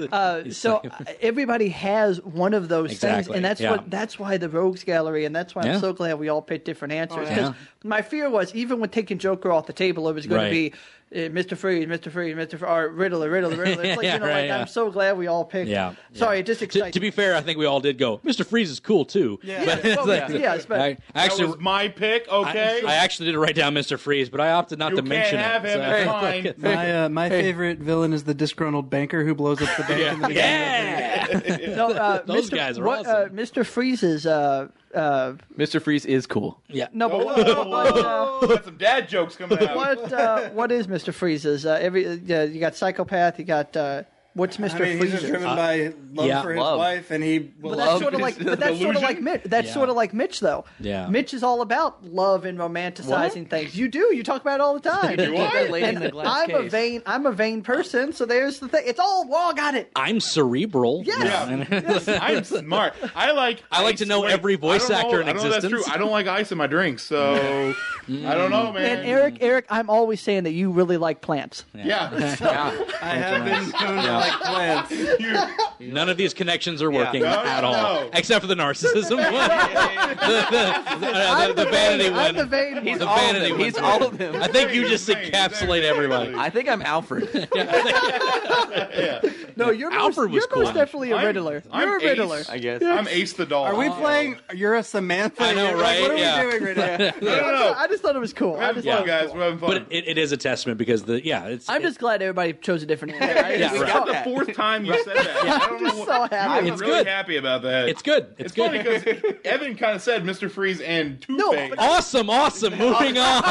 [SPEAKER 1] [laughs]
[SPEAKER 2] yeah. uh,
[SPEAKER 1] He's
[SPEAKER 2] so
[SPEAKER 1] psycho-
[SPEAKER 2] uh, everybody has one of those
[SPEAKER 1] Exactly,
[SPEAKER 2] things, and that's
[SPEAKER 1] yeah.
[SPEAKER 2] what that's why the Rogues Gallery, and that's why
[SPEAKER 1] Yeah. Oh,
[SPEAKER 2] I'm so glad we all picked different answers.
[SPEAKER 8] yeah.
[SPEAKER 2] Because my fear was even when taking Joker off the table, it was going
[SPEAKER 1] Right.
[SPEAKER 2] to be uh, Mr. Freeze, Mr. Freeze, Mr. Freeze, or Riddler, Riddler, Riddler.
[SPEAKER 1] [laughs]
[SPEAKER 2] It's like,
[SPEAKER 1] Yeah,
[SPEAKER 2] you know,
[SPEAKER 1] right,
[SPEAKER 2] like,
[SPEAKER 1] yeah.
[SPEAKER 2] I'm so glad we all picked.
[SPEAKER 1] Yeah.
[SPEAKER 2] Sorry, it just
[SPEAKER 1] to,
[SPEAKER 2] excites.
[SPEAKER 1] to be fair, I think we all did go. Mr. Freeze is cool too.
[SPEAKER 8] Yeah.
[SPEAKER 1] But
[SPEAKER 2] Yeah,
[SPEAKER 1] it's
[SPEAKER 2] well,
[SPEAKER 1] like-
[SPEAKER 2] yes, but-
[SPEAKER 1] I, I
[SPEAKER 7] That
[SPEAKER 1] actually
[SPEAKER 7] was my pick.
[SPEAKER 1] I-
[SPEAKER 7] Okay,
[SPEAKER 1] I, actually did write down Mr. Freeze, but I opted not
[SPEAKER 7] You
[SPEAKER 1] to
[SPEAKER 7] can't
[SPEAKER 1] mention
[SPEAKER 7] have
[SPEAKER 1] it.
[SPEAKER 7] him, it's mine.
[SPEAKER 8] My uh, my favorite villain is the disgruntled banker who blows up the bank.
[SPEAKER 1] [laughs]
[SPEAKER 8] in the beginning.
[SPEAKER 1] yeah.
[SPEAKER 2] no, uh,
[SPEAKER 1] [laughs] Those
[SPEAKER 2] Mr.
[SPEAKER 1] guys are
[SPEAKER 2] what,
[SPEAKER 1] awesome.
[SPEAKER 2] Uh, Mr. Freeze's. Uh, uh,
[SPEAKER 3] Mr. Freeze is cool.
[SPEAKER 1] yeah. [laughs]
[SPEAKER 2] no, but what,
[SPEAKER 7] Oh,
[SPEAKER 2] what, uh,
[SPEAKER 7] got some dad jokes coming
[SPEAKER 8] oh.
[SPEAKER 7] out.
[SPEAKER 2] what, uh, what is Mr. Freeze's? Uh, every uh, you got psychopath. You got uh, what's
[SPEAKER 8] I
[SPEAKER 2] Mr.
[SPEAKER 8] mean, he's just
[SPEAKER 2] Freeze's?
[SPEAKER 8] driven by love
[SPEAKER 1] yeah,
[SPEAKER 8] for his
[SPEAKER 3] love.
[SPEAKER 8] wife, and he will
[SPEAKER 2] But that's
[SPEAKER 3] Love
[SPEAKER 2] sort of
[SPEAKER 3] is
[SPEAKER 2] like,
[SPEAKER 3] the
[SPEAKER 2] but that's sort of
[SPEAKER 7] delusion?
[SPEAKER 2] like Mitch. That's
[SPEAKER 1] Yeah.
[SPEAKER 2] sort of like Mitch, though.
[SPEAKER 1] Yeah.
[SPEAKER 2] Mitch is all about love and romanticizing things. You do. You talk about it all the
[SPEAKER 1] [laughs]
[SPEAKER 2] time.
[SPEAKER 3] what? That lady in
[SPEAKER 2] And
[SPEAKER 3] the glass
[SPEAKER 2] I'm a
[SPEAKER 3] case.
[SPEAKER 2] vain. I'm a vain person. So there's the thing. It's all. Well, I got it.
[SPEAKER 1] I'm cerebral.
[SPEAKER 2] Yes.
[SPEAKER 1] No.
[SPEAKER 7] [laughs] I'm smart. I like.
[SPEAKER 1] I like to know
[SPEAKER 7] swear-
[SPEAKER 1] every voice
[SPEAKER 7] I don't
[SPEAKER 1] actor
[SPEAKER 7] know-
[SPEAKER 1] in
[SPEAKER 7] I don't know if
[SPEAKER 1] existence.
[SPEAKER 7] That's true. I don't like ice in my
[SPEAKER 1] [laughs]
[SPEAKER 7] drinks, so I don't know, man.
[SPEAKER 2] And Eric, Eric, I'm always saying that you really like plants. [laughs]
[SPEAKER 7] yeah,
[SPEAKER 8] I have been known to like plants.
[SPEAKER 7] You-
[SPEAKER 1] [laughs] None of these connections are working
[SPEAKER 7] No,
[SPEAKER 1] at
[SPEAKER 7] no,
[SPEAKER 1] all,
[SPEAKER 7] no.
[SPEAKER 1] except for the narcissism
[SPEAKER 7] [laughs]
[SPEAKER 1] one. [laughs] the, the- uh, the- the vanity
[SPEAKER 2] vain-
[SPEAKER 1] one.
[SPEAKER 2] I'm the vain one.
[SPEAKER 1] the
[SPEAKER 3] all of
[SPEAKER 1] vanity
[SPEAKER 3] them.
[SPEAKER 1] one.
[SPEAKER 3] He's all of them.
[SPEAKER 1] I think you
[SPEAKER 7] He's
[SPEAKER 1] just
[SPEAKER 7] vain,
[SPEAKER 1] encapsulate
[SPEAKER 7] exactly.
[SPEAKER 1] everybody.
[SPEAKER 3] [laughs] I think
[SPEAKER 1] [laughs]
[SPEAKER 3] I'm Alfred.
[SPEAKER 1] Um,
[SPEAKER 2] No, you're
[SPEAKER 1] Alfred was
[SPEAKER 2] most, you're
[SPEAKER 1] cool.
[SPEAKER 2] most definitely a
[SPEAKER 7] I'm-
[SPEAKER 2] riddler.
[SPEAKER 7] I'm
[SPEAKER 2] you're a
[SPEAKER 7] Ace.
[SPEAKER 2] riddler.
[SPEAKER 3] I guess.
[SPEAKER 7] I'm Ace the doll. Oh.
[SPEAKER 8] Are we playing? You're a Samantha.
[SPEAKER 1] Oh, I know,
[SPEAKER 8] You're
[SPEAKER 1] right?
[SPEAKER 8] Like, what are
[SPEAKER 1] Yeah.
[SPEAKER 8] we doing right now?
[SPEAKER 7] No, no, no.
[SPEAKER 2] [laughs] I just thought it was cool.
[SPEAKER 7] We're
[SPEAKER 2] I
[SPEAKER 7] having
[SPEAKER 2] just
[SPEAKER 7] fun,
[SPEAKER 2] thought it was
[SPEAKER 7] guys.
[SPEAKER 2] cool.
[SPEAKER 7] We're having fun.
[SPEAKER 1] but it, it is a testament because the yeah, it's
[SPEAKER 2] I'm just glad everybody chose a different answer. I-
[SPEAKER 1] Yeah,
[SPEAKER 2] we
[SPEAKER 1] right.
[SPEAKER 2] got
[SPEAKER 7] the
[SPEAKER 2] that.
[SPEAKER 7] [laughs] fourth time you
[SPEAKER 2] [laughs]
[SPEAKER 7] said that. I don't
[SPEAKER 2] just
[SPEAKER 7] know.
[SPEAKER 2] so
[SPEAKER 7] what-
[SPEAKER 2] happy.
[SPEAKER 7] I'm
[SPEAKER 1] It's
[SPEAKER 7] really
[SPEAKER 1] good.
[SPEAKER 7] happy about that.
[SPEAKER 1] it's good. It's,
[SPEAKER 7] funny
[SPEAKER 1] good.
[SPEAKER 7] because
[SPEAKER 1] [laughs]
[SPEAKER 7] Evan kind of said Mr. Freeze and Two
[SPEAKER 2] No,
[SPEAKER 7] Face.
[SPEAKER 2] but-
[SPEAKER 1] Awesome, awesome. Moving on.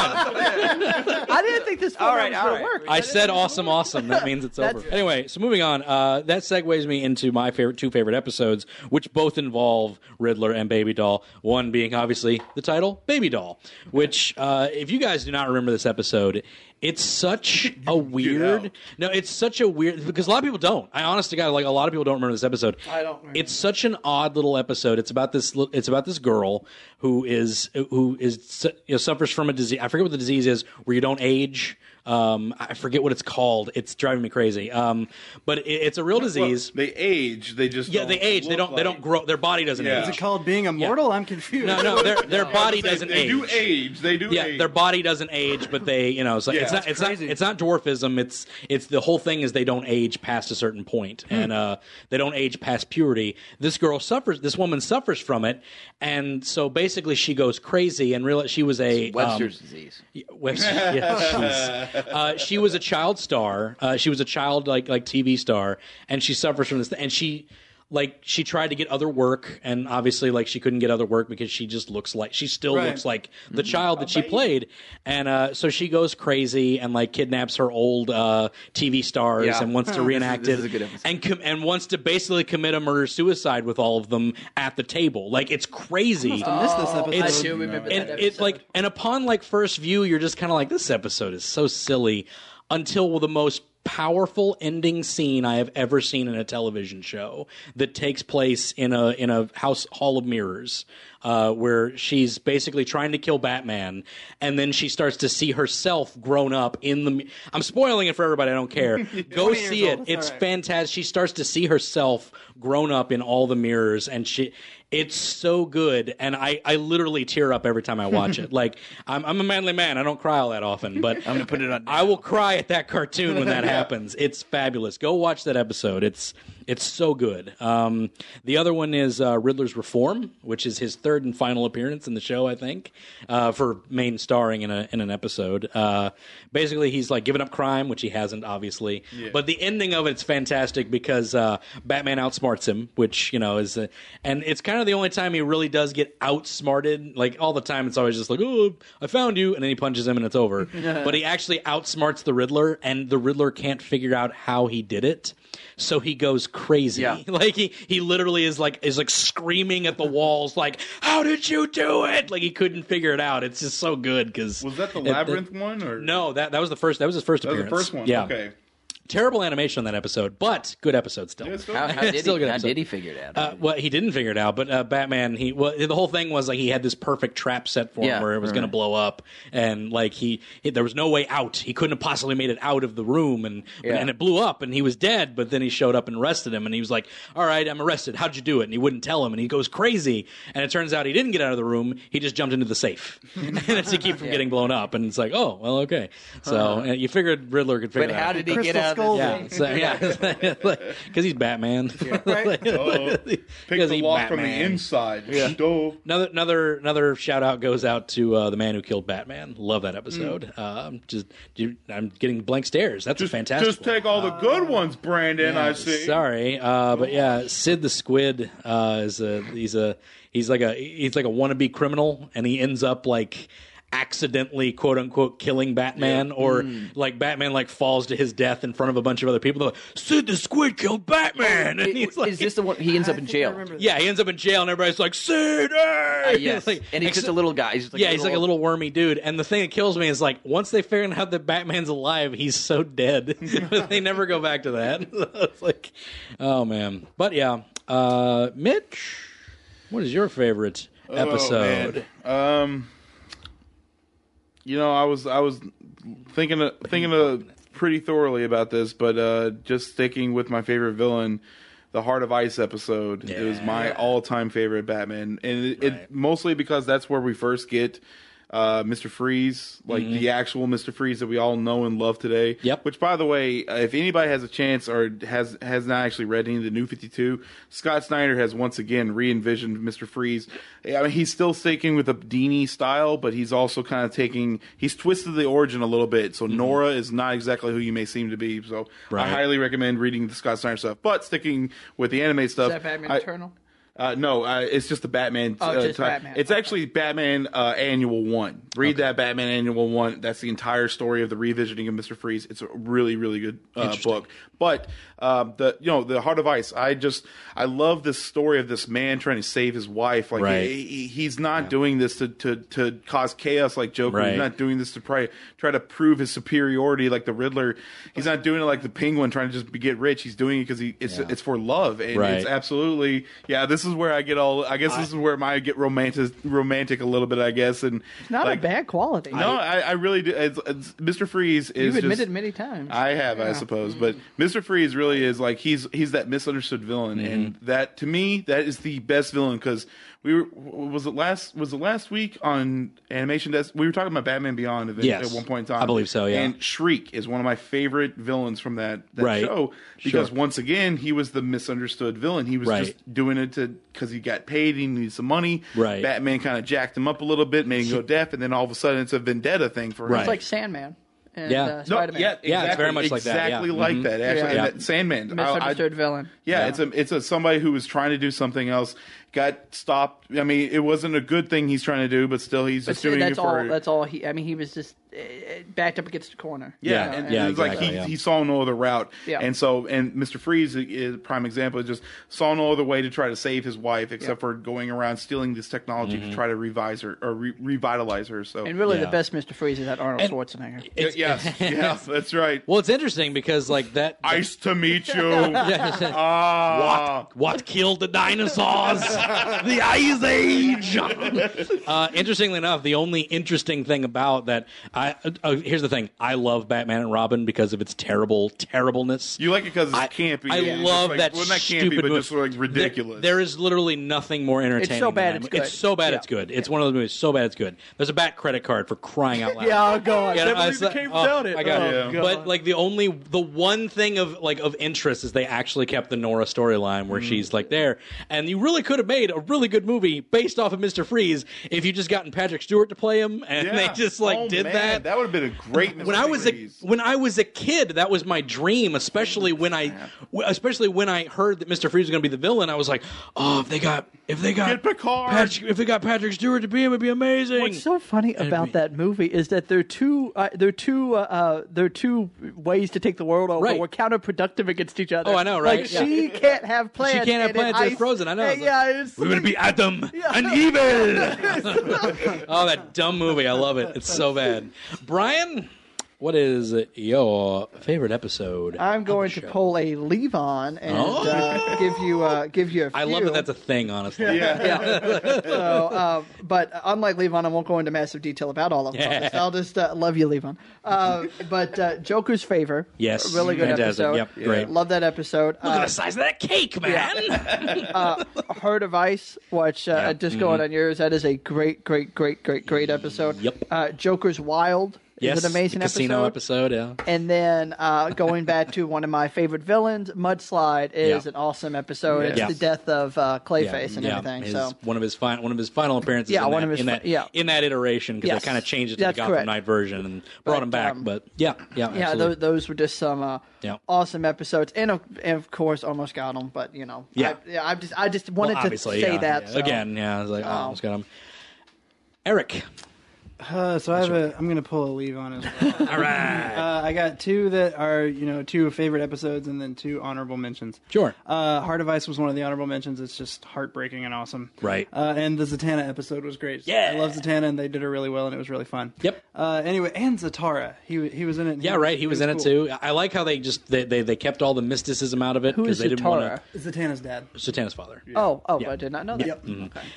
[SPEAKER 2] I didn't think this format
[SPEAKER 3] right,
[SPEAKER 2] was
[SPEAKER 3] all
[SPEAKER 2] going
[SPEAKER 3] right.
[SPEAKER 2] to work.
[SPEAKER 1] I said awesome, awesome. That means it's over.
[SPEAKER 2] That's-
[SPEAKER 1] Anyway, so moving on. Uh, that segues me into my favorite two favorite episodes, which both involve Riddler and Baby Doll. One being obviously the title Baby Doll, which uh, if you guys do not remember this episode, it's such a weird.
[SPEAKER 7] out.
[SPEAKER 1] No, it's such a weird because a lot of people don't. I honest to God, like a lot of people don't remember this episode. I
[SPEAKER 8] don't remember.
[SPEAKER 1] It's such an odd little episode. It's about this. li- It's about this girl who is who is su- you know, suffers from a disease. I forget what the disease is where you don't age. Um, I forget what it's called. It's driving me crazy. Um, but it, it's a real disease.
[SPEAKER 7] Well, they age. They just
[SPEAKER 1] yeah, they
[SPEAKER 7] don't
[SPEAKER 1] age. They
[SPEAKER 7] look
[SPEAKER 1] don't. They
[SPEAKER 7] like-
[SPEAKER 1] don't grow. Their body doesn't
[SPEAKER 7] Yeah.
[SPEAKER 1] age.
[SPEAKER 8] Is it called
[SPEAKER 1] [laughs]
[SPEAKER 8] being immortal? I'm confused.
[SPEAKER 1] No, no, their their body
[SPEAKER 7] They-
[SPEAKER 1] doesn't
[SPEAKER 7] they
[SPEAKER 1] age.
[SPEAKER 7] do age. They do.
[SPEAKER 1] Yeah,
[SPEAKER 7] age.
[SPEAKER 1] their body doesn't age, but they, you know, it's like
[SPEAKER 7] Yeah.
[SPEAKER 1] it's not,
[SPEAKER 7] That's
[SPEAKER 1] it's not,
[SPEAKER 8] crazy.
[SPEAKER 1] it's not dwarfism. It's, it's the whole thing is they don't age past a certain point,
[SPEAKER 7] Hmm.
[SPEAKER 1] and uh, they don't age past puberty. This girl suffers. This woman suffers from it, and so basically she goes crazy and realize she was a um,
[SPEAKER 3] Webster's disease.
[SPEAKER 1] Webster. Yeah, jeez. uh, she was a child star. Uh, she was a child like like TV star, and she suffers from this. Th- and she like she tried to get other work, and obviously like she couldn't get other work because she just looks like she still
[SPEAKER 8] Right.
[SPEAKER 1] looks like the child that she played. And uh, so she goes crazy and like kidnaps her old uh, TV stars
[SPEAKER 3] Yeah.
[SPEAKER 1] and wants to reenact
[SPEAKER 3] this is
[SPEAKER 1] it
[SPEAKER 3] a good episode.
[SPEAKER 1] and com- and wants to basically commit a murder suicide with all of them at the table. Like it's crazy.
[SPEAKER 8] [laughs] I missed this episode.
[SPEAKER 1] It's-
[SPEAKER 2] do remember
[SPEAKER 1] and
[SPEAKER 2] that
[SPEAKER 1] it's
[SPEAKER 2] episode.
[SPEAKER 1] like and upon like first view you're just kind of like this episode is so silly until the most powerful ending scene I have ever seen in a television show that takes place in a in a house hall of mirrors uh, where she's basically trying to kill Batman and then she starts to see herself grown up in the mi- I'm spoiling it for everybody I don't
[SPEAKER 8] [laughs]
[SPEAKER 1] care go
[SPEAKER 8] 20 years
[SPEAKER 1] see it
[SPEAKER 8] old, it's
[SPEAKER 1] it's
[SPEAKER 8] all right.
[SPEAKER 1] fantastic she starts to see herself grown up in all the mirrors and she it's so good and I, I literally tear up every time I watch [laughs] it like I'm, I'm a manly man I don't cry all that often but [laughs] I'm gonna put it on I will cry at that cartoon when [laughs] that happens it's fabulous go watch that episode it's it's so good um, the other one is uh, Riddler's Reform which is his third and final appearance in the show I think uh, for main starring in a in an episode uh, basically he's like giving up crime which he hasn't obviously but the ending of it's fantastic because uh, Batman outsmarts him which you know is a, and it's kind of the only time he really does get outsmarted like all the time it's always just like oh I found you and then he punches him and it's over but he actually outsmarts the Riddler and the Riddler can't figure out how he did it so he goes crazy
[SPEAKER 3] Yeah.
[SPEAKER 1] [laughs] like he, he literally is like is like screaming at the walls like how did you do it like he couldn't figure it out it's just so good because
[SPEAKER 7] Was that the labyrinth one or
[SPEAKER 1] no that that was the first that was his first
[SPEAKER 7] That was the
[SPEAKER 1] appearance
[SPEAKER 7] first one.
[SPEAKER 1] yeah
[SPEAKER 7] Okay.
[SPEAKER 1] terrible animation on that episode but good episode still
[SPEAKER 7] It's still-
[SPEAKER 3] How, how, did,
[SPEAKER 1] Still
[SPEAKER 3] he,
[SPEAKER 1] good
[SPEAKER 3] how
[SPEAKER 1] episode.
[SPEAKER 3] did he figure it out?
[SPEAKER 1] uh, well, he didn't figure it out, but uh, Batman, he well, the whole thing was like he had this perfect trap set for him
[SPEAKER 3] Yeah,
[SPEAKER 1] where it was
[SPEAKER 3] right.
[SPEAKER 1] going to blow up, and like he, he- there was no way out. He couldn't have possibly made it out of the room, and and it blew up, and he was dead. But then he showed up and arrested him, and he was like, "All right, I'm arrested. How'd you do it?" And he wouldn't tell him, and he goes crazy. And it turns out he didn't get out of the room. He just jumped into the safe, [laughs] and it's to keep from getting blown up. And it's like, oh well, okay. So uh, you figured Riddler could figure
[SPEAKER 3] Uh-huh.
[SPEAKER 1] it out.
[SPEAKER 3] but how did he get
[SPEAKER 8] Crystal
[SPEAKER 3] out
[SPEAKER 8] Skull
[SPEAKER 3] of this?
[SPEAKER 1] Yeah, so, yeah, because [laughs] he's Batman. [laughs]
[SPEAKER 8] Right?
[SPEAKER 7] Uh-oh. Pick
[SPEAKER 1] Because
[SPEAKER 7] the
[SPEAKER 1] he
[SPEAKER 7] lock from the
[SPEAKER 1] Batman.
[SPEAKER 7] inside. Stove.
[SPEAKER 1] Another another another shout out goes out to uh, the man who killed Batman. Love that episode. Uh, just dude, I'm getting blank stares. That's a fantastic.
[SPEAKER 7] Mm. Just
[SPEAKER 1] one.
[SPEAKER 7] take all the good
[SPEAKER 2] Oh,
[SPEAKER 7] ones, Brandon. I see.
[SPEAKER 1] Sorry, uh, but yeah, Sid the Squid uh, is a he's a he's like a he's like a wannabe criminal, and he ends up like accidentally quote unquote killing Batman, or
[SPEAKER 3] Hmm.
[SPEAKER 1] like Batman like falls to his death in front of a bunch of other people. They're like, Sid the Squid killed Batman, and he's like.
[SPEAKER 3] [laughs] is this the one he ends
[SPEAKER 8] I
[SPEAKER 3] up in
[SPEAKER 8] think I
[SPEAKER 3] jail?
[SPEAKER 8] remember that.
[SPEAKER 1] yeah, he ends up in jail, and everybody's like, "Sid!" eh!"
[SPEAKER 3] Uh, yes,
[SPEAKER 1] It's [laughs] like-
[SPEAKER 3] and he's just a little guy. He's just like
[SPEAKER 1] yeah, he's like a little wormy dude. And the thing that kills me is like once they figure out that Batman's alive, he's so dead. [laughs] but they never go back to that. [laughs] it's like, oh man. But yeah, uh, Mitch, what is your favorite episode?
[SPEAKER 7] Oh, man. Um, you know, I was I was thinking of, thinking of pretty thoroughly about this, but uh, just sticking with my favorite villain, the Heart of Ice episode It is my all time favorite Batman, and it, it mostly because that's where we first get. Uh, Mr. Freeze, like the actual Mr. Freeze that we all know and love today.
[SPEAKER 1] Mm-hmm. Yep.
[SPEAKER 7] Which, by the way, uh, if anybody has a chance or has has not actually read any of the New Fifty Two, Scott Snyder has once again re envisioned Mister Freeze. I mean, he's still sticking with the Dini style, but he's also kind of taking he's twisted the origin a little bit. So Nora is not exactly who you may seem to be. So
[SPEAKER 1] Mm-hmm. Right.
[SPEAKER 7] I highly recommend reading the Scott Snyder stuff, but sticking with the anime stuff.
[SPEAKER 2] Is that Batman
[SPEAKER 7] I-
[SPEAKER 2] Eternal?
[SPEAKER 7] uh, no, uh, it's just the Batman.
[SPEAKER 2] Oh,
[SPEAKER 7] uh,
[SPEAKER 2] just
[SPEAKER 7] ti-
[SPEAKER 2] Batman.
[SPEAKER 7] It's actually Batman uh, Annual One. Read that Batman Annual One. That's the entire story of the revisiting of Mister Freeze. It's a really, really good uh, book. But um, the you know the Heart of Ice. I just I love this story of this man trying to save his wife. Like
[SPEAKER 1] Right.
[SPEAKER 7] he, he- he's not doing this to, to to cause chaos like Joker.
[SPEAKER 1] Right.
[SPEAKER 7] He's not doing this to try try to prove his superiority like the Riddler. He's not doing it like the Penguin trying to just be, get rich. He's doing it because he it's it's for love and
[SPEAKER 1] Right.
[SPEAKER 7] it's absolutely yeah. This is where I get all. I guess this is where my get romantic romantic a little bit. I guess and
[SPEAKER 2] Not
[SPEAKER 7] like,
[SPEAKER 2] a bad quality.
[SPEAKER 7] No, I, I really do. It's, it's, Mr. Freeze is
[SPEAKER 2] You've admitted
[SPEAKER 7] just,
[SPEAKER 2] many times.
[SPEAKER 7] I have, I suppose, but Mr. Freeze really is like he's he's that misunderstood villain,
[SPEAKER 1] Mm-hmm.
[SPEAKER 7] and that to me that is the best villain because we were was it last was it last week on animation desk we were talking about Batman Beyond at,
[SPEAKER 1] Yes.
[SPEAKER 7] at one point in time
[SPEAKER 1] I believe so, yeah.
[SPEAKER 7] and Shriek is one of my favorite villains from that, that
[SPEAKER 1] Right.
[SPEAKER 7] show because
[SPEAKER 1] Sure.
[SPEAKER 7] once again he was the misunderstood villain he was
[SPEAKER 1] Right.
[SPEAKER 7] just doing it to because he got paid he needed some money
[SPEAKER 1] Right.
[SPEAKER 7] Batman kind of jacked him up a little bit made him go deaf and then all of a sudden it's a vendetta thing for him
[SPEAKER 1] Right.
[SPEAKER 2] It's like Sandman and
[SPEAKER 1] Yeah. No,
[SPEAKER 2] uh, Spider Man.
[SPEAKER 7] yeah, exactly,
[SPEAKER 1] Yeah, it's very much like that, yeah. Mm-hmm.
[SPEAKER 7] Exactly like that. Actually,
[SPEAKER 2] Yeah.
[SPEAKER 7] And that Sandman. I- I-
[SPEAKER 2] Misunderstood villain.
[SPEAKER 7] yeah, it's a it's a somebody who was trying to do something else, got stopped. I mean, it wasn't a good thing he's trying to do, but still he's
[SPEAKER 2] But
[SPEAKER 7] just doing
[SPEAKER 2] that's
[SPEAKER 7] it
[SPEAKER 2] all.
[SPEAKER 7] for.
[SPEAKER 2] That's all. He. I mean, he was just. eh, eh, backed up against the corner.
[SPEAKER 7] Yeah,
[SPEAKER 2] You know,
[SPEAKER 7] and,
[SPEAKER 1] Yeah,
[SPEAKER 7] it's like he,
[SPEAKER 1] exactly, yeah.
[SPEAKER 7] he saw no other route.
[SPEAKER 2] Yeah.
[SPEAKER 7] And so, and Mr. Freeze is a prime example. Just saw no other way to try to save his wife except for going around stealing this technology
[SPEAKER 1] Mm-hmm.
[SPEAKER 7] to try to revise her or re- revitalize her. So,
[SPEAKER 2] And really,
[SPEAKER 1] Yeah.
[SPEAKER 2] the best Mr. Freeze is that Arnold Schwarzenegger.
[SPEAKER 7] Y-
[SPEAKER 2] [laughs]
[SPEAKER 7] yes, yeah, that's right.
[SPEAKER 1] [laughs] Well, it's interesting because like that.
[SPEAKER 7] Nice
[SPEAKER 2] [laughs]
[SPEAKER 7] to meet
[SPEAKER 1] [laughs]
[SPEAKER 7] you. Ah,
[SPEAKER 1] What killed the dinosaurs? the Ice Age. uh, interestingly enough, the only interesting thing about that, I uh, uh, here's the thing: I love Batman and Robin because of its terrible terribleness.
[SPEAKER 7] you like it because it's
[SPEAKER 1] I,
[SPEAKER 7] campy.
[SPEAKER 1] I
[SPEAKER 7] and just
[SPEAKER 1] love
[SPEAKER 7] like-
[SPEAKER 1] that
[SPEAKER 7] Well, not campy,
[SPEAKER 1] stupid
[SPEAKER 7] but
[SPEAKER 1] movie.
[SPEAKER 7] just like ridiculous.
[SPEAKER 1] There- there is literally nothing more entertaining.
[SPEAKER 2] so
[SPEAKER 1] than
[SPEAKER 2] bad
[SPEAKER 1] that
[SPEAKER 2] it's
[SPEAKER 1] movie.
[SPEAKER 2] good.
[SPEAKER 1] It's so bad
[SPEAKER 2] Yeah.
[SPEAKER 1] it's good. It's one of those movies so bad it's good. There's a bat credit card for crying out loud.
[SPEAKER 2] [laughs] Yeah, oh, God.
[SPEAKER 1] Yeah,
[SPEAKER 2] Can't
[SPEAKER 1] I
[SPEAKER 2] believe
[SPEAKER 1] saw-
[SPEAKER 2] it came
[SPEAKER 1] oh,
[SPEAKER 2] without it.
[SPEAKER 1] my God.
[SPEAKER 7] Oh, God.
[SPEAKER 1] But like the only the one thing of like of interest is they actually kept the Nora storyline
[SPEAKER 2] Mm.
[SPEAKER 1] where she's like there, and you really could have made a really good movie based off of Mister Freeze if you just gotten Patrick Stewart to play him, and
[SPEAKER 7] Yeah.
[SPEAKER 1] they just like
[SPEAKER 7] Oh,
[SPEAKER 1] did
[SPEAKER 7] man,
[SPEAKER 1] that.
[SPEAKER 7] That would have been a great.
[SPEAKER 1] when I was a,
[SPEAKER 7] Freeze.
[SPEAKER 1] when I was a kid, that was my dream. Especially when I, w- especially when I heard that Mister Freeze was going to be the villain, I was like, "Oh, if they got, if they got
[SPEAKER 7] Get Picard.
[SPEAKER 1] Patrick, if they got Patrick Stewart to be him, it'd be amazing."
[SPEAKER 2] What's so funny about
[SPEAKER 1] we-
[SPEAKER 2] that movie is that there are two uh, there are two uh, uh, there are two ways to take the world over
[SPEAKER 1] Right.
[SPEAKER 2] were counterproductive against each other.
[SPEAKER 1] Oh, I know, right?
[SPEAKER 2] Like
[SPEAKER 1] Yeah.
[SPEAKER 2] she can't have plants.
[SPEAKER 1] can't have
[SPEAKER 2] and it
[SPEAKER 1] plants, they're
[SPEAKER 2] ice-
[SPEAKER 1] frozen, I know.
[SPEAKER 2] Yeah,
[SPEAKER 1] It's like-
[SPEAKER 2] yeah, it's
[SPEAKER 1] we would be Adam and evil. oh, that dumb movie! I love it. It's so bad. Brian, what is your favorite episode?
[SPEAKER 2] I'm going to pull a Levon and uh, give you uh, give you a. Few.
[SPEAKER 1] Oh. I love that that's a thing. Honestly, [laughs]
[SPEAKER 2] so, uh, but unlike Levon, I won't go into massive detail about all of them.
[SPEAKER 1] Yeah.
[SPEAKER 2] I'll just uh, love you, Levon. Uh, but uh, Joker's favor.
[SPEAKER 1] Yes.
[SPEAKER 2] really good
[SPEAKER 1] Fantastic.
[SPEAKER 2] episode.
[SPEAKER 1] Yep, great.
[SPEAKER 2] Love that episode.
[SPEAKER 1] look at
[SPEAKER 2] Uh,
[SPEAKER 1] the size of that cake, man.
[SPEAKER 2] uh, Heart of Ice, which uh, just going on yours, that is a great, great, great, great, great episode.
[SPEAKER 1] Mm-hmm. Yep.
[SPEAKER 2] Uh, Joker's Wild
[SPEAKER 1] yes,
[SPEAKER 2] is an amazing
[SPEAKER 1] the casino
[SPEAKER 2] episode.
[SPEAKER 1] episode. yeah.
[SPEAKER 2] And then uh, going back to one of my favorite villains, Mudslide is
[SPEAKER 1] Yeah.
[SPEAKER 2] an awesome episode. It's
[SPEAKER 1] Yeah.
[SPEAKER 2] the death of uh, Clayface and
[SPEAKER 1] yeah.
[SPEAKER 2] everything.
[SPEAKER 1] His-
[SPEAKER 2] so
[SPEAKER 1] one of his final one of his final appearances.
[SPEAKER 2] Yeah,
[SPEAKER 1] in
[SPEAKER 2] one
[SPEAKER 1] that,
[SPEAKER 2] of his
[SPEAKER 1] in
[SPEAKER 2] fi-
[SPEAKER 1] that
[SPEAKER 2] yeah.
[SPEAKER 1] in that iteration because
[SPEAKER 2] Yes.
[SPEAKER 1] they kind of changed it to
[SPEAKER 2] That's
[SPEAKER 1] the Gotham
[SPEAKER 2] correct.
[SPEAKER 1] Knight version and brought
[SPEAKER 2] But,
[SPEAKER 1] him back.
[SPEAKER 2] um,
[SPEAKER 1] but yeah, yeah,
[SPEAKER 2] yeah,
[SPEAKER 1] absolutely.
[SPEAKER 2] those, those were just some uh,
[SPEAKER 1] Yeah.
[SPEAKER 2] awesome episodes, and of, and of course, almost got them. But you know,
[SPEAKER 1] Yeah.
[SPEAKER 2] I, yeah, I just I just wanted
[SPEAKER 1] well,
[SPEAKER 2] to
[SPEAKER 1] obviously,
[SPEAKER 2] say
[SPEAKER 1] yeah,
[SPEAKER 2] that
[SPEAKER 1] yeah.
[SPEAKER 2] so.
[SPEAKER 1] again. Yeah, I was like, oh, I almost got him.
[SPEAKER 8] [laughs]
[SPEAKER 1] Eric,
[SPEAKER 8] Uh, so I have a. I'm gonna pull a leave on as well.
[SPEAKER 1] all right,
[SPEAKER 8] Uh, I got two that are you know two favorite episodes and then two honorable mentions.
[SPEAKER 1] sure.
[SPEAKER 8] Uh, Heart of Ice was one of the honorable mentions. It's just heartbreaking and awesome.
[SPEAKER 1] Right.
[SPEAKER 8] Uh, and the Zatanna episode was great.
[SPEAKER 1] Yeah.
[SPEAKER 8] I love Zatanna, and they did it really well, and it was really fun.
[SPEAKER 1] Yep.
[SPEAKER 8] Uh, anyway, and Zatara, he wa- he was in it. and
[SPEAKER 1] yeah, right. He was in
[SPEAKER 8] cool.
[SPEAKER 1] it too. I I like how they just they, they, they kept all the mysticism out of it
[SPEAKER 2] Who is
[SPEAKER 1] they didn't want
[SPEAKER 2] Zatara?
[SPEAKER 8] Zatanna's dad.
[SPEAKER 1] to. Satana's father.
[SPEAKER 2] Oh, oh, I did not know that.
[SPEAKER 1] Mm-hmm.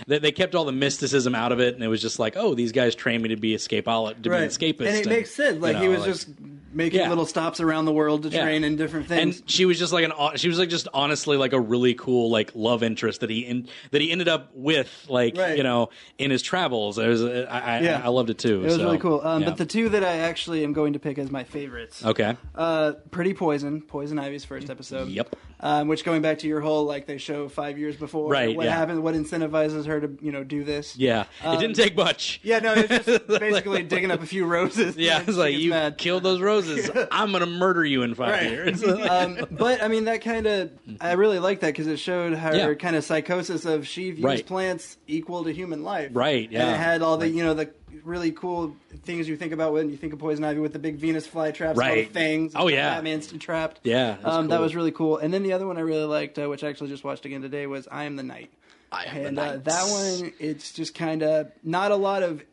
[SPEAKER 1] They, they kept all the mysticism out of it, and it was just like, oh, these guys trained me to be escapologist, to be an escapist,
[SPEAKER 8] And it makes sense. Like
[SPEAKER 1] you
[SPEAKER 8] he
[SPEAKER 1] know,
[SPEAKER 8] was
[SPEAKER 1] like-
[SPEAKER 8] just making
[SPEAKER 1] Yeah.
[SPEAKER 8] little stops around the world to
[SPEAKER 1] Yeah.
[SPEAKER 8] train in different things.
[SPEAKER 1] And she was just like an hon- she was like just honestly like a really cool like love interest that he in, that he ended up with like
[SPEAKER 8] Right.
[SPEAKER 1] you know in his travels. It was uh, I I,
[SPEAKER 8] Yeah.
[SPEAKER 1] I loved it too.
[SPEAKER 8] it was
[SPEAKER 1] so,
[SPEAKER 8] really cool. Um,
[SPEAKER 1] yeah.
[SPEAKER 8] But the two that I actually am going to pick as my favorites.
[SPEAKER 1] okay
[SPEAKER 8] Uh, Pretty Poison, Poison Ivy's first episode.
[SPEAKER 1] Yep.
[SPEAKER 8] Um, which going back to your whole like they show five years before
[SPEAKER 1] Right,
[SPEAKER 8] what
[SPEAKER 1] yeah.
[SPEAKER 8] happened, what incentivizes her to you know do this.
[SPEAKER 1] yeah it didn't take much
[SPEAKER 8] Um, Yeah,
[SPEAKER 1] [laughs]
[SPEAKER 8] no, it's just basically [laughs] digging up a few roses.
[SPEAKER 1] yeah
[SPEAKER 8] She
[SPEAKER 1] it's like
[SPEAKER 8] gets
[SPEAKER 1] you
[SPEAKER 8] mad.
[SPEAKER 1] killed those
[SPEAKER 8] [laughs]
[SPEAKER 1] roses I'm gonna murder you in five years [laughs]
[SPEAKER 8] um, but I mean, that kind of I really like that because it showed her
[SPEAKER 1] Yeah.
[SPEAKER 8] kind of psychosis of she views
[SPEAKER 1] Right.
[SPEAKER 8] plants equal to human life.
[SPEAKER 1] Right,
[SPEAKER 8] And
[SPEAKER 1] yeah.
[SPEAKER 8] it had all the you know the really cool things you think about when you think of poison ivy with the big Venus flytraps, all the
[SPEAKER 1] Right.
[SPEAKER 8] things.
[SPEAKER 1] Oh, yeah.
[SPEAKER 8] Batman's trapped.
[SPEAKER 1] Yeah, that's
[SPEAKER 8] um, that
[SPEAKER 1] cool.
[SPEAKER 8] was really cool. And then the other one I really liked, uh, which I actually just watched again today, was I Am the Night.
[SPEAKER 1] I Am the
[SPEAKER 8] and Uh,
[SPEAKER 1] Knight.
[SPEAKER 8] that one, it's just kind of not a lot of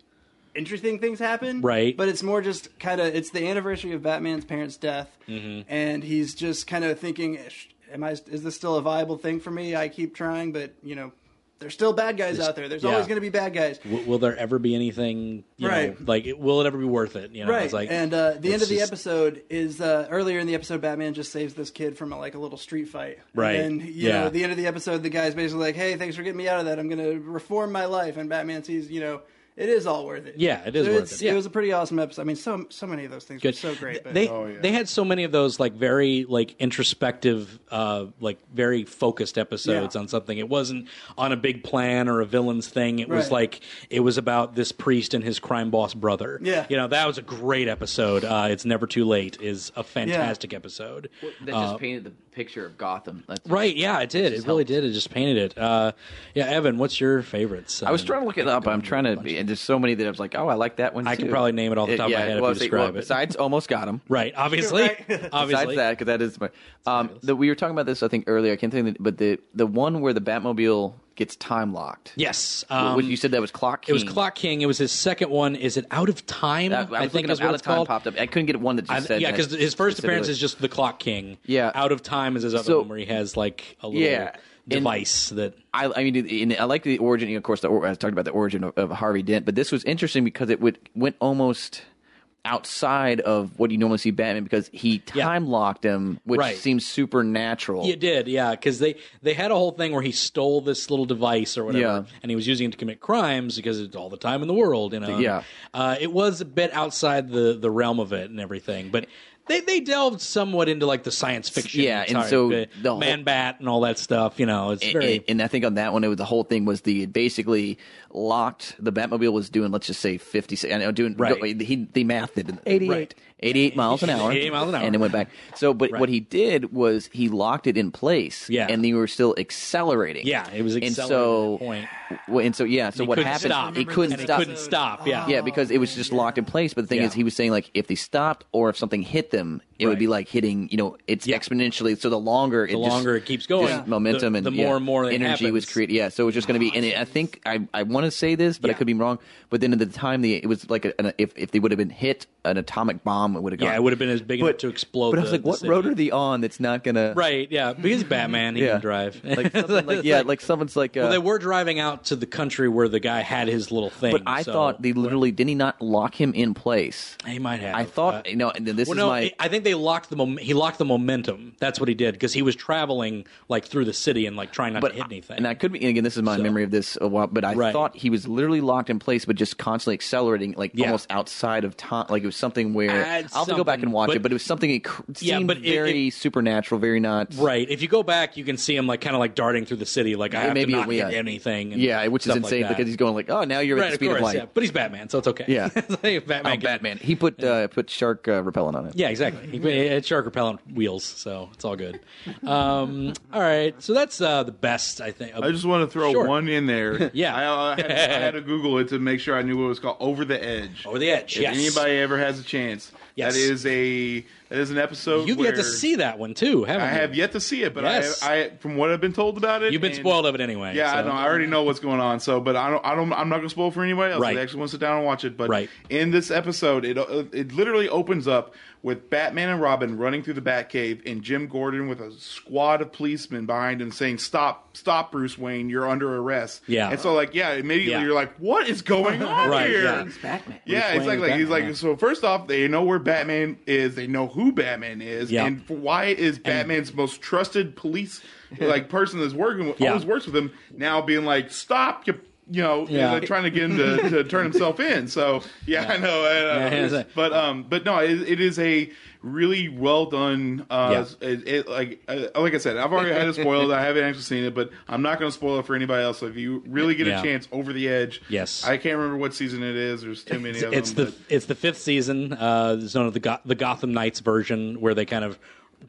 [SPEAKER 8] interesting things happen.
[SPEAKER 1] Right.
[SPEAKER 8] But it's more just kind of it's the anniversary of Batman's parents' death,
[SPEAKER 1] Mm-hmm.
[SPEAKER 8] and he's just kind of thinking, "Sh- "Am I? Is this still a viable thing for me? I keep trying, but you know, there's still bad guys out there. There's
[SPEAKER 1] yeah.
[SPEAKER 8] always going to be bad guys."
[SPEAKER 1] will, will there ever be anything you
[SPEAKER 8] Right.
[SPEAKER 1] know like it, will it ever be worth it you know
[SPEAKER 8] Right,
[SPEAKER 1] it's like
[SPEAKER 8] and uh, the end
[SPEAKER 1] it's
[SPEAKER 8] of the
[SPEAKER 1] just-
[SPEAKER 8] episode is uh, earlier in the episode. Batman just saves this kid from a, like a little street fight.
[SPEAKER 1] Right,
[SPEAKER 8] and you
[SPEAKER 1] yeah.
[SPEAKER 8] know, at the end of the episode, the guy's basically like, "Hey, thanks for getting me out of that. I'm going to reform my life." And Batman sees, you know, it is all worth it.
[SPEAKER 1] Yeah, it is
[SPEAKER 8] So
[SPEAKER 1] worth
[SPEAKER 8] it's-
[SPEAKER 1] it. Yeah.
[SPEAKER 8] was a pretty awesome episode. I mean, so so many of those things were
[SPEAKER 1] good.
[SPEAKER 8] so great. But
[SPEAKER 1] They
[SPEAKER 3] Oh,
[SPEAKER 7] yeah.
[SPEAKER 1] they had so many of those like very like introspective, uh, like very focused episodes
[SPEAKER 8] Yeah.
[SPEAKER 1] on something. It wasn't on a big plan or a villain's thing. It was
[SPEAKER 8] Right.
[SPEAKER 1] like it was about this priest and his crime boss brother.
[SPEAKER 8] Yeah.
[SPEAKER 1] you know that was a great episode. Uh, it's never too late is a fantastic episode.
[SPEAKER 3] That just painted the picture of Gotham. That's,
[SPEAKER 1] uh, Right? Yeah, it did. It really did. It just painted it. Uh, yeah, Evan, what's your favorites?
[SPEAKER 3] I was trying to look it up. I'm trying to. and there's so many that I was like, oh, I like that one.
[SPEAKER 1] I could
[SPEAKER 3] too.
[SPEAKER 1] probably name it off the top of my head if you
[SPEAKER 3] see,
[SPEAKER 1] describe it.
[SPEAKER 3] Besides, almost got him.
[SPEAKER 1] Right, obviously.
[SPEAKER 8] [laughs]
[SPEAKER 1] obviously.
[SPEAKER 3] Besides that, because that is my. Um, the, we were talking about this, I think, earlier. I can't think, of the, but the the one where the Batmobile gets time locked.
[SPEAKER 1] Yes.
[SPEAKER 3] Wh-
[SPEAKER 1] Um,
[SPEAKER 3] which you said that was Clock.
[SPEAKER 1] it was
[SPEAKER 3] King.
[SPEAKER 1] Clock King. It was his second one. Is it Out of Time?
[SPEAKER 3] I, I was
[SPEAKER 1] think
[SPEAKER 3] thinking
[SPEAKER 1] is
[SPEAKER 3] of
[SPEAKER 1] what
[SPEAKER 3] out
[SPEAKER 1] it's
[SPEAKER 3] of time
[SPEAKER 1] called.
[SPEAKER 3] popped up. I couldn't get one that just
[SPEAKER 1] I-
[SPEAKER 3] said.
[SPEAKER 1] yeah,
[SPEAKER 3] that
[SPEAKER 1] because his first appearance
[SPEAKER 3] specifically.
[SPEAKER 1] is just the Clock King.
[SPEAKER 3] Yeah.
[SPEAKER 1] Out of Time is his other
[SPEAKER 3] So-
[SPEAKER 1] one where he has like a little
[SPEAKER 3] Yeah. And-
[SPEAKER 1] device that.
[SPEAKER 3] I, I mean, in, I like the origin. you know, Of course, the, or- I was talking about the origin of, of Harvey Dent, but this was interesting because it would, went almost outside of what you normally see Batman because he
[SPEAKER 1] Yeah.
[SPEAKER 3] time locked him, which
[SPEAKER 1] Right.
[SPEAKER 3] seems supernatural.
[SPEAKER 1] It did, yeah, because they they had a whole thing where he stole this little device or whatever,
[SPEAKER 3] Yeah.
[SPEAKER 1] and he was using it to commit crimes because it's all the time in the world, you know.
[SPEAKER 3] Yeah.
[SPEAKER 1] uh, it was a bit outside the the realm of it and everything, but. They, they delved somewhat into like the science fiction,
[SPEAKER 3] Yeah, and
[SPEAKER 1] type,
[SPEAKER 3] so
[SPEAKER 1] uh,
[SPEAKER 3] the whole-
[SPEAKER 1] man bat and all that stuff. You know, it's
[SPEAKER 3] A-
[SPEAKER 1] very
[SPEAKER 3] a- and I think on that one, it was the whole thing was the it basically locked the Batmobile was doing let's just say fifty. I know doing
[SPEAKER 1] Right.
[SPEAKER 3] go- he they mathed it
[SPEAKER 2] 88.
[SPEAKER 3] Right. 88 miles an hour
[SPEAKER 1] 88 miles an hour.
[SPEAKER 3] and it went back so but what he did was he locked it in place
[SPEAKER 1] Yeah.
[SPEAKER 3] and then you were still accelerating
[SPEAKER 1] yeah. It was
[SPEAKER 3] and
[SPEAKER 1] accelerated
[SPEAKER 3] so
[SPEAKER 1] at that point.
[SPEAKER 3] Well, and so yeah, so
[SPEAKER 1] He
[SPEAKER 3] what
[SPEAKER 1] couldn't
[SPEAKER 3] happened?
[SPEAKER 1] stop.
[SPEAKER 3] He couldn't
[SPEAKER 1] And he
[SPEAKER 3] stop.
[SPEAKER 1] couldn't stop. Yeah,
[SPEAKER 3] Yeah, because it was just locked in place. But the thing
[SPEAKER 1] Yeah.
[SPEAKER 3] is, he was saying like if they stopped or if something hit them, it
[SPEAKER 1] Right.
[SPEAKER 3] would be like hitting. You know, it's
[SPEAKER 1] Yeah.
[SPEAKER 3] exponentially. So the longer it
[SPEAKER 1] the
[SPEAKER 3] just-
[SPEAKER 1] longer it keeps going,
[SPEAKER 3] just momentum
[SPEAKER 1] the,
[SPEAKER 3] and
[SPEAKER 1] the
[SPEAKER 3] yeah,
[SPEAKER 1] more and more it
[SPEAKER 3] energy was
[SPEAKER 1] happens.
[SPEAKER 3] created. Yeah, so it was just going to be. And it, I think I I want to say this, but I
[SPEAKER 1] Yeah.
[SPEAKER 3] could be wrong. But then at the time, the it was like a, an, if if they would have been hit, an atomic bomb would have gone.
[SPEAKER 1] Yeah, it would have been as big enough to explode.
[SPEAKER 3] But I was
[SPEAKER 1] the-
[SPEAKER 3] like,
[SPEAKER 1] the
[SPEAKER 3] what
[SPEAKER 1] city.
[SPEAKER 3] road are they on? That's not gonna
[SPEAKER 1] Right,
[SPEAKER 3] [laughs]
[SPEAKER 1] yeah, because Batman, he
[SPEAKER 3] Yeah.
[SPEAKER 1] can drive. [laughs]
[SPEAKER 3] Like, something like yeah, like someone's like uh,
[SPEAKER 1] well, they were driving out to the country where the guy had his little thing.
[SPEAKER 3] But I
[SPEAKER 1] so
[SPEAKER 3] thought they literally did he not lock him in place.
[SPEAKER 1] he might have.
[SPEAKER 3] I thought
[SPEAKER 1] uh,
[SPEAKER 3] you know and this
[SPEAKER 1] well,
[SPEAKER 3] is
[SPEAKER 1] no,
[SPEAKER 3] my
[SPEAKER 1] I- I think they locked the mom- he locked the momentum. That's what he did because he was traveling like through the city and like trying not
[SPEAKER 3] but
[SPEAKER 1] to hit anything.
[SPEAKER 3] and I could be and again this is my memory of this a while but I
[SPEAKER 1] Right.
[SPEAKER 3] thought he was literally locked in place but just constantly accelerating like
[SPEAKER 1] Yeah.
[SPEAKER 3] almost outside of time like it was something where
[SPEAKER 1] Ah,
[SPEAKER 3] I'll
[SPEAKER 1] it's
[SPEAKER 3] have to go back
[SPEAKER 1] something,
[SPEAKER 3] and watch
[SPEAKER 1] but-
[SPEAKER 3] it but it was something it cr-
[SPEAKER 1] Yeah,
[SPEAKER 3] seemed
[SPEAKER 1] but it-
[SPEAKER 3] very supernatural very not
[SPEAKER 1] Right. If you go back, you can see him like kind of like darting through the city, like I
[SPEAKER 3] It
[SPEAKER 1] have
[SPEAKER 3] may
[SPEAKER 1] to
[SPEAKER 3] be-
[SPEAKER 1] not
[SPEAKER 3] yeah.
[SPEAKER 1] hit anything. And
[SPEAKER 3] yeah which is
[SPEAKER 1] stuff like
[SPEAKER 3] insane
[SPEAKER 1] that.
[SPEAKER 3] because he's going like oh now you're
[SPEAKER 1] right,
[SPEAKER 3] at the
[SPEAKER 1] of
[SPEAKER 3] speed
[SPEAKER 1] course,
[SPEAKER 3] of light
[SPEAKER 1] yeah. But he's Batman, so it's okay.
[SPEAKER 3] Yeah.
[SPEAKER 1] [laughs] It's like Batman.
[SPEAKER 3] Oh,
[SPEAKER 1] can-
[SPEAKER 3] Batman he put uh, put shark uh, repellent on it
[SPEAKER 1] Yeah, exactly. He- It's shark repellent wheels, so it's all good. Um, all right, so that's uh, the best I think.
[SPEAKER 7] I just want to throw
[SPEAKER 1] Sure.
[SPEAKER 7] one in there.
[SPEAKER 1] [laughs] Yeah.
[SPEAKER 7] I, I, had, I had
[SPEAKER 1] [laughs]
[SPEAKER 7] to Google it to make sure I knew what it was called. Over the Edge.
[SPEAKER 1] over the edge.
[SPEAKER 7] If
[SPEAKER 1] Oh, yes.
[SPEAKER 7] anybody ever has a chance,
[SPEAKER 1] Yes.
[SPEAKER 7] that is a that is an episode.
[SPEAKER 1] You've
[SPEAKER 7] where
[SPEAKER 1] yet to see that one too, haven't
[SPEAKER 7] I
[SPEAKER 1] you?
[SPEAKER 7] have yet to see it, but
[SPEAKER 1] Yes.
[SPEAKER 7] I, I from what I've been told about it,
[SPEAKER 1] You've been
[SPEAKER 7] and-
[SPEAKER 1] spoiled of it anyway.
[SPEAKER 7] Yeah, I
[SPEAKER 1] so-
[SPEAKER 7] know. I already know what's going on. So, but I don't. I don't. I'm not gonna spoil for anybody else.
[SPEAKER 1] Right.
[SPEAKER 7] They actually want to sit down and watch it. But
[SPEAKER 1] Right.
[SPEAKER 7] in this episode, it it literally opens up with Batman and Robin running through the Batcave, and Jim Gordon with a squad of policemen behind him saying, "Stop, stop, Bruce Wayne, you're under arrest."
[SPEAKER 1] Yeah.
[SPEAKER 7] And so, like, yeah, immediately
[SPEAKER 1] Yeah.
[SPEAKER 7] you're like, "What is going on
[SPEAKER 1] Right,
[SPEAKER 7] here?"
[SPEAKER 1] yeah.
[SPEAKER 8] Batman.
[SPEAKER 7] Yeah, it's like, like he's like so. First off, they know where Batman is. They know who Batman is,
[SPEAKER 1] Yeah.
[SPEAKER 7] and why is Batman's most trusted police like person that's working with,
[SPEAKER 1] Yeah.
[SPEAKER 7] always works with him now being like, stop you. You know, and,
[SPEAKER 1] Yeah.
[SPEAKER 7] like, trying to get
[SPEAKER 1] [laughs]
[SPEAKER 7] him to, to turn himself in. So yeah, I know. I know.
[SPEAKER 1] Yeah, it's like-
[SPEAKER 7] but um, but no, it, it is a really well done. Uh, it, it- like uh, like I said, I've already had it spoiled. I haven't actually seen it, but I'm not going to spoil it for anybody else. So if you really get
[SPEAKER 1] Yeah.
[SPEAKER 7] a chance, over the edge.
[SPEAKER 1] Yes.
[SPEAKER 7] I can't remember what season it is. There's too many of
[SPEAKER 1] it's
[SPEAKER 7] them.
[SPEAKER 1] the it's the fifth season. Uh, it's known as the Go- the Gotham Knights version, where they kind of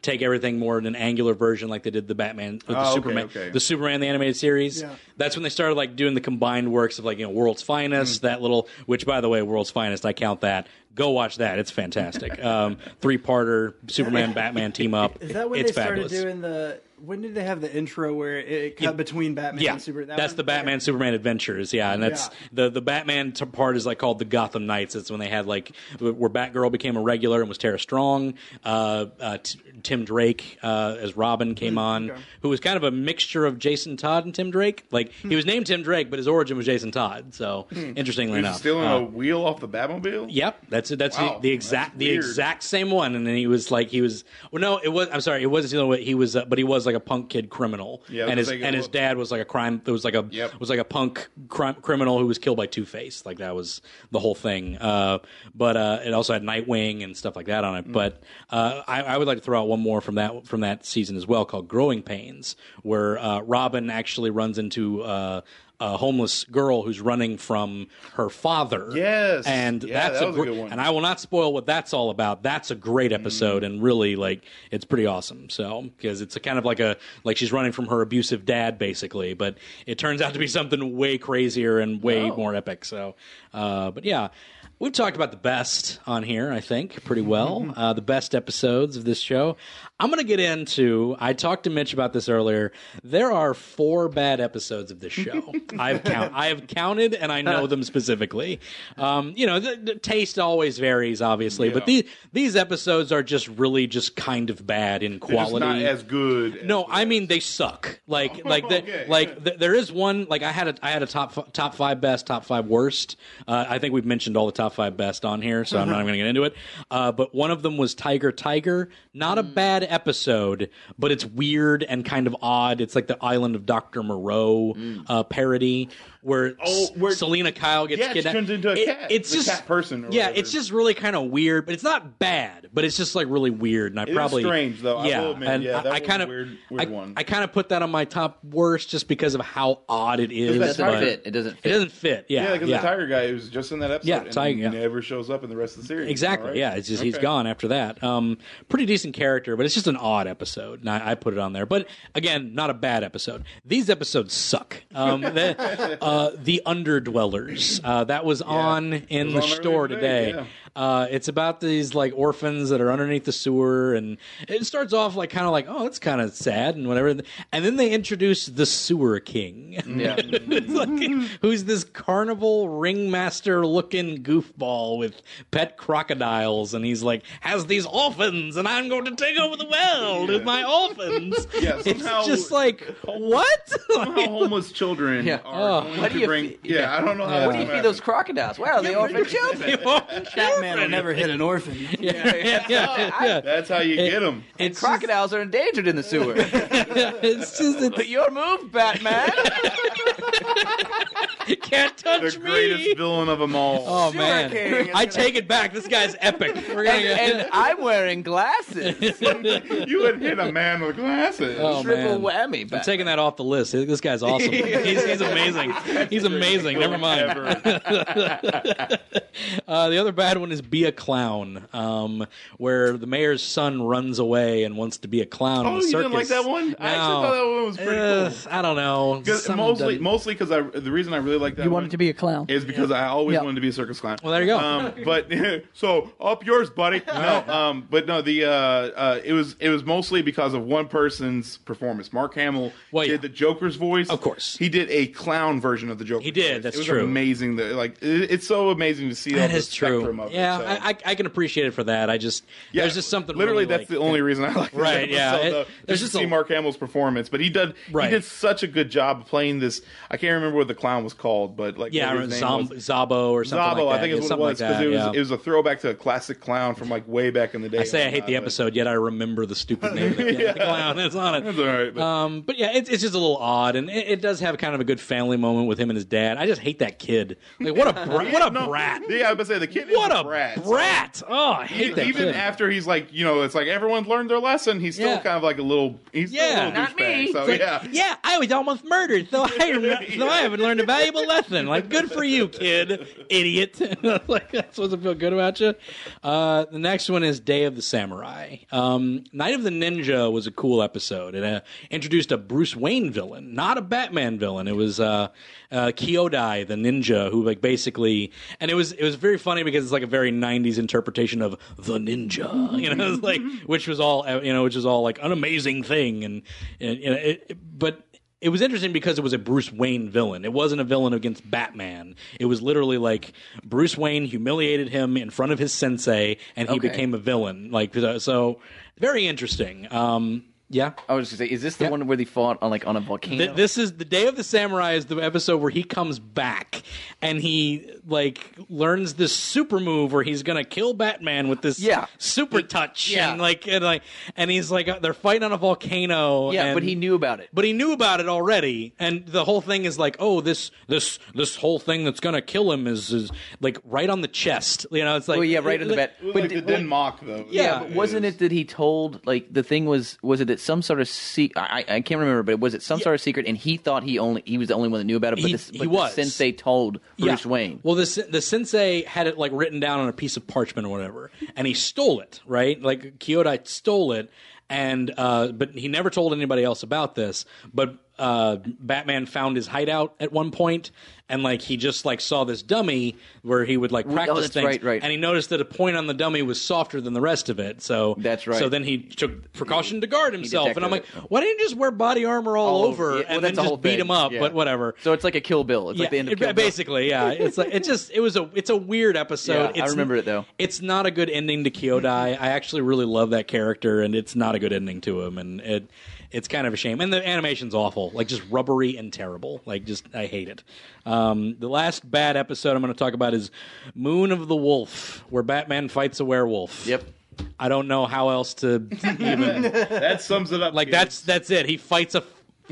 [SPEAKER 1] take everything more in an angular version, like they did the Batman, or the
[SPEAKER 7] Oh, okay,
[SPEAKER 1] Superman,
[SPEAKER 7] okay.
[SPEAKER 1] the Superman the animated series.
[SPEAKER 8] Yeah.
[SPEAKER 1] That's when they started like doing the combined works of like you know World's Finest,
[SPEAKER 7] Hmm.
[SPEAKER 1] that little. Which by the way, World's Finest, I count that. Go watch that; it's
[SPEAKER 7] [laughs]
[SPEAKER 1] fantastic. um, Three parter Superman Batman team up.
[SPEAKER 8] Is that when
[SPEAKER 1] it's
[SPEAKER 8] they started
[SPEAKER 1] fabulous.
[SPEAKER 8] doing the? When did they have the intro where it, it cut between Batman
[SPEAKER 1] Yeah,
[SPEAKER 8] and Superman? That
[SPEAKER 1] that's
[SPEAKER 8] one?
[SPEAKER 1] the Batman Superman Adventures. Yeah, and that's
[SPEAKER 8] Yeah.
[SPEAKER 1] the the Batman t- part is like called the Gotham Knights. It's when they had like wh- where Batgirl became a regular and was Tara Strong. Uh, uh, t- Tim Drake uh, as
[SPEAKER 8] Mm-hmm.
[SPEAKER 1] Robin came on, who was kind of a mixture of Jason Todd and Tim Drake. Like
[SPEAKER 8] Hmm.
[SPEAKER 1] he was named Tim Drake, but his origin was Jason Todd. So interestingly
[SPEAKER 7] He was
[SPEAKER 1] enough,
[SPEAKER 7] stealing
[SPEAKER 1] uh,
[SPEAKER 7] a wheel off the Batmobile.
[SPEAKER 1] Yep, that's it. That's
[SPEAKER 7] Wow,
[SPEAKER 1] the, the exact
[SPEAKER 7] that's
[SPEAKER 1] the
[SPEAKER 7] weird.
[SPEAKER 1] exact same one. And then he was like, he was well, no, it was. I'm sorry, it wasn't. You know, he was, uh, but he was like a punk kid criminal.
[SPEAKER 7] Yeah,
[SPEAKER 1] and
[SPEAKER 7] that's
[SPEAKER 1] his
[SPEAKER 7] like it
[SPEAKER 1] and his
[SPEAKER 7] was.
[SPEAKER 1] dad was like a crime. It was like a
[SPEAKER 7] Yep.
[SPEAKER 1] was like a punk crime, criminal who was killed by Two Face. Like that was the whole thing. Uh, but uh, it also had Nightwing and stuff like that on it.
[SPEAKER 7] Mm.
[SPEAKER 1] But uh, I, I would like to throw out one more from that from that season as well, called Growing Pains, where uh, Robin actually runs into. Uh, a homeless girl who's running from her father.
[SPEAKER 7] Yes.
[SPEAKER 1] and
[SPEAKER 7] Yeah,
[SPEAKER 1] that's
[SPEAKER 7] that
[SPEAKER 1] a,
[SPEAKER 7] was a
[SPEAKER 1] gr-
[SPEAKER 7] good one.
[SPEAKER 1] and I will not spoil what that's all about. That's a great episode and really like it's pretty awesome. So because it's a kind of like a like she's running from her abusive dad basically, but it turns out to be something way crazier and way
[SPEAKER 7] Oh.
[SPEAKER 1] more epic. So, uh, but yeah. We've talked about the best on here, I think, pretty
[SPEAKER 7] Mm-hmm.
[SPEAKER 1] well. Uh, the best episodes of this show. I'm going to get into. I talked to Mitch about this earlier. There are four bad episodes of this
[SPEAKER 7] [laughs]
[SPEAKER 1] show. I've count. I have counted, and I know them specifically. Um, you know, the, the taste always varies, obviously, but these these episodes are just really just kind of bad in
[SPEAKER 7] Just
[SPEAKER 1] quality.
[SPEAKER 7] not as good. as
[SPEAKER 1] No,
[SPEAKER 7] the
[SPEAKER 1] I
[SPEAKER 7] rest.
[SPEAKER 1] mean they suck.
[SPEAKER 7] [laughs]
[SPEAKER 1] Like like
[SPEAKER 7] Okay.
[SPEAKER 1] the, like th- there is one like I had a I had a top f- top five best, top five worst. Uh, I think we've mentioned all the top five best on here, so I'm not even going to get into it. Uh, but one of them was Tiger Tiger. Not
[SPEAKER 7] Mm.
[SPEAKER 1] a bad episode, but it's weird and kind of odd. It's like the Island of Doctor Moreau uh, parody where,
[SPEAKER 7] Mm. Oh,
[SPEAKER 1] S-
[SPEAKER 7] where-
[SPEAKER 1] Selena Kyle gets
[SPEAKER 7] Yeah, she
[SPEAKER 1] kidnapped.
[SPEAKER 7] turns into a
[SPEAKER 1] It-
[SPEAKER 7] cat,
[SPEAKER 1] it's
[SPEAKER 7] the
[SPEAKER 1] just
[SPEAKER 7] cat person or
[SPEAKER 1] yeah,
[SPEAKER 7] whatever.
[SPEAKER 1] it's just really kind of weird, but it's not bad. But it's just like really weird, and I
[SPEAKER 7] is
[SPEAKER 1] probably
[SPEAKER 7] strange, though. I
[SPEAKER 1] Yeah,
[SPEAKER 7] will admit,
[SPEAKER 1] and
[SPEAKER 7] yeah,
[SPEAKER 1] I-
[SPEAKER 7] that
[SPEAKER 1] I
[SPEAKER 7] was
[SPEAKER 1] kind
[SPEAKER 7] a
[SPEAKER 1] of
[SPEAKER 7] weird- weird
[SPEAKER 1] I,
[SPEAKER 7] one.
[SPEAKER 1] I kind of put that on my top worst just because of how odd it is.
[SPEAKER 7] that
[SPEAKER 3] doesn't
[SPEAKER 7] Tiger-
[SPEAKER 1] but
[SPEAKER 3] fit. It doesn't
[SPEAKER 1] It
[SPEAKER 3] fit.
[SPEAKER 1] doesn't fit. Yeah,
[SPEAKER 7] Yeah, because the tiger guy who's just in that episode
[SPEAKER 1] Yeah,
[SPEAKER 7] and
[SPEAKER 1] tiger, yeah.
[SPEAKER 7] never shows up in the rest of the series.
[SPEAKER 1] Exactly.
[SPEAKER 7] All right.
[SPEAKER 1] Yeah, it's just he's
[SPEAKER 7] Okay.
[SPEAKER 1] gone after that. Um, pretty decent character, but it's just an odd episode. And I, I put it on there, but again, not a bad episode. These episodes suck. Um,
[SPEAKER 7] [laughs]
[SPEAKER 1] the, uh, the Underdwellers uh, that was on in
[SPEAKER 7] was
[SPEAKER 1] the
[SPEAKER 7] on earlier
[SPEAKER 1] store
[SPEAKER 7] today,
[SPEAKER 1] today. Uh, it's about these like orphans that are underneath the sewer, and it starts off like kind of like oh, that's kind of sad and whatever, and then they introduce the sewer king.
[SPEAKER 3] Yeah.
[SPEAKER 1] [laughs] It's like, who's this carnival ringmaster looking goofball with pet crocodiles and he's like has these orphans and i'm going to take over the world with my orphans
[SPEAKER 7] Yeah, somehow-
[SPEAKER 1] it's just like what [laughs]
[SPEAKER 7] Somehow homeless children
[SPEAKER 3] Yeah.
[SPEAKER 7] are
[SPEAKER 1] Oh.
[SPEAKER 7] going
[SPEAKER 3] How do
[SPEAKER 7] to
[SPEAKER 3] you
[SPEAKER 7] bring.
[SPEAKER 3] fe-
[SPEAKER 7] yeah, I don't know how.
[SPEAKER 3] What do you feed those crocodiles? Wow, they all
[SPEAKER 1] [laughs]
[SPEAKER 3] fit children.
[SPEAKER 8] [laughs] Batman will never hit an orphan.
[SPEAKER 1] yeah, yeah, yeah.
[SPEAKER 7] That's how you get them.
[SPEAKER 1] It's just- [laughs]
[SPEAKER 3] Crocodiles are endangered in the sewer.
[SPEAKER 1] it's just it's,
[SPEAKER 3] but your move, Batman.
[SPEAKER 1] you [laughs] can't touch
[SPEAKER 7] The
[SPEAKER 1] me
[SPEAKER 7] greatest villain of them all.
[SPEAKER 1] oh man
[SPEAKER 3] king is
[SPEAKER 1] i take it back this guy's epic we're gonna
[SPEAKER 3] and, and I'm wearing glasses.
[SPEAKER 7] You would hit a man with glasses.
[SPEAKER 1] Oh,
[SPEAKER 3] Triple
[SPEAKER 1] man.
[SPEAKER 3] whammy.
[SPEAKER 1] I'm
[SPEAKER 3] Batman.
[SPEAKER 1] taking that off the list. This
[SPEAKER 3] [laughs]
[SPEAKER 1] guy's awesome. he's, he's amazing. He's amazing. Never mind. [laughs]
[SPEAKER 7] Ever.
[SPEAKER 1] Uh, the other bad one is Be a Clown, um, where the mayor's son runs away and wants to be a clown in
[SPEAKER 7] Oh,
[SPEAKER 1] a
[SPEAKER 7] you
[SPEAKER 1] circus.
[SPEAKER 7] didn't like that one? I actually
[SPEAKER 1] No.
[SPEAKER 7] thought that one was pretty
[SPEAKER 1] Uh,
[SPEAKER 7] cool.
[SPEAKER 1] I don't know.
[SPEAKER 7] 'Cause
[SPEAKER 1] Someone
[SPEAKER 7] mostly,
[SPEAKER 1] doesn't-
[SPEAKER 7] mostly because I the reason I really like that
[SPEAKER 2] You
[SPEAKER 7] one
[SPEAKER 2] wanted to be a clown.
[SPEAKER 7] is because I always
[SPEAKER 2] Yeah.
[SPEAKER 7] wanted to be a circus clown.
[SPEAKER 1] Well, there you go.
[SPEAKER 7] Um, but [laughs] so up
[SPEAKER 1] [laughs]
[SPEAKER 7] yours, buddy. No, um, but no, the uh, uh, it was it was mostly because of one person's performance. Mark Hamill
[SPEAKER 1] Well,
[SPEAKER 7] did
[SPEAKER 1] yeah.
[SPEAKER 7] the Joker's voice.
[SPEAKER 1] Of course.
[SPEAKER 7] he did a clown version of the Joker.
[SPEAKER 1] He did,
[SPEAKER 7] voice.
[SPEAKER 1] that's
[SPEAKER 7] it was
[SPEAKER 1] true.
[SPEAKER 7] Amazing. That like it, it's so amazing to see all
[SPEAKER 1] that
[SPEAKER 7] the
[SPEAKER 1] is true.
[SPEAKER 7] spectrum of
[SPEAKER 1] Yeah,
[SPEAKER 7] it. so.
[SPEAKER 1] I, I, I can appreciate it for that. I just
[SPEAKER 7] Yeah,
[SPEAKER 1] there's just something really,
[SPEAKER 7] Literally, that's
[SPEAKER 1] like-
[SPEAKER 7] the only reason I like. [laughs]
[SPEAKER 1] Right,
[SPEAKER 7] This
[SPEAKER 1] yeah,
[SPEAKER 7] episode,
[SPEAKER 1] it-
[SPEAKER 7] though,
[SPEAKER 1] there's
[SPEAKER 7] just
[SPEAKER 1] just
[SPEAKER 7] to see
[SPEAKER 1] a-
[SPEAKER 7] Mark Hamill's performance, but he did.
[SPEAKER 1] Right.
[SPEAKER 7] He did such a good job of playing this. I can't remember what the clown was called, but like
[SPEAKER 1] yeah, I
[SPEAKER 7] what his
[SPEAKER 1] remember
[SPEAKER 7] name was.
[SPEAKER 1] Zom- Zabo or something. like
[SPEAKER 7] Zabo,
[SPEAKER 1] that.
[SPEAKER 7] I think
[SPEAKER 1] Yeah,
[SPEAKER 7] is what it
[SPEAKER 1] something
[SPEAKER 7] was
[SPEAKER 1] like
[SPEAKER 7] because
[SPEAKER 1] that,
[SPEAKER 7] it was
[SPEAKER 1] yeah.
[SPEAKER 7] it was a throwback to a classic clown from like way back in the day.
[SPEAKER 1] I say I hate the episode, yet I remember the
[SPEAKER 7] [laughs]
[SPEAKER 1] stupid name. Of it. Yeah, the clown is on it.
[SPEAKER 7] That's all right. But
[SPEAKER 1] Um, but yeah, it's, it's just a little odd, and it, it does have kind of a good family moment with him and his dad. I just hate that kid. Like what a bra- what a
[SPEAKER 7] No,
[SPEAKER 1] brat!
[SPEAKER 7] [laughs] Yeah, I was gonna say the kid. is
[SPEAKER 1] What a
[SPEAKER 7] brat.
[SPEAKER 1] brat! Oh, I hate that
[SPEAKER 7] Even
[SPEAKER 1] kid.
[SPEAKER 7] after he's like, you know, it's like everyone learned their lesson. He's still
[SPEAKER 1] Yeah.
[SPEAKER 7] kind of like a little. He's still a
[SPEAKER 1] Yeah.
[SPEAKER 7] little
[SPEAKER 3] Not
[SPEAKER 7] douchebag,
[SPEAKER 3] me.
[SPEAKER 7] So
[SPEAKER 1] It's like,
[SPEAKER 7] yeah.
[SPEAKER 1] I was almost murdered, so [laughs] I so I haven't learned a valuable lesson. Like, good for you, kid, idiot. [laughs] like, that's supposed to feel good about you. Uh, the next one is Day of the Samurai. Um, Night of the Ninja was a cool episode. It uh, introduced a Bruce Wayne villain, not a Batman villain. It was uh, uh, Kyodai, the ninja, who like basically, and it was it was very funny because it's like a very '90s interpretation of the ninja, you know, [laughs] it's like which was all uh, you know, which was all like an amazing thing, and, and you know, it, it- but it was interesting because it was a Bruce Wayne villain. It wasn't a villain against Batman. It was literally like Bruce Wayne humiliated him in front of his sensei, and he became a villain. Like so- so, very interesting. Um, yeah,
[SPEAKER 3] I was just gonna say, is this the one where they fought on like on a volcano?
[SPEAKER 1] Th- this is the day of the samurai is the episode where he comes back and he like learns this super move where he's gonna kill Batman with this
[SPEAKER 3] Yeah.
[SPEAKER 1] super touch
[SPEAKER 3] yeah.
[SPEAKER 1] and like and like and he's like uh, they're fighting on a volcano.
[SPEAKER 3] yeah,
[SPEAKER 1] and-
[SPEAKER 3] but he knew about it.
[SPEAKER 1] but he knew about it already, and the whole thing is like, oh, this this this whole thing that's gonna kill him is, is like right on the chest. You know, it's like
[SPEAKER 3] Well, yeah, right in the
[SPEAKER 1] like-
[SPEAKER 3] back.
[SPEAKER 7] It was
[SPEAKER 3] But
[SPEAKER 7] like the
[SPEAKER 3] di-
[SPEAKER 7] Den Mock though.
[SPEAKER 1] Yeah,
[SPEAKER 3] but wasn't it that he told like the thing was was it that some sort of secret? I, I can't remember, but was it some sort of secret? And he thought he only he was the only one that knew about it. But
[SPEAKER 1] He-
[SPEAKER 3] this,
[SPEAKER 1] he
[SPEAKER 3] but
[SPEAKER 1] was.
[SPEAKER 3] the sensei told Bruce Wayne.
[SPEAKER 1] Well, the sen- the sensei had it like written down on a piece of parchment or whatever, and he stole it. Right, like Kyodai stole it, and uh, but he never told anybody else about this. But uh, Batman found his hideout at one point, and like he just like saw this dummy where he would like practice
[SPEAKER 3] Oh, that's
[SPEAKER 1] things,
[SPEAKER 3] right, right.
[SPEAKER 1] and he noticed that a point on the dummy was softer than the rest of it. So
[SPEAKER 3] That's right.
[SPEAKER 1] So then he took precaution to guard himself, and I'm like,
[SPEAKER 3] detected it.
[SPEAKER 1] why didn't you just wear body armor all,
[SPEAKER 3] All
[SPEAKER 1] over
[SPEAKER 3] over- yeah, well,
[SPEAKER 1] and then
[SPEAKER 3] that's the
[SPEAKER 1] just
[SPEAKER 3] whole
[SPEAKER 1] beat
[SPEAKER 3] thing.
[SPEAKER 1] him up?
[SPEAKER 3] Yeah.
[SPEAKER 1] But whatever
[SPEAKER 3] So it's like a Kill Bill. It's like the end of
[SPEAKER 1] it-
[SPEAKER 3] Kill Bill.
[SPEAKER 1] basically, yeah. It's like it just it was a it's a weird
[SPEAKER 3] Yeah, I
[SPEAKER 1] episode. It's,
[SPEAKER 3] remember it, though.
[SPEAKER 1] It's not a good ending to Kyodai. I actually really love that character, and it's not a good ending to him, and it it's kind of a shame. And the animation's awful, like just rubbery and terrible. Like just I hate it. Um, the last bad episode I'm going to talk about is Moon of the Wolf, where Batman fights a werewolf.
[SPEAKER 3] Yep.
[SPEAKER 1] I don't know how else to
[SPEAKER 7] That sums it up.
[SPEAKER 1] like
[SPEAKER 7] kids.
[SPEAKER 1] that's that's it. He fights a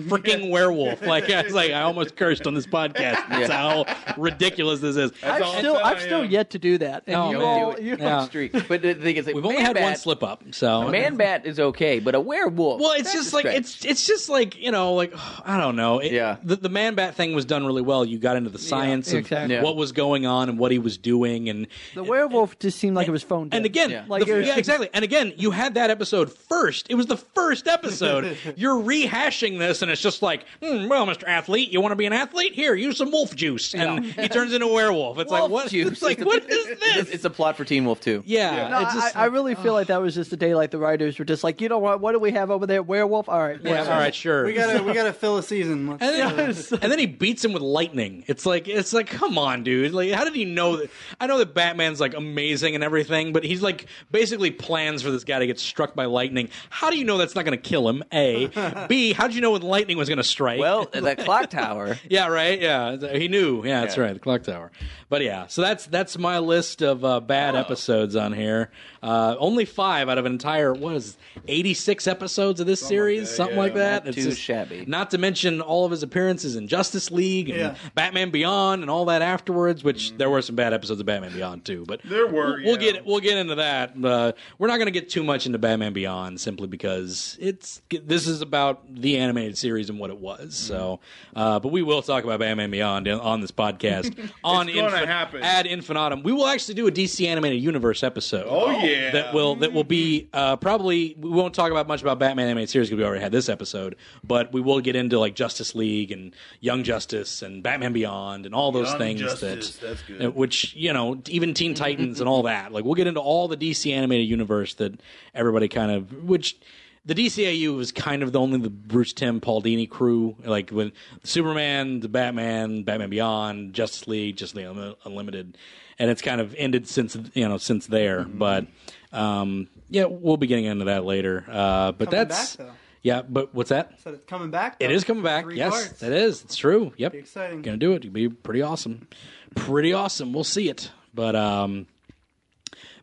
[SPEAKER 1] freaking werewolf. Like I was like, I almost cursed on this podcast. That's how ridiculous this is.
[SPEAKER 7] That's all
[SPEAKER 2] I've still,
[SPEAKER 7] upset I
[SPEAKER 2] I've still
[SPEAKER 7] am.
[SPEAKER 2] yet to do that. And
[SPEAKER 1] Oh,
[SPEAKER 2] you
[SPEAKER 1] man.
[SPEAKER 2] all, you
[SPEAKER 1] Yeah.
[SPEAKER 3] Streak. But the thing is, like,
[SPEAKER 1] We've only
[SPEAKER 3] Man
[SPEAKER 1] had one
[SPEAKER 3] Bat-
[SPEAKER 1] slip up, so
[SPEAKER 3] Man Bat is okay, but a werewolf.
[SPEAKER 1] Well, it's
[SPEAKER 3] that's
[SPEAKER 1] just
[SPEAKER 3] a
[SPEAKER 1] like
[SPEAKER 3] stretch.
[SPEAKER 1] it's it's just like you know, like [sighs] I don't know. It-
[SPEAKER 3] Yeah.
[SPEAKER 1] the, the man bat thing was done really well. You got into the science of
[SPEAKER 2] exactly.
[SPEAKER 3] Yeah.
[SPEAKER 1] what was going on and what he was doing, and
[SPEAKER 2] The werewolf just seemed like it was phoned.
[SPEAKER 1] And
[SPEAKER 2] in.
[SPEAKER 1] again,
[SPEAKER 3] Yeah.
[SPEAKER 2] Like,
[SPEAKER 1] the-
[SPEAKER 2] it was-
[SPEAKER 1] yeah, exactly. And again, you had that episode first. It was the first [laughs] episode. You're rehashing this, and it's just like, hmm, well, Mr. Athlete, you want to be an athlete? Here, use some wolf juice, and he turns into a werewolf. It's like
[SPEAKER 3] Wolf
[SPEAKER 1] what? [laughs]
[SPEAKER 3] juice.
[SPEAKER 1] It's like what is
[SPEAKER 3] It's,
[SPEAKER 1] this?
[SPEAKER 3] it's a plot for Teen Wolf too.
[SPEAKER 1] yeah,
[SPEAKER 2] No,
[SPEAKER 1] it's just,
[SPEAKER 2] I, I really feel like that was just the day like the writers were just like, you know what? What do we have over there? Werewolf. All right.
[SPEAKER 1] yeah. All right, sure.
[SPEAKER 8] We gotta we gotta fill a season.
[SPEAKER 1] [laughs]
[SPEAKER 8] Let's, uh,
[SPEAKER 1] and then, and then he beats him with lightning. It's like it's like come on, dude. Like how did he know that? I know that Batman's like amazing and everything, but he's like basically plans for this guy to get struck by lightning. How do you know that's not going to kill him? A, B. How did you know when lightning was going to strike?
[SPEAKER 3] Well, that clock tower.
[SPEAKER 1] [laughs] Yeah, right. Yeah, uh, he knew. Yeah, that's
[SPEAKER 3] Yeah.
[SPEAKER 1] right. The clock tower. But yeah, so that's that's my list of uh, bad episodes on here. Uh, only five out of an entire what is eighty six episodes of this series,
[SPEAKER 7] that,
[SPEAKER 1] something
[SPEAKER 7] yeah.
[SPEAKER 1] like that.
[SPEAKER 3] Not too shabby.
[SPEAKER 1] Not to mention all of his appearances in Justice League and
[SPEAKER 8] Yeah.
[SPEAKER 1] Batman Beyond and all that afterwards. Which there were some bad episodes of Batman Beyond too, but
[SPEAKER 7] There were,
[SPEAKER 1] We'll, we'll
[SPEAKER 7] yeah.
[SPEAKER 1] get we'll get into that. Uh, we're not going to get too much into Batman Beyond simply because it's this is about the animated series and what it was.
[SPEAKER 7] Mm-hmm.
[SPEAKER 1] So, uh, but we will talk about Batman Beyond in- on this
[SPEAKER 7] [laughs]
[SPEAKER 1] podcast. on
[SPEAKER 7] gonna happen.
[SPEAKER 1] ad infinitum, we will actually do a DC animated universe episode.
[SPEAKER 7] Oh, yeah.
[SPEAKER 1] that will that will be uh, probably we won't talk about much about Batman animated series because we already had this episode, but we will get into like Justice League and Young Justice and Batman Beyond and all those
[SPEAKER 7] Young
[SPEAKER 1] things
[SPEAKER 7] Justice,
[SPEAKER 1] that
[SPEAKER 7] that's good.
[SPEAKER 1] uh, which you know even Teen Titans and all that. Like we'll get into all the DC animated universe that everybody kind of which. The DCAU was kind of the only the Bruce Tim Paul Dini crew, like when Superman, the Batman, Batman Beyond, Justice League, Justice League Unli- Unlimited, and it's kind of ended since you know since there.
[SPEAKER 8] Mm-hmm.
[SPEAKER 1] But um, yeah, we'll be getting into that later. Uh, but
[SPEAKER 8] Coming
[SPEAKER 1] that's
[SPEAKER 8] back, though.
[SPEAKER 1] yeah. But what's that?
[SPEAKER 8] so it's coming back.
[SPEAKER 1] It
[SPEAKER 8] though.
[SPEAKER 1] is coming back.
[SPEAKER 8] Three
[SPEAKER 1] Yes,
[SPEAKER 8] parts.
[SPEAKER 1] that is. It's true. Yep.
[SPEAKER 8] Be exciting.
[SPEAKER 1] Gonna do it. It'll be pretty awesome. Pretty awesome. We'll see it. But um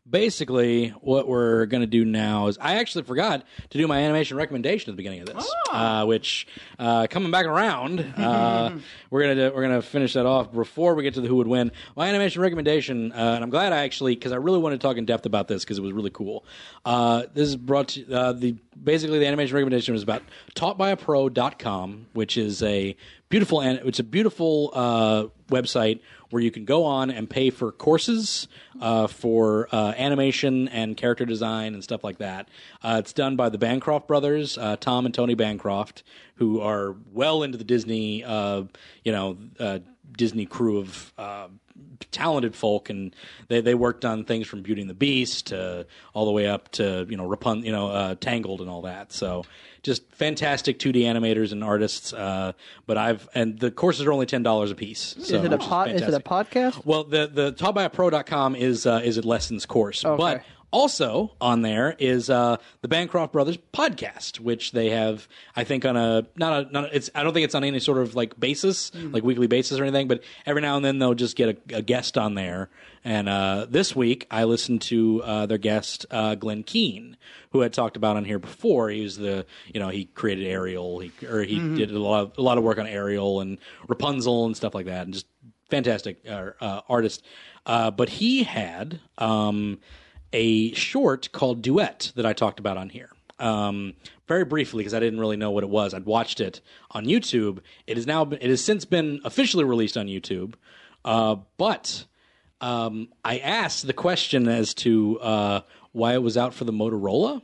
[SPEAKER 1] basically what we're gonna do now is I actually forgot to do my animation recommendation at the beginning of this. Uh, which uh, coming back around, uh, we're gonna do, we're gonna finish that off before we get to the who would win. My animation recommendation, uh, and I'm glad I actually because I really wanted to talk in depth about this because it was really cool. Uh, this is brought to uh, the basically the animation recommendation was about taughtbyapro.com, which is a beautiful an- it's a beautiful uh, website where you can go on and pay for courses uh, for uh, animation and character design and stuff like that. Uh, it's done by the Bancroft brothers, uh, Tom and Tony Bancroft, who are well into the Disney, uh, you know, uh, Disney crew of. Uh, talented folk and they, they worked on things from Beauty and the Beast to all the way up to you know Rapun- you know uh, Tangled and all that so just fantastic 2D animators and artists uh, but I've and the courses are only $10 a piece so
[SPEAKER 2] Is it a
[SPEAKER 1] which is
[SPEAKER 2] pod? Is it a
[SPEAKER 1] fantastic.
[SPEAKER 2] podcast?
[SPEAKER 1] Well, the the taughtbyapro.com is uh, is a lessons course, but also on there is uh, the Bancroft Brothers podcast, which they have, I think, on a not a not a, it's I don't think it's on any sort of like basis, like weekly basis or anything, but every now and then they'll just get a, a guest on there. And uh, this week I listened to uh, their guest uh, Glenn Keane, who had talked about on here before. He was the you know he created Ariel, he or he did a lot of, a lot of work on Ariel and Rapunzel and stuff like that, and just fantastic uh, uh, artist. Uh, but he had um, a short called Duet that I talked about on here. um, very briefly because I didn't really know what it was. I'd watched it on YouTube. It is now been, it has since been officially released on YouTube, uh, but um, I asked the question as to uh, why it was out for the Motorola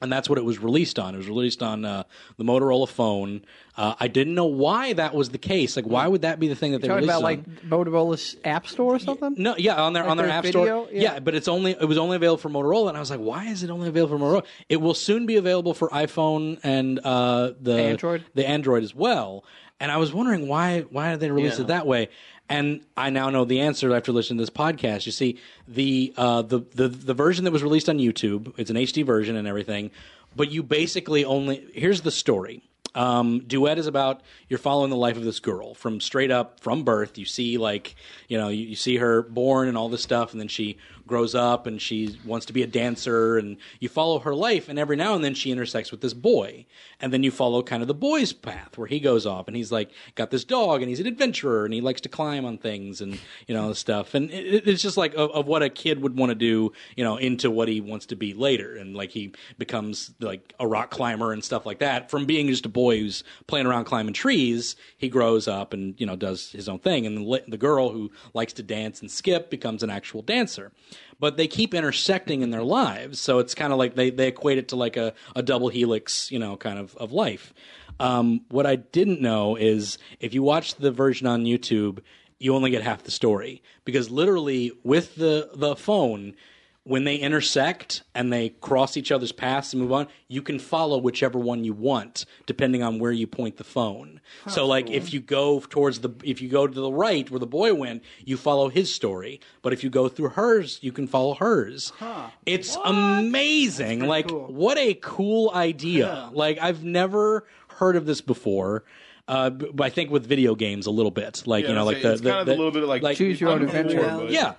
[SPEAKER 1] and that's what it was released on. It was released on uh, the Motorola phone. Uh, I didn't know why that was the case. Like, why would that be the thing that they
[SPEAKER 2] Talking
[SPEAKER 1] released
[SPEAKER 2] about
[SPEAKER 1] it
[SPEAKER 2] like
[SPEAKER 1] on?
[SPEAKER 2] Motorola's app store or something.
[SPEAKER 1] No, yeah, on their on their,
[SPEAKER 2] their
[SPEAKER 1] app
[SPEAKER 2] video?
[SPEAKER 1] store.
[SPEAKER 2] Yeah.
[SPEAKER 1] Yeah. but it's only it was only available for Motorola, and I was like, why is it only available for Motorola? It will soon be available for iPhone and uh, the
[SPEAKER 2] Android?
[SPEAKER 1] the Android as well. And I was wondering why why did they release it that way? And I now know the answer after listening to this podcast. You see, the uh, the the the version that was released on YouTube, it's an HD version and everything, but you basically only here's the story. Um, Duet is about you're following the life of this girl from straight up from birth. You see like you know you, you see her born and all this stuff, and then she grows up and she wants to be a dancer, and you follow her life. And every now and then she intersects with this boy, and then you follow kind of the boy's path where he goes off and he's like got this dog and he's an adventurer and he likes to climb on things and you know this stuff. And it, it- it's just like of, of what a kid would want to do, you know, into what he wants to be later. And like he becomes like a rock climber and stuff like that. From being just a boy who's playing around climbing trees, he grows up and you know does his own thing. And the, li- the girl who likes to dance and skip becomes an actual dancer. But they keep intersecting in their lives, so it's kind of like they they equate it to like a a double helix, you know, kind of of life. Um, what I didn't know is if you watch the version on YouTube, you only get half the story because literally with the the phone when they intersect and they cross each other's paths and move on, you can follow whichever one you want, depending on where you point the phone. so, like, if you go towards the, if you go to the right where the boy went, you follow his story. But if you go through hers, you can follow hers. It's amazing. Like, what a cool idea. Like, I've never heard of this before. Uh, b- but I think with video games a little bit, like
[SPEAKER 7] Yeah,
[SPEAKER 1] you know,
[SPEAKER 7] I'd
[SPEAKER 1] like
[SPEAKER 7] say
[SPEAKER 1] the,
[SPEAKER 7] it's
[SPEAKER 1] the-
[SPEAKER 7] kind of
[SPEAKER 1] the-
[SPEAKER 7] a little bit of, like, choose
[SPEAKER 2] your own adventure.
[SPEAKER 1] yeah.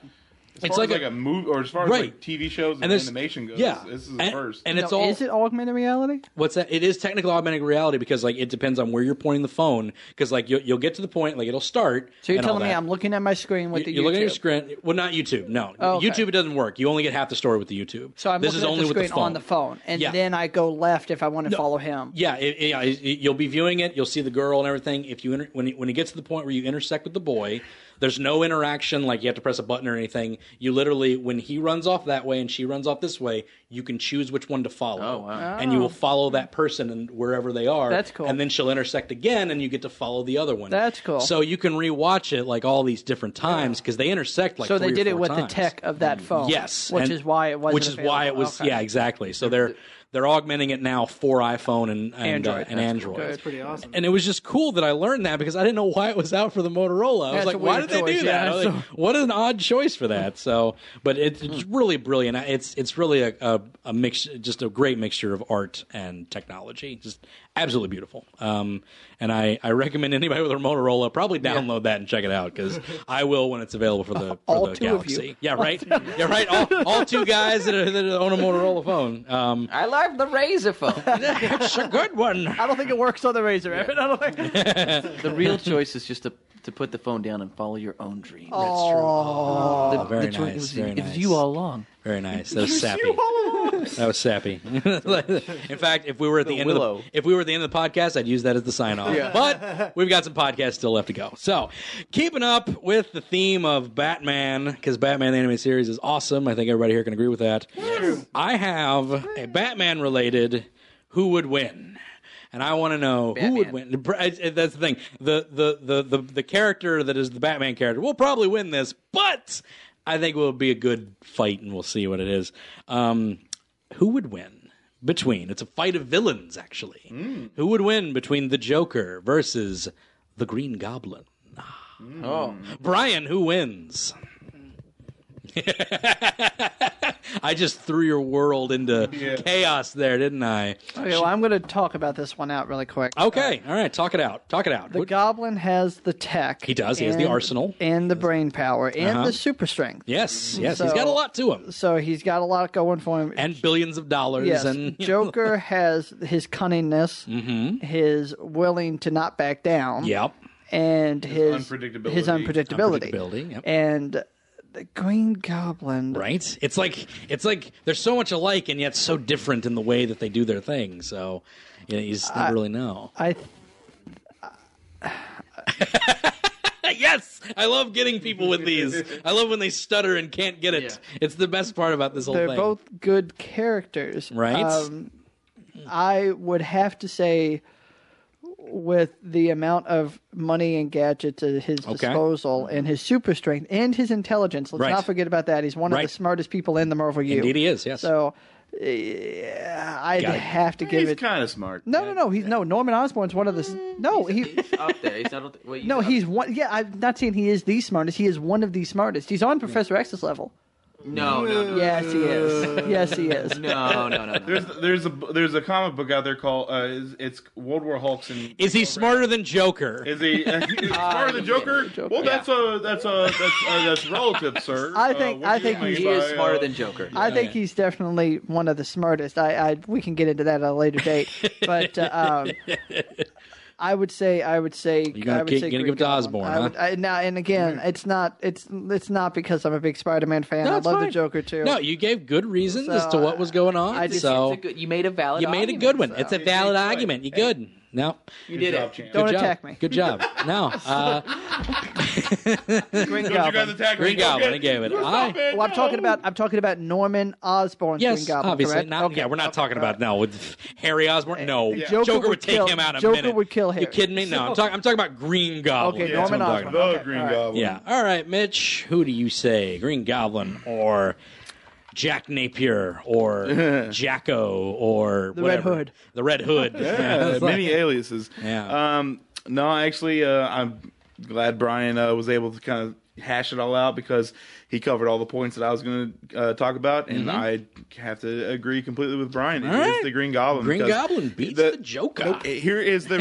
[SPEAKER 7] it's like, a, movie, or as far as
[SPEAKER 1] Right.
[SPEAKER 7] like TV shows and,
[SPEAKER 1] there's-
[SPEAKER 7] animation goes,
[SPEAKER 1] yeah,
[SPEAKER 7] this is the
[SPEAKER 1] and,
[SPEAKER 7] first.
[SPEAKER 1] and it's
[SPEAKER 2] Now,
[SPEAKER 1] all
[SPEAKER 2] is it augmented reality?
[SPEAKER 1] what's that? It is technical augmented reality because like it depends on where you're pointing the phone because like you'll, you'll get to the point like it'll start.
[SPEAKER 2] So you're
[SPEAKER 1] and all
[SPEAKER 2] telling me
[SPEAKER 1] that.
[SPEAKER 2] I'm looking at my screen with the
[SPEAKER 1] You're looking at your
[SPEAKER 2] YouTube.
[SPEAKER 1] screen. Well, not YouTube. No,
[SPEAKER 2] Oh, okay.
[SPEAKER 1] YouTube it doesn't work. You only get half the story with the YouTube.
[SPEAKER 2] So I'm
[SPEAKER 1] this is
[SPEAKER 2] looking
[SPEAKER 1] only
[SPEAKER 2] at the
[SPEAKER 1] with
[SPEAKER 2] screen
[SPEAKER 1] the phone.
[SPEAKER 2] on the phone, and
[SPEAKER 1] Yeah.
[SPEAKER 2] then I go left if I want to follow him.
[SPEAKER 1] Um, Yeah, it, it- yeah, it- you'll be viewing it. You'll see the girl and everything. If you inter- when it, when it gets to the point where you intersect with the boy, there's no interaction. Like you have to press a button or anything. You literally, when he runs off that way and she runs off this way, you can choose which one to follow. Oh wow! And you will follow that person and wherever they are.
[SPEAKER 2] That's cool.
[SPEAKER 1] And then she'll intersect again, and you get to follow the other one.
[SPEAKER 2] That's cool.
[SPEAKER 1] So you can rewatch it like all these different times because they intersect like.
[SPEAKER 2] so they
[SPEAKER 1] three or
[SPEAKER 2] did it
[SPEAKER 1] four
[SPEAKER 2] with
[SPEAKER 1] times. Mm.
[SPEAKER 2] the tech of that phone.
[SPEAKER 1] Yes,
[SPEAKER 2] which
[SPEAKER 1] and-
[SPEAKER 2] is why it was.
[SPEAKER 1] Which is why it was. Yeah, exactly. So they're they're augmenting it now for iPhone and and Android.
[SPEAKER 2] Android.
[SPEAKER 1] and Android.
[SPEAKER 8] That's pretty awesome.
[SPEAKER 1] And it was just cool that I learned that because I didn't know why it was out for the Motorola. I was
[SPEAKER 2] That's
[SPEAKER 1] like,
[SPEAKER 2] a
[SPEAKER 1] why did
[SPEAKER 2] weird
[SPEAKER 1] they
[SPEAKER 2] choice,
[SPEAKER 1] do that?
[SPEAKER 2] yeah.
[SPEAKER 1] I was like, what an odd choice for that. So, but it's, it's
[SPEAKER 2] Hmm.
[SPEAKER 1] really brilliant. It's it's really a, a a mix, just a great mixture of art and technology. Just absolutely beautiful. Um, and I I recommend anybody with a Motorola probably download that and check it out because I will when it's available for the for
[SPEAKER 2] All
[SPEAKER 1] the
[SPEAKER 2] two of
[SPEAKER 1] Galaxy.
[SPEAKER 2] you.
[SPEAKER 1] Yeah, right. yeah, right. All, all two guys that, are, that own a Motorola phone. Um,
[SPEAKER 3] I love the Razor phone.
[SPEAKER 1] it's a good one.
[SPEAKER 2] I don't think it works on the Razor. Evan. I don't think.
[SPEAKER 3] [laughs] the real choice is just to to put the phone down and follow your own dreams.
[SPEAKER 2] Oh,
[SPEAKER 3] the,
[SPEAKER 1] very
[SPEAKER 3] the choice-
[SPEAKER 1] nice,
[SPEAKER 3] It was,
[SPEAKER 1] very
[SPEAKER 3] it was
[SPEAKER 1] nice.
[SPEAKER 3] you all along.
[SPEAKER 1] Very nice. That was sappy. That was sappy. [laughs] In fact, if we were at the, end
[SPEAKER 3] willow.
[SPEAKER 1] of the, if we were at the end of the podcast, I'd use that as the sign off. But we've got some podcasts still left to go. So, keeping up with the theme of Batman because Batman the animated series is awesome. I think everybody here can agree with that. I have a Batman related who would win. And I want to know who would win.
[SPEAKER 3] Batman.
[SPEAKER 1] The pr- I- I- That's the thing. The, the the the the character that is the Batman character will probably win this, but I think it will be a good fight, and we'll see what it is. Um, who would win between? It's a fight of villains, actually. Who would win between the Joker versus the Green Goblin?
[SPEAKER 3] Oh,
[SPEAKER 1] Brian, who wins? [laughs] I just threw your world into chaos there, didn't I?
[SPEAKER 2] okay, well, I'm going to talk about this one out really quick.
[SPEAKER 1] Okay, all right, talk it out. Talk it out.
[SPEAKER 2] The
[SPEAKER 1] What-
[SPEAKER 2] Goblin has the tech.
[SPEAKER 1] He does. He has the arsenal.
[SPEAKER 2] and the brain power and
[SPEAKER 1] Uh-huh.
[SPEAKER 2] the super strength.
[SPEAKER 1] yes, yes, he's got a
[SPEAKER 2] So-
[SPEAKER 1] lot to him,
[SPEAKER 2] So he's got a lot going for him.
[SPEAKER 1] and billions of dollars.
[SPEAKER 2] Yes,
[SPEAKER 1] and [laughs]
[SPEAKER 2] Joker has his cunningness,
[SPEAKER 1] Mm-hmm.
[SPEAKER 2] his willing to not back down,
[SPEAKER 1] Yep.
[SPEAKER 2] and his
[SPEAKER 7] unpredictability.
[SPEAKER 2] His unpredictability.
[SPEAKER 1] Unpredictability, yep.
[SPEAKER 2] And the Green Goblin.
[SPEAKER 1] right? It's like it's like they're so much alike and yet so different in the way that they do their thing. So you, know, you just never really know. [laughs]
[SPEAKER 2] I th-
[SPEAKER 1] yes, I love getting people with these. I love when they stutter and can't get it. It's the best part about this whole
[SPEAKER 2] they're
[SPEAKER 1] thing.
[SPEAKER 2] both good characters,
[SPEAKER 1] Right.
[SPEAKER 2] Um, I would have to say, with the amount of money and gadgets at his disposal, and his super strength and his intelligence, let's
[SPEAKER 1] Right.
[SPEAKER 2] not forget about that. He's one
[SPEAKER 1] Right.
[SPEAKER 2] of the smartest people in the Marvel U.
[SPEAKER 1] Indeed he is, yes.
[SPEAKER 2] So. yeah, I'd
[SPEAKER 1] Got it.
[SPEAKER 2] have to give
[SPEAKER 7] He's
[SPEAKER 2] it.
[SPEAKER 7] kind of smart.
[SPEAKER 2] No, no, no. He's no Norman Osborn's one of the. s- No, he.
[SPEAKER 3] up there. He's not. Wait,
[SPEAKER 2] No, he's one. Yeah, I'm not saying he is the smartest. He is one of the smartest. He's on Professor X's level.
[SPEAKER 3] no, no, no,
[SPEAKER 2] Yes, he is. Yes, he is.
[SPEAKER 3] no, no, no. no.
[SPEAKER 7] There's there's a there's a comic book out there called uh, it's, it's World War Hulks and
[SPEAKER 1] Is he smarter than Joker?
[SPEAKER 7] Is he uh, he's
[SPEAKER 2] Ah,
[SPEAKER 7] smarter than Joker? Well, that's a that's a that's uh that's relative, sir.
[SPEAKER 2] [laughs] I
[SPEAKER 7] Uh,
[SPEAKER 2] think-
[SPEAKER 7] what
[SPEAKER 2] I
[SPEAKER 7] do
[SPEAKER 2] think
[SPEAKER 7] you mean
[SPEAKER 3] He
[SPEAKER 7] by,
[SPEAKER 3] is smarter
[SPEAKER 7] uh,
[SPEAKER 3] than Joker.
[SPEAKER 2] I think he's definitely one of the smartest. I, I we can get into that at a
[SPEAKER 1] [laughs]
[SPEAKER 2] later date, but uh, um, I would say I would say you're
[SPEAKER 1] gonna
[SPEAKER 2] I would
[SPEAKER 1] keep-
[SPEAKER 2] say
[SPEAKER 1] gonna
[SPEAKER 2] Green
[SPEAKER 1] give it to
[SPEAKER 2] Goblin.
[SPEAKER 1] Osborn,
[SPEAKER 2] I
[SPEAKER 1] huh?
[SPEAKER 2] would, I, now and again, it's not it's it's not because I'm a big Spider-Man fan. I
[SPEAKER 1] No,
[SPEAKER 2] love
[SPEAKER 1] it's
[SPEAKER 2] the
[SPEAKER 1] fine.
[SPEAKER 2] Joker too. [laughs]
[SPEAKER 1] No, you gave good reasons as to what
[SPEAKER 2] uh,
[SPEAKER 1] was going on.
[SPEAKER 3] I just,
[SPEAKER 1] so
[SPEAKER 3] it's a good, you made a valid.
[SPEAKER 1] you made a
[SPEAKER 3] argument,
[SPEAKER 1] good one.
[SPEAKER 3] so.
[SPEAKER 1] It's a valid
[SPEAKER 7] Hey, hey,
[SPEAKER 1] argument. You
[SPEAKER 7] hey.
[SPEAKER 1] good? No.
[SPEAKER 3] you did
[SPEAKER 7] job,
[SPEAKER 3] it.
[SPEAKER 7] champ.
[SPEAKER 2] Don't
[SPEAKER 1] Good job.
[SPEAKER 2] attack me.
[SPEAKER 1] Good
[SPEAKER 2] [laughs]
[SPEAKER 1] job. No. Uh,
[SPEAKER 2] Green
[SPEAKER 7] Don't you
[SPEAKER 2] Goblin.
[SPEAKER 7] guys attack me?
[SPEAKER 1] Green
[SPEAKER 7] Don't
[SPEAKER 1] Goblin.
[SPEAKER 7] get-
[SPEAKER 1] I gave it.
[SPEAKER 7] Stop
[SPEAKER 1] I.
[SPEAKER 7] it,
[SPEAKER 2] Well, I'm
[SPEAKER 7] no.
[SPEAKER 2] talking about I'm talking about Norman Osborn's Green
[SPEAKER 1] Yes,
[SPEAKER 2] Goblin.
[SPEAKER 1] obviously.
[SPEAKER 2] correct?
[SPEAKER 1] Not,
[SPEAKER 2] Okay.
[SPEAKER 1] Yeah, we're not
[SPEAKER 2] Okay.
[SPEAKER 1] talking about no with Harry Osborn. No,
[SPEAKER 7] Yeah.
[SPEAKER 1] Joker,
[SPEAKER 2] Joker
[SPEAKER 1] would,
[SPEAKER 2] would
[SPEAKER 1] take
[SPEAKER 2] kill-
[SPEAKER 1] him out. In a
[SPEAKER 2] Joker
[SPEAKER 1] minute.
[SPEAKER 2] would kill
[SPEAKER 1] You
[SPEAKER 2] Harry.
[SPEAKER 1] kidding me? No, I'm talking. I'm talking about Green Goblin.
[SPEAKER 2] Okay,
[SPEAKER 1] That's what
[SPEAKER 2] Norman
[SPEAKER 1] I'm talking
[SPEAKER 2] Osborn.
[SPEAKER 7] The
[SPEAKER 2] Okay,
[SPEAKER 7] Green
[SPEAKER 2] all right.
[SPEAKER 7] Goblin.
[SPEAKER 1] Yeah. All right, Mitch. Who do you say, Green Goblin or Jack Napier or
[SPEAKER 7] [laughs]
[SPEAKER 1] Jacko or the
[SPEAKER 2] Red
[SPEAKER 1] whatever.
[SPEAKER 2] Hood.
[SPEAKER 1] The Red Hood. [laughs]
[SPEAKER 7] Yeah,
[SPEAKER 1] It's like-
[SPEAKER 7] many aliases.
[SPEAKER 1] Yeah.
[SPEAKER 7] Um, no, actually, uh, I'm glad Brian uh, was able to kind of hash it all out because he covered all the points that I was going to uh, talk about, and
[SPEAKER 1] Mm-hmm.
[SPEAKER 7] I have to agree completely with Brian. It is
[SPEAKER 1] right.
[SPEAKER 7] the Green Goblin.
[SPEAKER 1] Green
[SPEAKER 7] because
[SPEAKER 1] Goblin beats the Joker.
[SPEAKER 7] Nope, Here is the.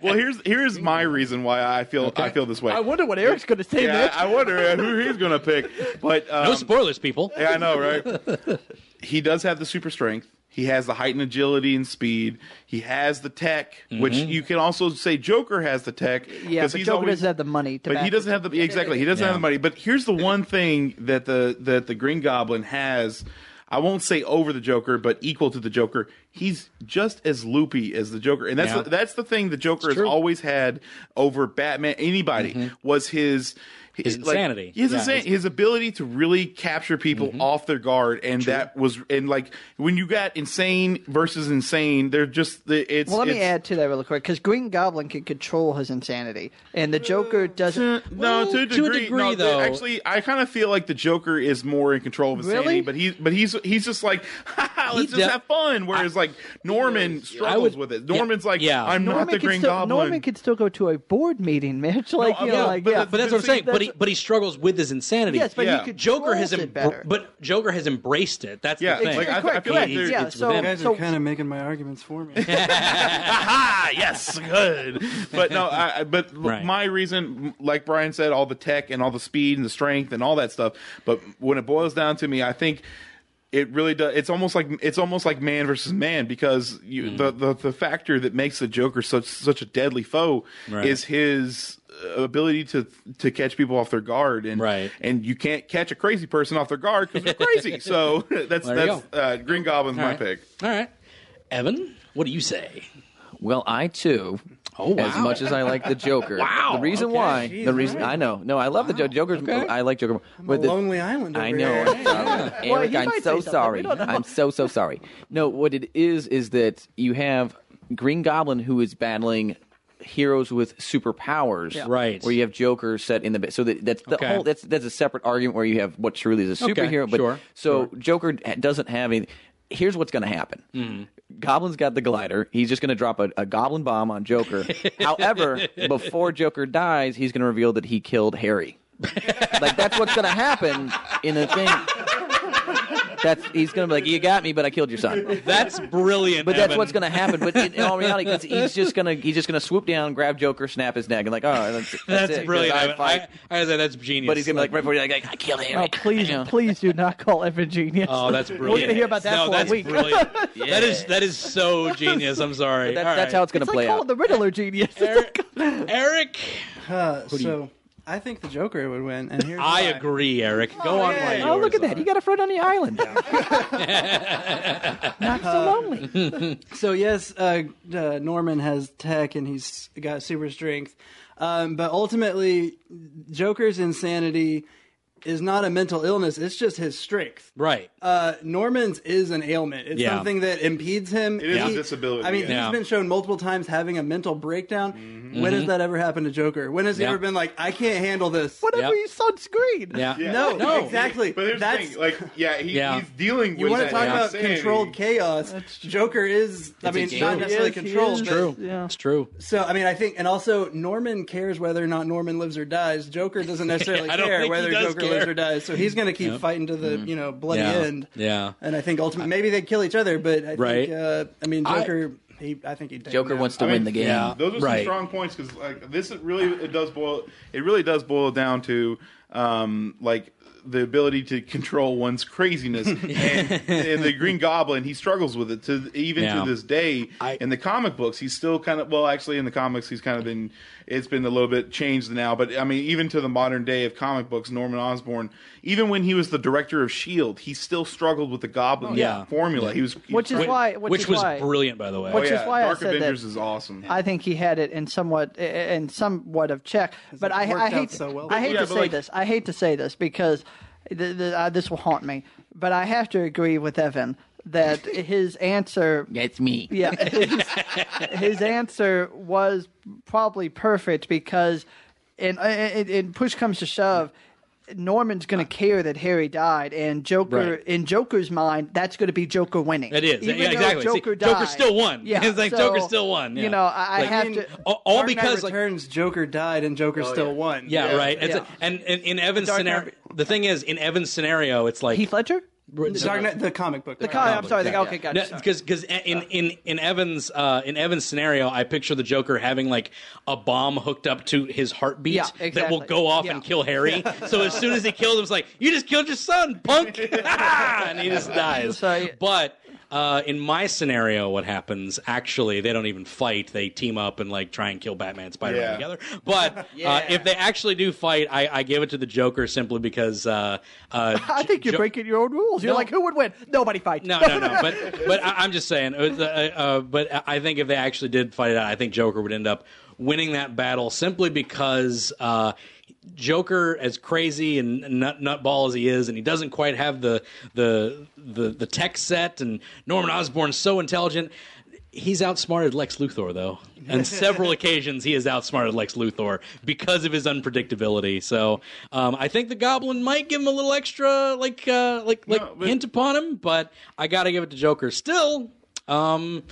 [SPEAKER 7] [laughs] well, here's here's my reason why I feel I feel this way.
[SPEAKER 2] I wonder what Eric's going to say
[SPEAKER 7] yeah,
[SPEAKER 2] next.
[SPEAKER 7] I wonder uh, who he's going to pick, but um,
[SPEAKER 1] no spoilers, people.
[SPEAKER 7] yeah, I know, right? he does have the super strength. He has the height and agility and speed. He has the tech, which you can also say Joker has the tech.
[SPEAKER 2] Mm-hmm. yeah,
[SPEAKER 7] 'cause
[SPEAKER 2] but
[SPEAKER 7] he's
[SPEAKER 2] Joker
[SPEAKER 7] always-
[SPEAKER 2] doesn't have the money. To
[SPEAKER 7] But
[SPEAKER 2] back
[SPEAKER 7] he
[SPEAKER 2] it.
[SPEAKER 7] doesn't have the exactly. He doesn't
[SPEAKER 1] Yeah.
[SPEAKER 7] have the money. But here's the one thing that the that the Green Goblin has. I won't say over the Joker, but equal to the Joker. He's just as loopy as the Joker, and that's
[SPEAKER 1] Yeah.
[SPEAKER 7] the, that's the thing the Joker has always had over Batman. Anybody was his.
[SPEAKER 1] Mm-hmm. His
[SPEAKER 7] like,
[SPEAKER 1] insanity.
[SPEAKER 7] his,
[SPEAKER 1] Yeah, Mm-hmm.
[SPEAKER 7] insan-
[SPEAKER 1] his-
[SPEAKER 7] his ability to really capture people off their guard, and that was and like when you got insane versus insane, they're just the it's.
[SPEAKER 2] Well, let me
[SPEAKER 7] it's-
[SPEAKER 2] add to that really quick because Green Goblin can control his insanity, and the Joker doesn't.
[SPEAKER 7] No, to a
[SPEAKER 1] to a
[SPEAKER 7] degree,
[SPEAKER 1] degree,
[SPEAKER 7] no,
[SPEAKER 1] though.
[SPEAKER 7] Actually, I kind of feel like the Joker is more in control of insanity,
[SPEAKER 2] Really?
[SPEAKER 7] but he's but he's he's just like, [laughs] "Ha, ha, let's just
[SPEAKER 1] de-
[SPEAKER 7] have fun. Whereas like Norman struggles
[SPEAKER 1] would-
[SPEAKER 7] with it.
[SPEAKER 1] yeah,
[SPEAKER 7] Norman's like,
[SPEAKER 1] yeah.
[SPEAKER 7] I'm
[SPEAKER 2] Norman
[SPEAKER 7] not the
[SPEAKER 2] can
[SPEAKER 7] Green
[SPEAKER 2] still,
[SPEAKER 7] Goblin.
[SPEAKER 2] Norman could still go to a board meeting, Mitch. Like, you know,
[SPEAKER 7] yeah,
[SPEAKER 2] like,
[SPEAKER 7] but
[SPEAKER 2] yeah.
[SPEAKER 7] that's-
[SPEAKER 1] But that's what I'm saying. But he
[SPEAKER 2] That's-
[SPEAKER 1] but he struggles with his insanity.
[SPEAKER 2] yes, but
[SPEAKER 7] yeah.
[SPEAKER 2] he could
[SPEAKER 1] Joker has
[SPEAKER 2] controls it
[SPEAKER 1] embr-
[SPEAKER 2] better.
[SPEAKER 1] but Joker has embraced it. That's
[SPEAKER 7] Yeah,
[SPEAKER 1] the thing.
[SPEAKER 7] like, I-
[SPEAKER 2] Correct,
[SPEAKER 7] feel
[SPEAKER 2] correct,
[SPEAKER 7] like there-
[SPEAKER 2] yeah.
[SPEAKER 1] it's
[SPEAKER 2] So,
[SPEAKER 1] within.
[SPEAKER 8] You guys
[SPEAKER 2] so
[SPEAKER 8] are kind of making my arguments
[SPEAKER 1] [laughs]
[SPEAKER 8] for me.
[SPEAKER 7] ah, yes, good. [laughs] But no, I, I- but
[SPEAKER 1] Right.
[SPEAKER 7] my reason, like Brian said, all the tech and all the speed and the strength and all that stuff. But when it boils down to me, I think it really does. It's almost like it's almost like man versus man because you,
[SPEAKER 1] Mm-hmm.
[SPEAKER 7] the, the the factor that makes the Joker such such a deadly foe
[SPEAKER 1] Right.
[SPEAKER 7] is his uh, ability to to catch people off their guard and
[SPEAKER 1] Right.
[SPEAKER 7] and you can't catch a crazy person off their guard because they're
[SPEAKER 1] [laughs]
[SPEAKER 7] crazy. so [laughs] that's
[SPEAKER 1] There you
[SPEAKER 7] that's uh, Green Goblin's
[SPEAKER 1] All
[SPEAKER 7] my
[SPEAKER 1] right.
[SPEAKER 7] pick.
[SPEAKER 1] All right, Evan, what do you say?
[SPEAKER 3] Well, I too.
[SPEAKER 1] Oh,
[SPEAKER 3] As
[SPEAKER 1] wow.
[SPEAKER 3] much as I like the [laughs] Joker,
[SPEAKER 1] Wow,
[SPEAKER 3] the reason
[SPEAKER 1] okay,
[SPEAKER 3] why,
[SPEAKER 1] geez,
[SPEAKER 3] the reason I know, no, I love the Joker.
[SPEAKER 1] okay.
[SPEAKER 3] I like Joker, more. but the,
[SPEAKER 8] Lonely Island. Over
[SPEAKER 3] I know.
[SPEAKER 8] Here.
[SPEAKER 3] I'm [laughs] sorry.
[SPEAKER 2] Well,
[SPEAKER 3] Eric,
[SPEAKER 2] he
[SPEAKER 3] I'm
[SPEAKER 2] might say
[SPEAKER 3] so
[SPEAKER 2] something. We
[SPEAKER 3] sorry.
[SPEAKER 2] don't know.
[SPEAKER 3] I'm so so sorry. No, what it is is that you have Green Goblin who is battling heroes with superpowers,
[SPEAKER 1] Right.
[SPEAKER 3] Where you have Joker set in the so that that's the
[SPEAKER 1] Okay.
[SPEAKER 3] whole that's that's a separate argument where you have what truly is a
[SPEAKER 1] Okay,
[SPEAKER 3] superhero, but
[SPEAKER 1] sure,
[SPEAKER 3] so Joker doesn't have any. Here's what's going to happen.
[SPEAKER 1] Mm-hmm.
[SPEAKER 3] Goblin's got the glider. He's just going to drop a, a goblin bomb on
[SPEAKER 1] [laughs]
[SPEAKER 3] Joker. However, before Joker dies, he's going to reveal that he killed Harry. like that's what's going to happen in the thing. That's he's going to be like, "You got me, but I killed your son."
[SPEAKER 1] That's brilliant.
[SPEAKER 3] But that's what's going to happen. But in, in all reality, 'cause he's just going to he's just going to swoop down, grab Joker, snap his neck, and like, "Oh, that's, that's,
[SPEAKER 1] That's
[SPEAKER 3] it, 'cause
[SPEAKER 1] brilliant.
[SPEAKER 3] I
[SPEAKER 1] Evan.
[SPEAKER 3] fight."
[SPEAKER 1] I, I say that's genius.
[SPEAKER 3] but he's going to be like, right before, he's like, "I killed Harry."
[SPEAKER 2] oh, [laughs]
[SPEAKER 3] [laughs]
[SPEAKER 2] please,
[SPEAKER 3] You know?
[SPEAKER 2] please do not call Evan genius.
[SPEAKER 1] Oh, that's brilliant.
[SPEAKER 2] gonna hear about that
[SPEAKER 1] no,
[SPEAKER 2] for a
[SPEAKER 1] that's
[SPEAKER 2] week.
[SPEAKER 1] Brilliant.
[SPEAKER 3] Yeah.
[SPEAKER 1] That is that is so genius. I'm sorry.
[SPEAKER 3] That's,
[SPEAKER 1] All Er,
[SPEAKER 3] that's
[SPEAKER 1] right.
[SPEAKER 3] how it's
[SPEAKER 7] [laughs]
[SPEAKER 3] going
[SPEAKER 2] it's
[SPEAKER 3] to
[SPEAKER 1] [laughs]
[SPEAKER 2] like
[SPEAKER 3] play
[SPEAKER 2] calling
[SPEAKER 3] out.
[SPEAKER 2] the Riddler genius.
[SPEAKER 1] Eric, Eric,
[SPEAKER 8] Uh, so I think the Joker would win, and here's
[SPEAKER 1] I
[SPEAKER 8] why.
[SPEAKER 1] agree, Eric. Go on.
[SPEAKER 8] hey.
[SPEAKER 1] why
[SPEAKER 2] [laughs] Oh, look
[SPEAKER 1] yours
[SPEAKER 2] at that.
[SPEAKER 1] are.
[SPEAKER 2] You got a friend on the
[SPEAKER 7] [laughs]
[SPEAKER 2] island. Not so
[SPEAKER 1] [laughs]
[SPEAKER 2] lonely.
[SPEAKER 8] So yes, uh, uh, Norman has tech and he's got super strength, um, but ultimately, Joker's insanity is not a mental illness. It's just his strength.
[SPEAKER 1] Right.
[SPEAKER 8] Uh, Norman's is an ailment. It's
[SPEAKER 1] Yeah.
[SPEAKER 8] something that impedes him. It
[SPEAKER 7] is a disability,
[SPEAKER 8] I mean,
[SPEAKER 7] yeah.
[SPEAKER 1] Yeah.
[SPEAKER 8] he's been shown multiple times having a mental breakdown. When has that ever happened to Joker? When has he
[SPEAKER 1] Mm-hmm. Yeah.
[SPEAKER 8] ever been like, I can't handle this?
[SPEAKER 1] Yep.
[SPEAKER 2] Whatever you sunscreen.
[SPEAKER 1] yeah.
[SPEAKER 7] Yeah.
[SPEAKER 8] No,
[SPEAKER 1] No.
[SPEAKER 8] exactly.
[SPEAKER 7] But here's
[SPEAKER 8] That's
[SPEAKER 7] the thing, like, yeah, he,
[SPEAKER 1] Yeah.
[SPEAKER 7] he's dealing
[SPEAKER 8] you
[SPEAKER 7] with
[SPEAKER 8] want to
[SPEAKER 7] that
[SPEAKER 8] talk about
[SPEAKER 7] insanity.
[SPEAKER 8] controlled chaos. Joker is, I mean,
[SPEAKER 1] insane.
[SPEAKER 8] not necessarily
[SPEAKER 2] He is, he
[SPEAKER 8] controlled.
[SPEAKER 2] is.
[SPEAKER 8] but-
[SPEAKER 1] True.
[SPEAKER 2] Yeah.
[SPEAKER 1] It's true.
[SPEAKER 8] So I mean, I think, and also Norman cares whether or not Norman lives or dies.
[SPEAKER 1] [laughs]
[SPEAKER 8] Joker doesn't necessarily
[SPEAKER 1] I don't think
[SPEAKER 8] care
[SPEAKER 1] he
[SPEAKER 8] whether
[SPEAKER 1] does
[SPEAKER 8] Joker
[SPEAKER 1] care. Mm-hmm.
[SPEAKER 8] lives or dies. So he's going to keep fighting to the you know bloody
[SPEAKER 1] Yeah.
[SPEAKER 8] end.
[SPEAKER 1] Yeah.
[SPEAKER 8] And I think ultimately, maybe they kill each other, but I
[SPEAKER 1] Right.
[SPEAKER 8] think, uh, I mean,
[SPEAKER 1] I-
[SPEAKER 8] Joker, he, I think he
[SPEAKER 3] Joker wants to
[SPEAKER 7] I
[SPEAKER 3] win
[SPEAKER 7] mean,
[SPEAKER 3] the game.
[SPEAKER 1] yeah.
[SPEAKER 7] Those are some
[SPEAKER 1] Right.
[SPEAKER 7] strong points because like this is really it does boil it really does boil down to um like the ability to control
[SPEAKER 1] [laughs]
[SPEAKER 7] one's craziness and, and the Green Goblin he struggles with it to even
[SPEAKER 1] Yeah.
[SPEAKER 7] to this day
[SPEAKER 1] I-
[SPEAKER 7] in the comic books he's still kind of well actually in the comics he's kind of been it's been a little bit changed now but I mean even to the modern day of comic books Norman Osborn even when he was the director of Shield E he still struggled with the Goblin
[SPEAKER 1] Oh, yeah.
[SPEAKER 7] formula he was he
[SPEAKER 2] Which
[SPEAKER 7] was
[SPEAKER 2] is
[SPEAKER 7] trying-
[SPEAKER 2] why. Which,
[SPEAKER 1] Which
[SPEAKER 2] is
[SPEAKER 1] was
[SPEAKER 2] why,
[SPEAKER 1] brilliant, by the way.
[SPEAKER 7] Oh,
[SPEAKER 2] Which is
[SPEAKER 7] yeah,
[SPEAKER 2] why I
[SPEAKER 7] Dark
[SPEAKER 2] said that-
[SPEAKER 7] Avengers is awesome
[SPEAKER 2] I think he had it in somewhat in somewhat of check, but I,
[SPEAKER 8] worked
[SPEAKER 2] I hate
[SPEAKER 8] out so well.
[SPEAKER 2] I hate
[SPEAKER 7] Yeah,
[SPEAKER 2] to
[SPEAKER 7] but
[SPEAKER 2] say
[SPEAKER 7] like-
[SPEAKER 2] this. I hate to say this because th- th- uh, this will haunt me. But I have to agree with Evan that his answer
[SPEAKER 3] That's me.
[SPEAKER 1] [laughs]
[SPEAKER 2] yeah, his, his answer was probably perfect because, in, in, in push comes to shove, Norman's going to care that Harry died, and Joker
[SPEAKER 1] Right.
[SPEAKER 2] in Joker's mind, that's going to be Joker winning.
[SPEAKER 1] It is.
[SPEAKER 2] Even
[SPEAKER 1] yeah,
[SPEAKER 2] though
[SPEAKER 1] exactly. See,
[SPEAKER 2] Joker died.
[SPEAKER 1] Joker still won. [laughs]
[SPEAKER 2] Yeah,
[SPEAKER 1] it's like
[SPEAKER 2] so,
[SPEAKER 1] Joker still won. Yeah.
[SPEAKER 2] You know, I, I
[SPEAKER 1] Like, oh,
[SPEAKER 2] have
[SPEAKER 8] mean,
[SPEAKER 2] to.
[SPEAKER 1] all, all
[SPEAKER 8] Dark Knight
[SPEAKER 1] because like
[SPEAKER 8] Returns, Joker died and Joker
[SPEAKER 7] Oh,
[SPEAKER 8] still won.
[SPEAKER 1] yeah, right. It's
[SPEAKER 2] yeah.
[SPEAKER 1] a- and, and in Evan's
[SPEAKER 2] Dark
[SPEAKER 1] scenario,
[SPEAKER 2] Knight-
[SPEAKER 1] the thing is in Evan's scenario, it's like
[SPEAKER 2] Heath Ledger.
[SPEAKER 8] The Dark Knight, the comic book. The
[SPEAKER 2] God, I'm sorry. the guy-
[SPEAKER 3] yeah.
[SPEAKER 2] okay, gotcha. sorry.
[SPEAKER 1] because because in in in Evans uh, in Evans scenario, I picture the Joker having like a bomb hooked up to his heartbeat
[SPEAKER 2] Yeah,
[SPEAKER 1] that will
[SPEAKER 2] exactly.
[SPEAKER 1] go off
[SPEAKER 2] Yeah.
[SPEAKER 1] and kill
[SPEAKER 2] [laughs]
[SPEAKER 1] Harry. so as soon as he kills him, it's like you just killed your son, punk, [laughs] and he just dies.
[SPEAKER 2] So-
[SPEAKER 1] but. Uh, in my scenario, what happens actually? They don't even fight. They team up and like try and kill Batman and Spider-Man
[SPEAKER 7] Yeah.
[SPEAKER 1] together.
[SPEAKER 2] [laughs]
[SPEAKER 1] But uh, if they actually do fight, I, I give it to the Joker simply because uh, uh,
[SPEAKER 2] [laughs] I think you're
[SPEAKER 1] Jo-
[SPEAKER 2] breaking your own rules. You're
[SPEAKER 1] No.
[SPEAKER 2] like, who would win? Nobody
[SPEAKER 1] [laughs]
[SPEAKER 2] fights.
[SPEAKER 1] no, no, no. But but I, I'm just saying. uh, Uh, uh, but I- I think if they actually did fight it out, I think Joker would end up winning that battle simply because uh, Joker, as crazy and nut, nutball as he is, and he doesn't quite have the the the, the tech set, and Norman Osborn's so intelligent. He's outsmarted Lex Luthor, though.
[SPEAKER 7] [laughs]
[SPEAKER 1] On several occasions, he has outsmarted Lex Luthor because of his unpredictability. So um, I think the Goblin might give him a little extra, like, uh, like, like
[SPEAKER 7] No, but-
[SPEAKER 1] hint upon him. But I got to give it to Joker. Still, um,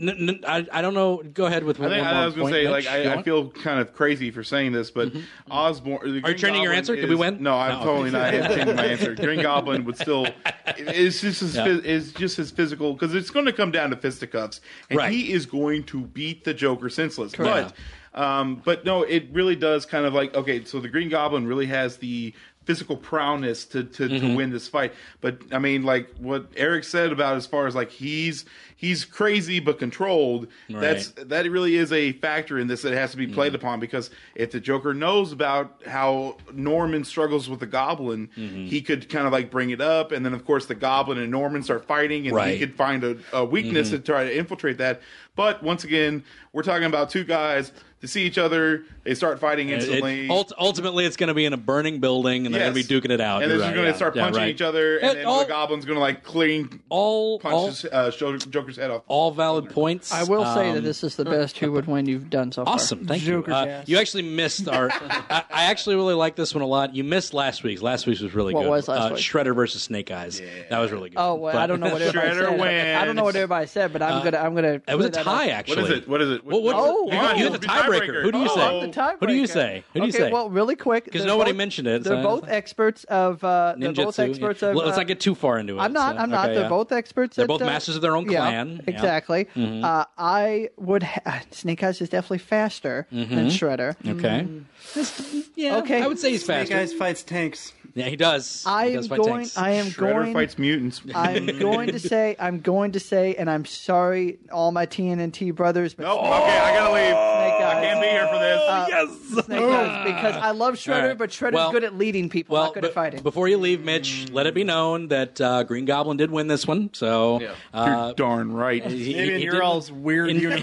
[SPEAKER 1] n- n- I, I don't know. Go ahead with one,
[SPEAKER 7] I, think,
[SPEAKER 1] one
[SPEAKER 7] I
[SPEAKER 1] more
[SPEAKER 7] was
[SPEAKER 1] point.
[SPEAKER 7] gonna say,
[SPEAKER 1] Mitch.
[SPEAKER 7] like,
[SPEAKER 1] You
[SPEAKER 7] I, I
[SPEAKER 1] want? Mm-hmm.
[SPEAKER 7] feel kind of crazy for saying this, but Osborne. Are you
[SPEAKER 1] changing your answer? Did we win?
[SPEAKER 7] No, I'm
[SPEAKER 1] No.
[SPEAKER 7] totally not changing
[SPEAKER 1] [laughs]
[SPEAKER 7] my answer. Green Goblin would still. It's just his. phys- It's just his physical because it's going to come down to fisticuffs, and
[SPEAKER 1] Right.
[SPEAKER 7] he is going to beat the Joker senseless.
[SPEAKER 1] Correct.
[SPEAKER 7] But, um, but no, it really does kind of like okay. So the Green Goblin really has the physical prowess to to,
[SPEAKER 1] Mm-hmm.
[SPEAKER 7] to win this fight. But I mean, like what Eric said about as far as like he's he's crazy but controlled. That's that really is a factor in this that has to be
[SPEAKER 1] Mm-hmm.
[SPEAKER 7] played upon because if the Joker knows about how Norman struggles with the Goblin,
[SPEAKER 1] Mm-hmm.
[SPEAKER 7] he could kind of like bring it up, and then of course the Goblin and Norman start fighting, and
[SPEAKER 1] Right. Mm-hmm.
[SPEAKER 7] he could find a, a weakness and try to infiltrate that. But once again, we're talking about two guys to see each other, they start fighting
[SPEAKER 1] It-
[SPEAKER 7] instantly.
[SPEAKER 1] it- ult- ultimately, it's going to be in a burning building, and they're going
[SPEAKER 7] Yes.
[SPEAKER 1] to be duking it out.
[SPEAKER 7] and they're
[SPEAKER 1] You're
[SPEAKER 7] just
[SPEAKER 1] right,
[SPEAKER 7] going to
[SPEAKER 1] yeah.
[SPEAKER 7] start
[SPEAKER 1] Yeah,
[SPEAKER 7] punching
[SPEAKER 1] right.
[SPEAKER 7] each other, and,
[SPEAKER 1] And
[SPEAKER 7] then
[SPEAKER 1] all-
[SPEAKER 7] the goblin's going to like clean
[SPEAKER 1] all
[SPEAKER 7] punch
[SPEAKER 1] all,
[SPEAKER 7] his, uh, shoulder, Joker's head off.
[SPEAKER 1] all valid points.
[SPEAKER 2] I will say
[SPEAKER 1] Um,
[SPEAKER 2] that this is the
[SPEAKER 1] [laughs]
[SPEAKER 2] best who would win you've done so far.
[SPEAKER 1] Awesome, thank
[SPEAKER 8] Joker
[SPEAKER 1] you. Uh,
[SPEAKER 8] cast.
[SPEAKER 1] you actually missed our. [laughs] I, I actually really like this one a lot. You missed last week's. Last week's was really
[SPEAKER 2] What
[SPEAKER 1] good.
[SPEAKER 2] was last
[SPEAKER 1] uh,
[SPEAKER 2] week?
[SPEAKER 1] Shredder versus Snake Eyes. That was really good.
[SPEAKER 2] Oh well,
[SPEAKER 1] But-
[SPEAKER 2] I don't know what everybody
[SPEAKER 7] Shredder
[SPEAKER 2] said. I don't know what
[SPEAKER 7] wins.
[SPEAKER 2] everybody said, but I'm gonna I'm gonna.
[SPEAKER 1] That was a
[SPEAKER 2] clear up.
[SPEAKER 1] tie,
[SPEAKER 7] What
[SPEAKER 1] actually.
[SPEAKER 7] is it? What is it?
[SPEAKER 1] Well, what's
[SPEAKER 2] Oh,
[SPEAKER 1] the, you got-
[SPEAKER 2] wow.
[SPEAKER 1] you got the tiebreaker. Who do you
[SPEAKER 7] Oh,
[SPEAKER 1] say?
[SPEAKER 7] I'm the
[SPEAKER 2] tiebreaker.
[SPEAKER 1] Who do you say? Who do you
[SPEAKER 2] okay,
[SPEAKER 1] say?
[SPEAKER 2] Well, really quick,
[SPEAKER 1] 'Cause
[SPEAKER 2] they're
[SPEAKER 1] nobody
[SPEAKER 2] both-
[SPEAKER 1] mentioned it, so-
[SPEAKER 2] They're both experts of. Uh, they're both
[SPEAKER 1] Ninjutsu,
[SPEAKER 2] experts
[SPEAKER 1] yeah.
[SPEAKER 2] of.
[SPEAKER 1] Well, Let's
[SPEAKER 2] uh,
[SPEAKER 1] not get too far into it.
[SPEAKER 2] I'm not.
[SPEAKER 1] so-
[SPEAKER 2] I'm not.
[SPEAKER 1] okay,
[SPEAKER 2] they're
[SPEAKER 1] yeah.
[SPEAKER 2] both experts.
[SPEAKER 1] They're
[SPEAKER 2] at,
[SPEAKER 1] both
[SPEAKER 2] uh,
[SPEAKER 1] masters of their own
[SPEAKER 2] yeah,
[SPEAKER 1] clan. Yeah. Mm-hmm.
[SPEAKER 2] Exactly. Uh, I would. Ha- Snake Eyes is definitely faster than Shredder.
[SPEAKER 1] Mm-hmm.
[SPEAKER 2] Mm-hmm.
[SPEAKER 1] Okay. [laughs] Yeah.
[SPEAKER 2] Mm. Okay.
[SPEAKER 1] I would say he's
[SPEAKER 8] Snake
[SPEAKER 1] faster.
[SPEAKER 8] Eyes fights tanks.
[SPEAKER 1] yeah, he does.
[SPEAKER 2] I
[SPEAKER 1] he
[SPEAKER 2] am
[SPEAKER 1] does fight
[SPEAKER 2] going.
[SPEAKER 1] tanks.
[SPEAKER 2] I am
[SPEAKER 7] Shredder
[SPEAKER 2] going.
[SPEAKER 7] fights mutants.
[SPEAKER 2] I'm
[SPEAKER 7] [laughs]
[SPEAKER 2] going to say. I'm going to say, and I'm sorry, all my TNT brothers. But
[SPEAKER 7] oh, okay, I gotta leave.
[SPEAKER 2] Snake
[SPEAKER 7] I can't be here for this.
[SPEAKER 2] Oh, Uh, Snake does, because I love Shredder,
[SPEAKER 1] right.
[SPEAKER 2] but Shredder's
[SPEAKER 1] Well-
[SPEAKER 2] good at leading people,
[SPEAKER 1] Well,
[SPEAKER 2] not good
[SPEAKER 1] be- [laughs]
[SPEAKER 2] at fighting.
[SPEAKER 1] before you leave, Mitch, let it be known that uh, Green Goblin did win this one. So, uh,
[SPEAKER 7] You're darn right.
[SPEAKER 1] he-
[SPEAKER 7] But
[SPEAKER 1] he-
[SPEAKER 10] in
[SPEAKER 1] he
[SPEAKER 10] your
[SPEAKER 1] did-
[SPEAKER 10] all's weird universe.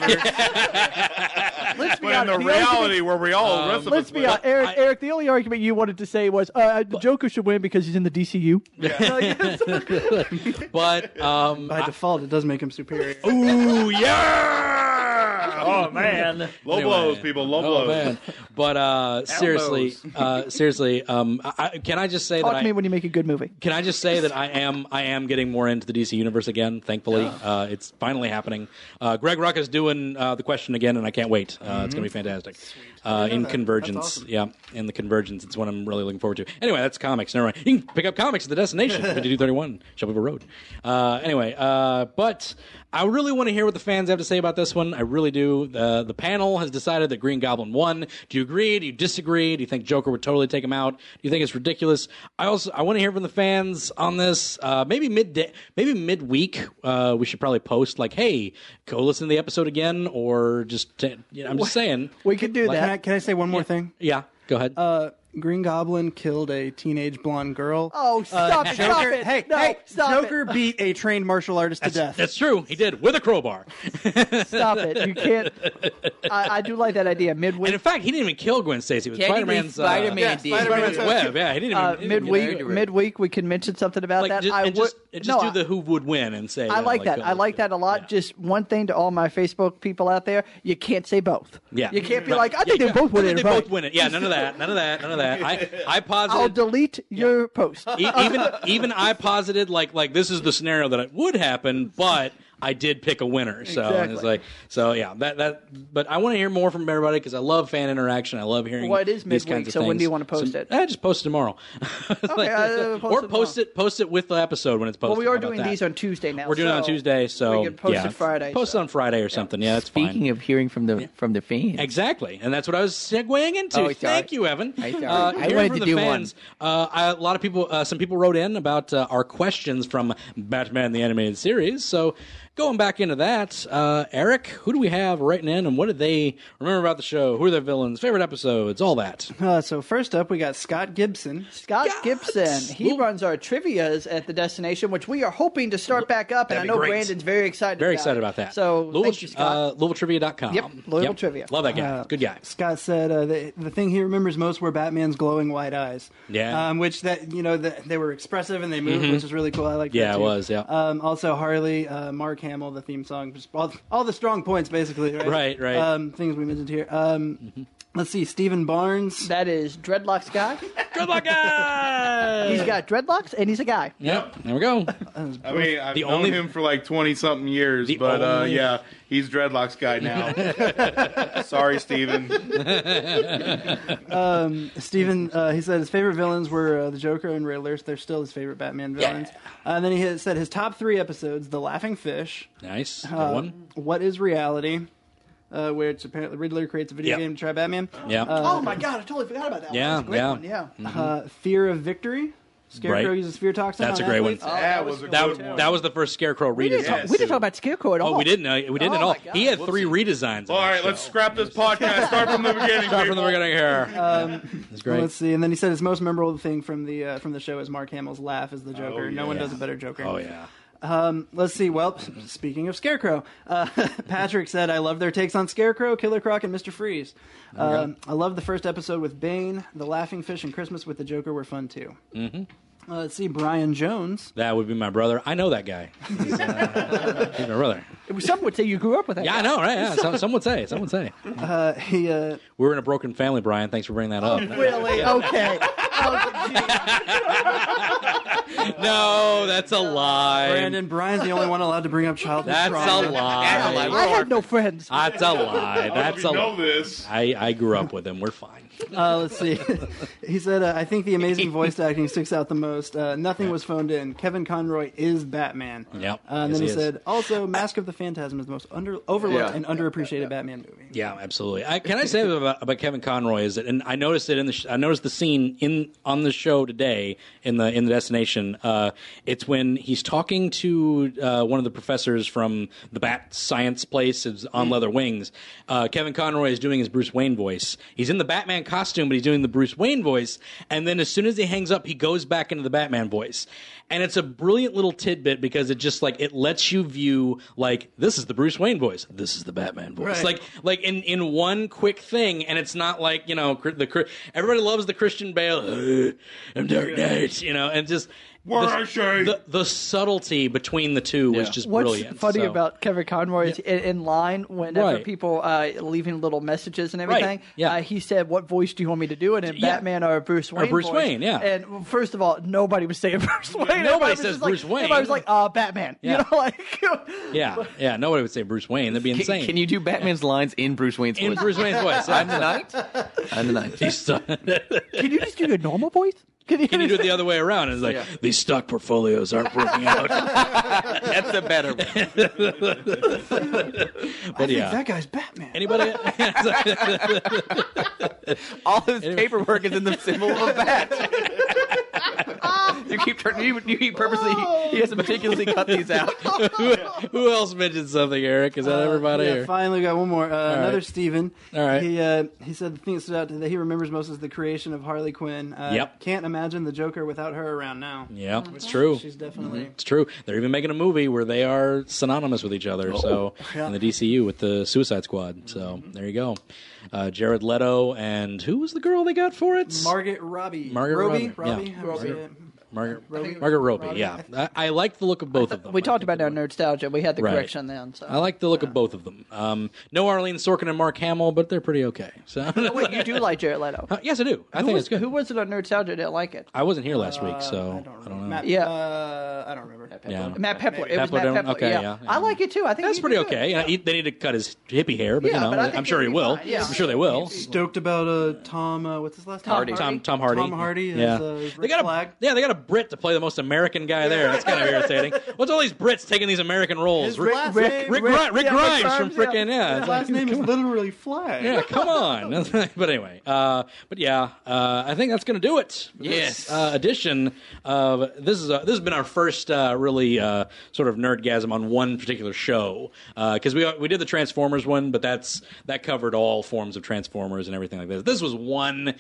[SPEAKER 2] let's be honest.
[SPEAKER 7] in the
[SPEAKER 2] the ultimate-
[SPEAKER 7] reality where we all,
[SPEAKER 1] Um,
[SPEAKER 7] the rest of
[SPEAKER 10] Let's
[SPEAKER 7] us
[SPEAKER 10] be
[SPEAKER 7] live,
[SPEAKER 10] honest, Eric. Eric, the only argument you wanted to say was uh, the Joker should win because he's in the DCU.
[SPEAKER 1] [laughs] but um,
[SPEAKER 8] [laughs] By default, it does make him superior.
[SPEAKER 1] Oh,
[SPEAKER 7] Ooh, yeah!
[SPEAKER 10] Oh man,
[SPEAKER 7] Low
[SPEAKER 1] Anyway.
[SPEAKER 7] blows, people. Low
[SPEAKER 1] oh
[SPEAKER 7] blows.
[SPEAKER 1] man, but uh, seriously, uh, seriously, um, I, I- can I just say
[SPEAKER 10] talk
[SPEAKER 1] that
[SPEAKER 10] to me
[SPEAKER 1] I,
[SPEAKER 10] when you make a good movie.
[SPEAKER 1] can I just say that I am I am getting more into the DC universe again. Thankfully, uh, it's finally happening. Uh, Greg Ruck is doing uh, the question again, and I can't wait. Uh, It's going to be fantastic. Uh, in Convergence, yeah, in the Convergence, it's one I'm really looking forward to. Anyway, that's comics. Never mind. You can pick up comics at the destination, 5231 Shelbyville Road. Uh, anyway, uh, but I really want to hear what the fans have to say about this one. I really do. The the panel has decided that Green Goblin won. Do you agree? Do you disagree? Do you think Joker would totally take him out? Do you think it's ridiculous? I also I want to hear from the fans on this. Uh, maybe midday, maybe midweek. Uh, we should probably post like, hey, go listen to the episode again, or just t- you know, I'm just saying.
[SPEAKER 10] We could do
[SPEAKER 8] Can I,
[SPEAKER 10] that.
[SPEAKER 8] can I say one more thing?
[SPEAKER 1] Yeah, go ahead.
[SPEAKER 8] Uh, Green Goblin killed a teenage blonde girl.
[SPEAKER 2] Oh, stop it, stop
[SPEAKER 8] Joker,
[SPEAKER 2] it.
[SPEAKER 8] Hey,
[SPEAKER 2] No,
[SPEAKER 8] hey,
[SPEAKER 2] stop it.
[SPEAKER 8] Joker beat a trained martial artist to death.
[SPEAKER 1] That's true. He did with a crowbar.
[SPEAKER 10] Stop it. You can't.
[SPEAKER 2] I, I do like that idea.
[SPEAKER 1] [laughs]
[SPEAKER 2] Midweek,
[SPEAKER 1] And in fact, he didn't even kill Gwen Stacy with
[SPEAKER 3] Technically,
[SPEAKER 1] Spider-Man's uh,
[SPEAKER 3] Spider-Man did.
[SPEAKER 1] Spider-Man's web. Yeah, he didn't even he
[SPEAKER 2] uh,
[SPEAKER 1] didn't even-
[SPEAKER 3] very
[SPEAKER 2] midweek,
[SPEAKER 3] direct.
[SPEAKER 2] midweek, we can mention something about
[SPEAKER 1] like
[SPEAKER 2] that.
[SPEAKER 1] just,
[SPEAKER 2] I
[SPEAKER 1] and
[SPEAKER 2] would
[SPEAKER 1] just, and just
[SPEAKER 2] no,
[SPEAKER 1] do the who would win and say.
[SPEAKER 2] I, I
[SPEAKER 1] uh,
[SPEAKER 2] like that.
[SPEAKER 1] go
[SPEAKER 2] I like
[SPEAKER 1] with
[SPEAKER 2] that
[SPEAKER 1] it.
[SPEAKER 2] a lot. Just one thing to all my Facebook people out there: you can't say both.
[SPEAKER 1] Yeah.
[SPEAKER 2] you can't be
[SPEAKER 1] Right.
[SPEAKER 2] like, I think
[SPEAKER 1] Yeah,
[SPEAKER 2] they both win
[SPEAKER 1] I
[SPEAKER 2] it.
[SPEAKER 1] think They
[SPEAKER 2] right.
[SPEAKER 1] both win it. Yeah, none of that. None of that. None of that. I I
[SPEAKER 2] [laughs] I'll
[SPEAKER 1] posited.
[SPEAKER 2] delete your post.
[SPEAKER 1] e- even even I posited like like this is the scenario that it would happen, but I did pick a winner. So it's
[SPEAKER 2] Exactly.
[SPEAKER 1] like so yeah that that. But I want to hear more from everybody because I love fan interaction. I love hearing
[SPEAKER 2] Well, it is
[SPEAKER 1] these
[SPEAKER 2] midweek,
[SPEAKER 1] kinds of
[SPEAKER 2] so when
[SPEAKER 1] things.
[SPEAKER 2] do you wanna post it?
[SPEAKER 1] I just post it tomorrow. [laughs] Like,
[SPEAKER 2] uh, post
[SPEAKER 1] or
[SPEAKER 2] it
[SPEAKER 1] post it post it with the episode when it's posted.
[SPEAKER 2] Well, we
[SPEAKER 1] How
[SPEAKER 2] are
[SPEAKER 1] about
[SPEAKER 2] doing
[SPEAKER 1] that?
[SPEAKER 2] these on Tuesday now.
[SPEAKER 1] We're doing it on
[SPEAKER 2] so
[SPEAKER 1] Tuesday, so
[SPEAKER 2] we can post
[SPEAKER 1] yeah,
[SPEAKER 2] it Friday.
[SPEAKER 1] Post it on Friday or something. Yeah, that's fine.
[SPEAKER 3] Speaking of hearing from the from the fans,
[SPEAKER 1] Exactly, and that's what I was segueing into.
[SPEAKER 3] Oh, sorry.
[SPEAKER 1] Thank you, Evan.
[SPEAKER 3] I- sorry.
[SPEAKER 1] Uh,
[SPEAKER 3] I
[SPEAKER 1] hearing
[SPEAKER 3] wanted
[SPEAKER 1] from
[SPEAKER 3] to
[SPEAKER 1] the
[SPEAKER 3] do
[SPEAKER 1] fans, Uh, I, a lot of people, uh, some people wrote in about uh, our questions from Batman the Animated Series. So, going back into that, uh, Eric, who do we have writing in, and what did they remember about the show? Who are their villains? Favorite episodes? All
[SPEAKER 2] [laughs]
[SPEAKER 1] that.
[SPEAKER 8] Uh, so first up, we got Scott Gibson.
[SPEAKER 2] Scott Gibson, he
[SPEAKER 1] Ooh.
[SPEAKER 2] runs our trivia's at the destination, which we are hoping to start back up. And I
[SPEAKER 1] That'd be
[SPEAKER 2] know
[SPEAKER 1] great.
[SPEAKER 2] Brandon's very excited.
[SPEAKER 1] Very
[SPEAKER 2] about
[SPEAKER 1] excited
[SPEAKER 2] it.
[SPEAKER 1] about that.
[SPEAKER 2] So
[SPEAKER 1] Louisville,
[SPEAKER 2] thank you, Scott.
[SPEAKER 1] Uh, LouisvilleTrivia.com.
[SPEAKER 2] Yep, Louisville Trivia.
[SPEAKER 1] Love that guy.
[SPEAKER 8] Uh,
[SPEAKER 1] Good guy.
[SPEAKER 8] Scott said uh, the the thing he remembers most were Batman's glowing white eyes.
[SPEAKER 1] Yeah. Mm-hmm.
[SPEAKER 8] Um, which that you know that they were expressive and they moved, which is really cool. I like.
[SPEAKER 1] Yeah,
[SPEAKER 8] that
[SPEAKER 1] it
[SPEAKER 8] too.
[SPEAKER 1] was, yeah.
[SPEAKER 8] Um, also Harley, uh, Mark Hamill, the theme song, just all, all the strong points basically. Right.
[SPEAKER 1] Right, right. Mm-hmm.
[SPEAKER 8] Um, things we mentioned here. Um, Let's see, Stephen Barnes.
[SPEAKER 2] that is dreadlocks guy.
[SPEAKER 1] Good luck, guy.
[SPEAKER 2] [laughs] He's got dreadlocks and he's a guy.
[SPEAKER 1] Yep. There we go.
[SPEAKER 7] I mean, I've
[SPEAKER 1] The
[SPEAKER 7] known
[SPEAKER 1] only-
[SPEAKER 7] him for like 20 something years,
[SPEAKER 1] The
[SPEAKER 7] but uh,
[SPEAKER 1] only-
[SPEAKER 7] yeah, he's Dreadlocks guy
[SPEAKER 1] [laughs]
[SPEAKER 7] now. Sorry, Steven.
[SPEAKER 8] Steven, uh, he said his favorite villains were uh, the Joker and Riddler. So they're still his favorite Batman villains. Uh, and then he had said his top three episodes: The Laughing Fish,
[SPEAKER 1] Nice. Good
[SPEAKER 8] uh,
[SPEAKER 1] one.
[SPEAKER 8] What Is Reality, uh, which apparently Riddler creates a video
[SPEAKER 1] Yep.
[SPEAKER 8] game to try Batman.
[SPEAKER 1] Yeah.
[SPEAKER 2] Oh my god, I totally forgot about that. one.
[SPEAKER 1] Yeah,
[SPEAKER 2] That's a great
[SPEAKER 1] yeah.
[SPEAKER 2] One. yeah.
[SPEAKER 8] Uh, Fear of Victory. Scarecrow
[SPEAKER 1] Right.
[SPEAKER 8] uses fear toxin.
[SPEAKER 1] That's
[SPEAKER 8] on
[SPEAKER 1] a great one.
[SPEAKER 8] athletes.
[SPEAKER 7] That, was a
[SPEAKER 1] that,
[SPEAKER 7] good one.
[SPEAKER 1] that was the first Scarecrow
[SPEAKER 2] We
[SPEAKER 1] redesign.
[SPEAKER 2] didn't, talk, we didn't talk about Scarecrow at all.
[SPEAKER 1] Oh, we didn't. uh, We didn't
[SPEAKER 2] Oh
[SPEAKER 1] at all.
[SPEAKER 2] my God.
[SPEAKER 1] He had three redesigns.
[SPEAKER 7] All right, let's scrap this podcast. Start from the beginning.
[SPEAKER 1] start from the
[SPEAKER 7] people.
[SPEAKER 1] beginning here.
[SPEAKER 2] um,
[SPEAKER 1] That's great.
[SPEAKER 8] Let's see. And then he said his most memorable thing from the uh, from the show is Mark Hamill's laugh as the Joker.
[SPEAKER 7] yeah.
[SPEAKER 8] No one does a better Joker.
[SPEAKER 1] oh yeah.
[SPEAKER 8] Let's see. Well, speaking of Scarecrow, uh, [laughs] Patrick said, I love their takes on Scarecrow, Killer Croc, and Mr. Freeze. Um, I love the first episode with Bane. The Laughing Fish and Christmas with the Joker were fun too. Mm-hmm. Uh, let's see. Brian Jones. [laughs]
[SPEAKER 1] That would be my brother. I know that guy. He's,
[SPEAKER 2] [laughs]
[SPEAKER 1] uh, he's my brother.
[SPEAKER 2] Some would say you grew up with that.
[SPEAKER 1] Yeah, I know, right? Yeah. Some, some would say. Some would say.
[SPEAKER 8] Uh, he, uh,
[SPEAKER 1] We're in a broken family, Brian. Thanks for bringing that up.
[SPEAKER 2] Really? [laughs] Okay. Oh, geez.
[SPEAKER 1] [laughs] No, that's a lie.
[SPEAKER 8] Brandon, Brian's the only one allowed to bring up childhood
[SPEAKER 1] That's
[SPEAKER 8] trauma.
[SPEAKER 1] a lie.
[SPEAKER 2] I had no friends.
[SPEAKER 1] That's a lie.
[SPEAKER 7] I don't
[SPEAKER 1] That's a [laughs]
[SPEAKER 7] know
[SPEAKER 1] lie.
[SPEAKER 7] this.
[SPEAKER 1] I, I grew up with him. We're fine.
[SPEAKER 8] Uh, let's see. he said, uh, I think the amazing voice acting sticks out the most. Uh, nothing was phoned in. Kevin Conroy is Batman.
[SPEAKER 1] Yep.
[SPEAKER 8] Uh, and
[SPEAKER 1] Yes, he
[SPEAKER 8] then he,
[SPEAKER 1] is.
[SPEAKER 8] said, also, Mask of the Phantasm is the most under- overlooked
[SPEAKER 3] Yeah.
[SPEAKER 8] and underappreciated Batman movie.
[SPEAKER 1] Yeah, absolutely. I, can I say about, about Kevin Conroy is that, and I noticed it in the, sh- I noticed the scene in on on the show today in the in the destination. Uh, it's when he's talking to uh, one of the professors from the Bat Science place is on Leather Wings. Uh, Kevin Conroy is doing his Bruce Wayne voice. He's in the Batman costume, but he's doing the Bruce Wayne voice. And then as soon as he hangs up, he goes back into the Batman voice. And it's a brilliant little tidbit because it just like it lets you view like this is the Bruce Wayne voice, this is the Batman voice. Like like in in one quick thing, and it's not like you know cr- the cr- everybody loves the Christian Bale. "Ugh, I'm Dark Knight, you know, and just.
[SPEAKER 7] Where
[SPEAKER 1] the,
[SPEAKER 7] I say.
[SPEAKER 1] the, the subtlety between the two was just
[SPEAKER 2] What's
[SPEAKER 1] brilliant.
[SPEAKER 2] funny
[SPEAKER 1] so.
[SPEAKER 2] about Kevin Conroy is in, in line whenever
[SPEAKER 1] Right.
[SPEAKER 2] people uh, leaving little messages and
[SPEAKER 1] Right.
[SPEAKER 2] everything.
[SPEAKER 1] Yeah.
[SPEAKER 2] uh, he said, "What voice do you want me to do it in,
[SPEAKER 1] Yeah.
[SPEAKER 2] Batman or Bruce Wayne?"
[SPEAKER 1] Bruce
[SPEAKER 2] voice?"
[SPEAKER 1] Wayne, yeah.
[SPEAKER 2] And well, first of all, nobody was saying [laughs] Bruce Wayne.
[SPEAKER 1] Nobody
[SPEAKER 2] Everybody was
[SPEAKER 1] says
[SPEAKER 2] just like-
[SPEAKER 1] Bruce Wayne.
[SPEAKER 2] Everybody was like, uh, "Batman,"
[SPEAKER 1] Yeah.
[SPEAKER 2] you know, [laughs] like
[SPEAKER 1] Yeah, yeah. Nobody would say Bruce Wayne. That'd be
[SPEAKER 3] Can,
[SPEAKER 1] insane.
[SPEAKER 3] can you do Batman's lines in Bruce Wayne's
[SPEAKER 1] in
[SPEAKER 3] voice?
[SPEAKER 1] Bruce Wayne's voice?
[SPEAKER 3] I'm the knight. I'm
[SPEAKER 1] [laughs]
[SPEAKER 3] the knight.
[SPEAKER 1] These stock-
[SPEAKER 2] Can you just do your normal voice? Can you,
[SPEAKER 1] can you do it the other way around? It's like these stock portfolios aren't working
[SPEAKER 3] [laughs]
[SPEAKER 1] out.
[SPEAKER 3] That's the better one.
[SPEAKER 1] [laughs] But yeah,
[SPEAKER 8] That guy's Batman.
[SPEAKER 1] anybody? [laughs]
[SPEAKER 3] All his paperwork is in the symbol of
[SPEAKER 1] [laughs]
[SPEAKER 3] a bat. [laughs] you keep turning. You, you keep purposely. He has to meticulously cut these out.
[SPEAKER 1] Who else mentioned something? Eric, is that
[SPEAKER 2] Uh,
[SPEAKER 1] everybody?
[SPEAKER 8] Uh, Yeah,
[SPEAKER 1] or-
[SPEAKER 8] finally got one more. Uh, another
[SPEAKER 1] right.
[SPEAKER 8] Steven.
[SPEAKER 1] All right.
[SPEAKER 8] He uh, he said the thing that stood out that he remembers most is the creation of Harley Quinn. Uh,
[SPEAKER 1] Yep.
[SPEAKER 8] Can't imagine the Joker without her around now.
[SPEAKER 1] yeah,
[SPEAKER 2] Uh-huh.
[SPEAKER 1] it's true.
[SPEAKER 8] She's definitely.
[SPEAKER 1] It's true. They're even making a movie where they are synonymous with each other. so
[SPEAKER 2] Oh,
[SPEAKER 1] in the DCU with the Suicide Squad. So
[SPEAKER 2] Mm-hmm.
[SPEAKER 1] there you go. Uh, Jared Leto and who was the girl they got for it?
[SPEAKER 8] Margaret Robbie.
[SPEAKER 1] Margot
[SPEAKER 8] Robbie.
[SPEAKER 1] Robbie, yeah.
[SPEAKER 8] Robbie. How do you say
[SPEAKER 1] Margaret-
[SPEAKER 8] it?
[SPEAKER 1] Margaret Margaret Robbie. Yeah, I, I like the look of both of them.
[SPEAKER 2] [laughs] we
[SPEAKER 1] I
[SPEAKER 2] talked
[SPEAKER 1] think [laughs]
[SPEAKER 2] about our nostalgia. We had the
[SPEAKER 1] Right.
[SPEAKER 2] correction then. So.
[SPEAKER 1] I like the look of both of them. Um, no Arlene Sorkin and Mark Hamill, but they're pretty okay. So [laughs]
[SPEAKER 2] Oh, Wait, you do like Jared Leto.
[SPEAKER 1] Uh, yes, I do. I
[SPEAKER 2] who,
[SPEAKER 1] think
[SPEAKER 2] was,
[SPEAKER 1] it's good.
[SPEAKER 2] who Uh, was it on Nerdtalgia that didn't like it?
[SPEAKER 1] I wasn't here last week, so I don't, know.
[SPEAKER 8] Matt,
[SPEAKER 2] Yeah.
[SPEAKER 8] Uh, I don't remember.
[SPEAKER 1] Yeah.
[SPEAKER 2] Matt Pepler. It was
[SPEAKER 1] Pepler don't-
[SPEAKER 2] Matt Pepler.
[SPEAKER 1] okay,
[SPEAKER 2] yeah.
[SPEAKER 1] yeah, yeah.
[SPEAKER 2] I like it too. I think
[SPEAKER 1] That's
[SPEAKER 2] he
[SPEAKER 1] pretty
[SPEAKER 2] did good.
[SPEAKER 1] okay. Yeah, he- they need to cut his hippie hair, but
[SPEAKER 2] Yeah,
[SPEAKER 1] you know,
[SPEAKER 2] but I think
[SPEAKER 1] I'm sure he
[SPEAKER 2] it'll be
[SPEAKER 1] will.
[SPEAKER 2] fine, yeah.
[SPEAKER 1] I'm sure they will.
[SPEAKER 8] Stoked about uh, Tom. Uh, what's his last
[SPEAKER 3] Hardy.
[SPEAKER 8] name?
[SPEAKER 1] Tom Tom Hardy.
[SPEAKER 8] Tom Hardy is,
[SPEAKER 1] yeah.
[SPEAKER 8] uh, Rick
[SPEAKER 1] they got a
[SPEAKER 8] Flag.
[SPEAKER 1] yeah, they got a Brit to play the most American guy there. That's kind of irritating. What's all these Brits taking these American roles?
[SPEAKER 8] His
[SPEAKER 1] Rick
[SPEAKER 8] last
[SPEAKER 2] Rick-
[SPEAKER 8] name,
[SPEAKER 1] Rick, Gri- Rick
[SPEAKER 2] yeah, Rick
[SPEAKER 1] Grimes from
[SPEAKER 2] Grimes, yeah.
[SPEAKER 1] freaking yeah.
[SPEAKER 8] His
[SPEAKER 1] it's
[SPEAKER 8] last
[SPEAKER 1] like- [laughs]
[SPEAKER 8] name is literally Flag.
[SPEAKER 1] yeah, come on. [laughs] but anyway, uh, but yeah, uh, I think that's gonna do it. for this,
[SPEAKER 3] Yes.
[SPEAKER 1] uh, edition of this is a, this has been our first uh, really uh, sort of nerdgasm on one particular show because we we did the Transformers one, but that's that covered all forms of Transformers and everything like this. This was one.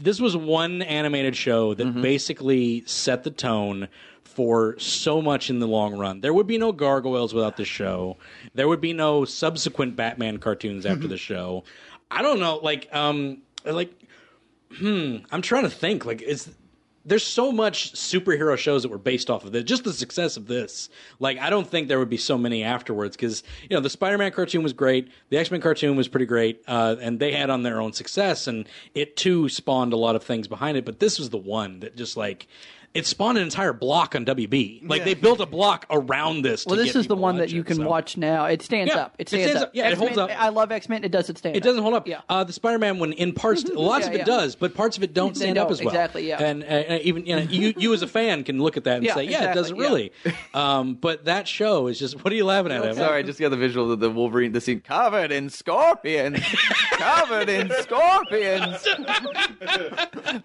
[SPEAKER 1] This was one animated show that basically set the tone for so much in the long run. There would be no Gargoyles without this show. There would be no subsequent Batman cartoons after the show. I don't know, like, um, like, hmm, I'm trying to think. Like, it's there's so much superhero shows that were based off of this. Just the success of this, like, I don't think there would be so many afterwards because you know the Spider-Man cartoon was great, the X-Men cartoon was pretty great, uh, and they had on their own success, and it too spawned a lot of things behind it. But this was the one that just like. It spawned an entire block on WB. Like they built a block around this.
[SPEAKER 2] Well,
[SPEAKER 1] to
[SPEAKER 2] this
[SPEAKER 1] get
[SPEAKER 2] is the
[SPEAKER 1] people
[SPEAKER 2] one
[SPEAKER 1] to
[SPEAKER 2] that you
[SPEAKER 1] it,
[SPEAKER 2] can
[SPEAKER 1] so.
[SPEAKER 2] watch now. It stands
[SPEAKER 1] Yeah,
[SPEAKER 2] up. It stands, up.
[SPEAKER 1] Yeah, it
[SPEAKER 2] X-Men-
[SPEAKER 1] holds up.
[SPEAKER 2] I love X Men. It doesn't stand.
[SPEAKER 1] It doesn't hold up.
[SPEAKER 2] Yeah.
[SPEAKER 1] Uh, the Spider-Man one in parts, lots
[SPEAKER 2] [laughs] Yeah,
[SPEAKER 1] of it
[SPEAKER 2] yeah.
[SPEAKER 1] does, but parts of it don't
[SPEAKER 2] They
[SPEAKER 1] stand up
[SPEAKER 2] don't,
[SPEAKER 1] as well.
[SPEAKER 2] exactly, yeah.
[SPEAKER 1] And uh, uh, even you, know, you, you as a fan can look at that and
[SPEAKER 2] Yeah,
[SPEAKER 1] say, yeah, it
[SPEAKER 2] exactly,
[SPEAKER 1] doesn't
[SPEAKER 2] yeah. [laughs]
[SPEAKER 1] really. Um, but that show is just, what are you laughing at? Evan?
[SPEAKER 3] Sorry, I just got the visual of the Wolverine, the scene covered in scorpions, covered in scorpions.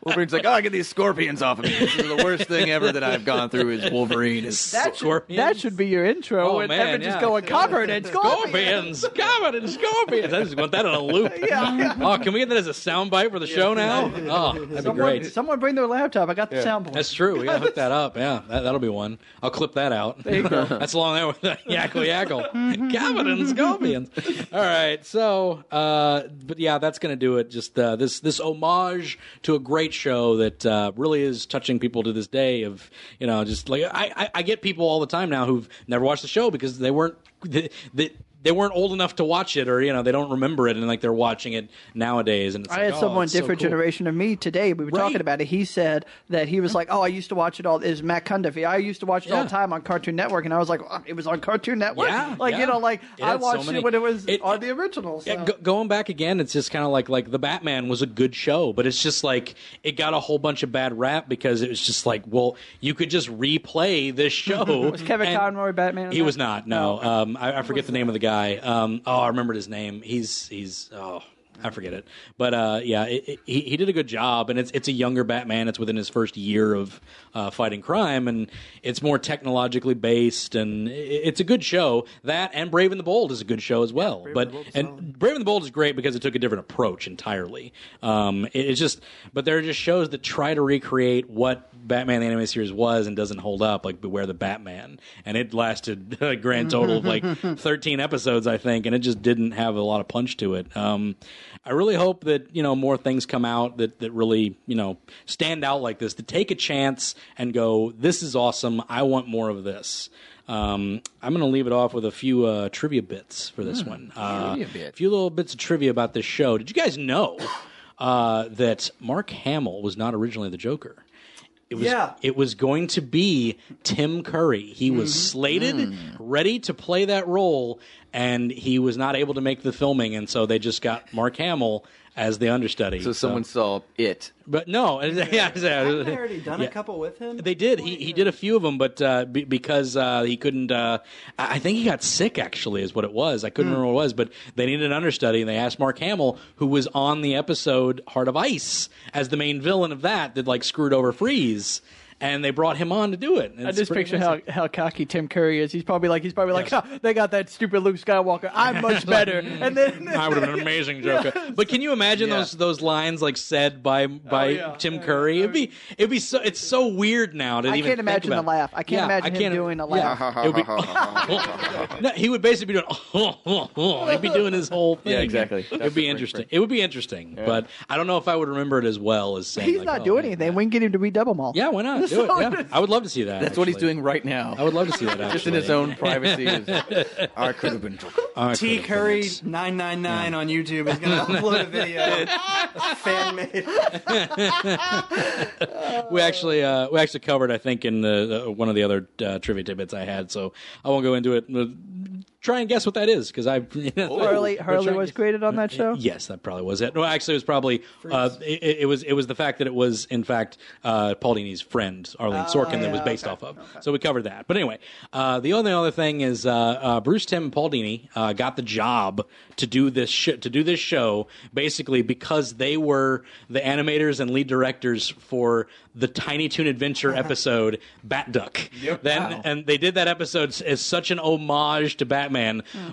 [SPEAKER 3] Wolverine's like, oh, I get these scorpions off of me. This is the worst thing ever that I've gone through is Wolverine. Is
[SPEAKER 2] That should,
[SPEAKER 1] Scorpions.
[SPEAKER 2] that should be your intro.
[SPEAKER 1] Oh,
[SPEAKER 2] and
[SPEAKER 1] man,
[SPEAKER 2] Evan just
[SPEAKER 1] yeah.
[SPEAKER 2] going covered [laughs] and scorpion.
[SPEAKER 1] Scorpions, covered in scorpions. I just want that on a
[SPEAKER 2] [laughs]
[SPEAKER 1] loop. Oh, can we get that as a soundbite for the show now? Oh, that'd be
[SPEAKER 2] Someone,
[SPEAKER 1] great.
[SPEAKER 2] someone bring their laptop. I got the soundboard.
[SPEAKER 1] That's true. We gotta hook that up. Yeah, that, that'll be one. I'll clip that out. There you go. [laughs] That's along there with the yackle
[SPEAKER 2] Mm-hmm.
[SPEAKER 1] yackle. Cabin and
[SPEAKER 2] [laughs]
[SPEAKER 1] scorpions. All right. So, uh, but yeah, that's gonna do it. Just uh, this this homage to a great show that uh, really is touching people to this day. Of you know, just like I, I, I get people all the time now who've never watched the show because they weren't. They, they, they weren't old enough to watch it, or you know, they don't remember it, and like they're watching it nowadays. And it's
[SPEAKER 2] I
[SPEAKER 1] like,
[SPEAKER 2] had
[SPEAKER 1] oh,
[SPEAKER 2] someone
[SPEAKER 1] it's so
[SPEAKER 2] different
[SPEAKER 1] cool.
[SPEAKER 2] generation of me today. We were
[SPEAKER 1] Right.
[SPEAKER 2] talking about it. He said that he was like, "Oh, I used to watch it all." Is Matt Cundiff? I used to watch it all
[SPEAKER 1] Yeah.
[SPEAKER 2] the time on Cartoon Network, and I was like, "Oh, "It was on Cartoon Network."
[SPEAKER 1] Yeah,
[SPEAKER 2] like
[SPEAKER 1] yeah.
[SPEAKER 2] you know, like
[SPEAKER 1] It
[SPEAKER 2] I
[SPEAKER 1] had so
[SPEAKER 2] watched
[SPEAKER 1] many-
[SPEAKER 2] it when it was
[SPEAKER 1] it-
[SPEAKER 2] on the original. So.
[SPEAKER 1] Yeah, go- going back again, it's just kind of like like the Batman was a good show, but it's just like it got a whole bunch of bad rap because it was just like, well, you could just replay
[SPEAKER 2] [laughs]
[SPEAKER 1] this show. was
[SPEAKER 2] Kevin Conroy Batman in
[SPEAKER 1] He
[SPEAKER 2] that?
[SPEAKER 1] was not. No, um, I, I forget the name of the guy. Um, oh, I remembered his name. He's he's oh. I forget it, but uh, yeah, it, it- he he did a good job, and it's it's a younger Batman. It's within his first year of uh, fighting crime, and it's more technologically based, and i it's a good show. That and Brave and the Bold is a good show as well. but and Brave and the Bold is great because it took a different approach entirely. Um, it, it's just, but there are just shows that try to recreate what Batman the Animated Series was and doesn't hold up, like Beware the Batman, and it lasted [laughs] a grand total of like thirteen episodes, I think, and it just didn't have a lot of punch to it. Um, I really hope that you know more things come out that that really you know stand out like this, to take a chance and go, this is awesome. I want more of this. Um, I'm going to leave it off with a few uh, trivia bits for this one. Uh, a few little bits of trivia about this show. Did you guys know uh, that Mark Hamill was not originally the Joker? It was,
[SPEAKER 8] Yeah.
[SPEAKER 1] it was going to be Tim Curry. He was slated, ready to play that role, and he was not able to make the filming, and so they just got Mark Hamill as the understudy.
[SPEAKER 3] So someone saw it.
[SPEAKER 1] but no, [laughs] yeah,
[SPEAKER 8] Haven't they already done
[SPEAKER 1] Yeah.
[SPEAKER 8] a couple with him?
[SPEAKER 1] They did. He he did a few of them, but uh, be, because uh, he couldn't, uh, I I think he got sick. Actually, is what it was. I couldn't remember what it was, but they needed an understudy, and they asked Mark Hamill, who was on the episode Heart of Ice as the main villain of that, that like screwed over Freeze, and they brought him on to do it. And
[SPEAKER 10] I
[SPEAKER 1] it's
[SPEAKER 10] just
[SPEAKER 1] pretty
[SPEAKER 10] picture
[SPEAKER 1] amazing.
[SPEAKER 10] how, how cocky Tim Curry is. He's probably like he's probably like "Huh, they got that stupid Luke Skywalker.
[SPEAKER 2] [laughs]
[SPEAKER 10] I'm much better. and then
[SPEAKER 1] [laughs] I would have been an amazing Joker. [laughs] But can you imagine those those lines like said by by Tim Curry? It'd be it'd be so it's so weird now to
[SPEAKER 2] I
[SPEAKER 1] even
[SPEAKER 2] can't
[SPEAKER 1] think
[SPEAKER 2] imagine
[SPEAKER 1] about
[SPEAKER 2] the
[SPEAKER 1] it.
[SPEAKER 2] laugh. I can't
[SPEAKER 1] Yeah,
[SPEAKER 2] imagine him
[SPEAKER 1] can't-
[SPEAKER 2] doing a
[SPEAKER 1] yeah. It would be, [laughs] no, he would basically be doing he'd be doing [laughs] his whole thing.
[SPEAKER 3] Yeah, exactly.
[SPEAKER 1] It'd be interesting. It would be interesting, but I don't know if I would remember it as well as saying
[SPEAKER 2] [laughs] He's
[SPEAKER 1] like,
[SPEAKER 2] not
[SPEAKER 1] oh,
[SPEAKER 2] doing
[SPEAKER 1] man.
[SPEAKER 2] anything. We can get him to redouble them all.
[SPEAKER 1] Yeah, why
[SPEAKER 2] [laughs]
[SPEAKER 1] not? Do it. Yeah. I would love to see that.
[SPEAKER 3] That's what he's
[SPEAKER 1] actually.
[SPEAKER 3] doing right now.
[SPEAKER 1] I would love to see that.
[SPEAKER 3] [laughs] just in his
[SPEAKER 1] actually.
[SPEAKER 3] own
[SPEAKER 1] [laughs]
[SPEAKER 3] privacy.
[SPEAKER 9] I could have been drunk.
[SPEAKER 1] I
[SPEAKER 8] T
[SPEAKER 1] could've
[SPEAKER 8] Curry nine nine nine on YouTube is [laughs] gonna upload a [laughs] video, fan made.
[SPEAKER 1] we actually uh, we actually covered I think in the uh, one of the other uh, trivia tidbits I had, so I won't go into it. Uh, Try and guess what that is because I [laughs]
[SPEAKER 2] Hurley,
[SPEAKER 1] We're
[SPEAKER 2] Hurley
[SPEAKER 1] trying-
[SPEAKER 2] was created on that show.
[SPEAKER 1] Yes, that probably was it. No, actually, it was probably uh, it, it was it was the fact that it was in fact uh, Paul Dini's friend Arlene Sorkin that was based off of. So we covered that. But anyway, uh, the only other thing is uh, uh, Bruce Tim and Paul Dini uh, got the job to do this sh- to do this show basically because they were the animators and lead directors for the Tiny Toon Adventure episode Bat Duck. Then and they did that episode s- as such an homage to Batman.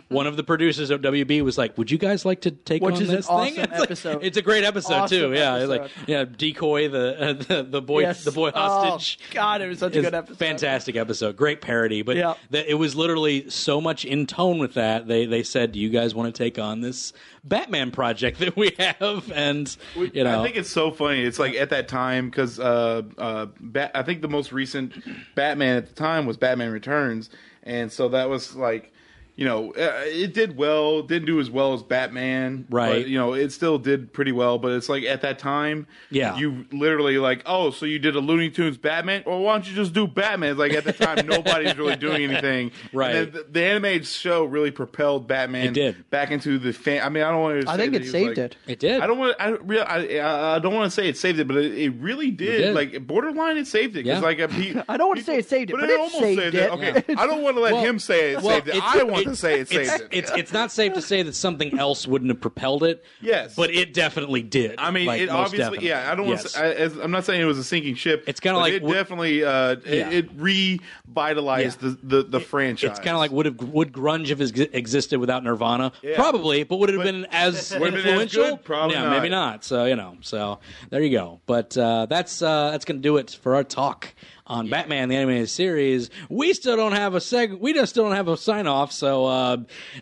[SPEAKER 1] One of the producers of WB was like, "Would you guys like to take
[SPEAKER 10] Which
[SPEAKER 1] on
[SPEAKER 10] is an
[SPEAKER 1] this
[SPEAKER 10] awesome
[SPEAKER 1] thing?" It's like-
[SPEAKER 10] episode.
[SPEAKER 1] it's a great episode
[SPEAKER 10] Awesome
[SPEAKER 1] too. Yeah,
[SPEAKER 10] episode.
[SPEAKER 1] like yeah, decoy the uh, the, the boy
[SPEAKER 10] Yes.
[SPEAKER 1] the boy
[SPEAKER 10] Oh,
[SPEAKER 1] hostage.
[SPEAKER 10] God, it was such a
[SPEAKER 1] It's
[SPEAKER 10] good episode.
[SPEAKER 1] Fantastic episode, great parody. But
[SPEAKER 10] Yeah.
[SPEAKER 1] that it was literally so much in tone with that. They they said, "Do you guys want to take on this Batman project that we have?" And you know,
[SPEAKER 7] I think it's so funny. It's like at that time because uh, uh, Bat- I think the most recent Batman at the time was Batman Returns, and so that was like, you know, uh, it did well. Didn't do as well as Batman,
[SPEAKER 1] Right.
[SPEAKER 7] But, you know, it still did pretty well. But it's like at that time,
[SPEAKER 1] Yeah.
[SPEAKER 7] you literally like, oh, so you did a Looney Tunes Batman, or why don't you just do Batman? It's Like at
[SPEAKER 1] [laughs]
[SPEAKER 7] the time, nobody's really doing anything,
[SPEAKER 1] Right.
[SPEAKER 7] And then the, the animated show really propelled Batman
[SPEAKER 1] It did.
[SPEAKER 7] back into the fan. I mean, I don't want to.
[SPEAKER 2] I think it saved it.
[SPEAKER 1] it did.
[SPEAKER 7] I don't want. I real. I, I I don't want to say it saved it, but it, it really
[SPEAKER 1] did.
[SPEAKER 7] did. Like borderline, it saved it. 'cause,
[SPEAKER 1] Yeah.
[SPEAKER 7] Like a pe-
[SPEAKER 2] [laughs] I don't wanna say it saved it, but it saved it.
[SPEAKER 7] Okay, I don't want to let
[SPEAKER 1] Well-
[SPEAKER 7] him say it
[SPEAKER 1] Well,
[SPEAKER 7] saved it.
[SPEAKER 1] it's-
[SPEAKER 7] I want to say it
[SPEAKER 1] it's,
[SPEAKER 7] saved it.
[SPEAKER 1] It's it's not safe to say that something else wouldn't have propelled it.
[SPEAKER 7] Yes.
[SPEAKER 1] but it definitely did.
[SPEAKER 7] I mean,
[SPEAKER 1] Like,
[SPEAKER 7] it
[SPEAKER 1] most
[SPEAKER 7] obviously.
[SPEAKER 1] definitely.
[SPEAKER 7] Yeah, I don't want.
[SPEAKER 1] Yes.
[SPEAKER 7] to. I, as, I'm not saying it was a sinking ship.
[SPEAKER 1] It's kinda
[SPEAKER 7] but
[SPEAKER 1] like
[SPEAKER 7] it
[SPEAKER 1] what-
[SPEAKER 7] definitely. Uh,
[SPEAKER 1] Yeah.
[SPEAKER 7] it, it revitalized
[SPEAKER 1] Yeah.
[SPEAKER 7] the the, the franchise.
[SPEAKER 1] It's kind of like would have would grunge have ex- existed without Nirvana? Probably, but would it have
[SPEAKER 7] But-
[SPEAKER 1] been as
[SPEAKER 7] [laughs] Would have been as
[SPEAKER 1] influential?
[SPEAKER 7] good? Probably
[SPEAKER 1] yeah,
[SPEAKER 7] not.
[SPEAKER 1] maybe not. So you know, so there you go. But uh, that's uh, that's gonna do it for our talk on Batman the animated series. We still don't have a seg. We just still don't have a sign off. So uh,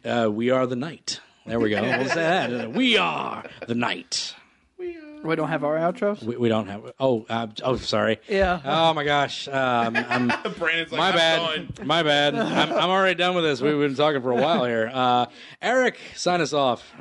[SPEAKER 1] uh, we are the night. There we go. We'll say
[SPEAKER 7] [laughs]
[SPEAKER 1] that. We are the night.
[SPEAKER 2] We don't have our outros.
[SPEAKER 1] We, we don't have. Oh, uh, oh, sorry.
[SPEAKER 2] Yeah.
[SPEAKER 1] Oh my gosh. Um, I'm,
[SPEAKER 7] Brandon's like,
[SPEAKER 1] my
[SPEAKER 7] "I'm
[SPEAKER 1] bad. [laughs]
[SPEAKER 7] done."
[SPEAKER 1] My bad. I'm, I'm already done with this. We've been talking for a while here. Uh, Eric, sign us off.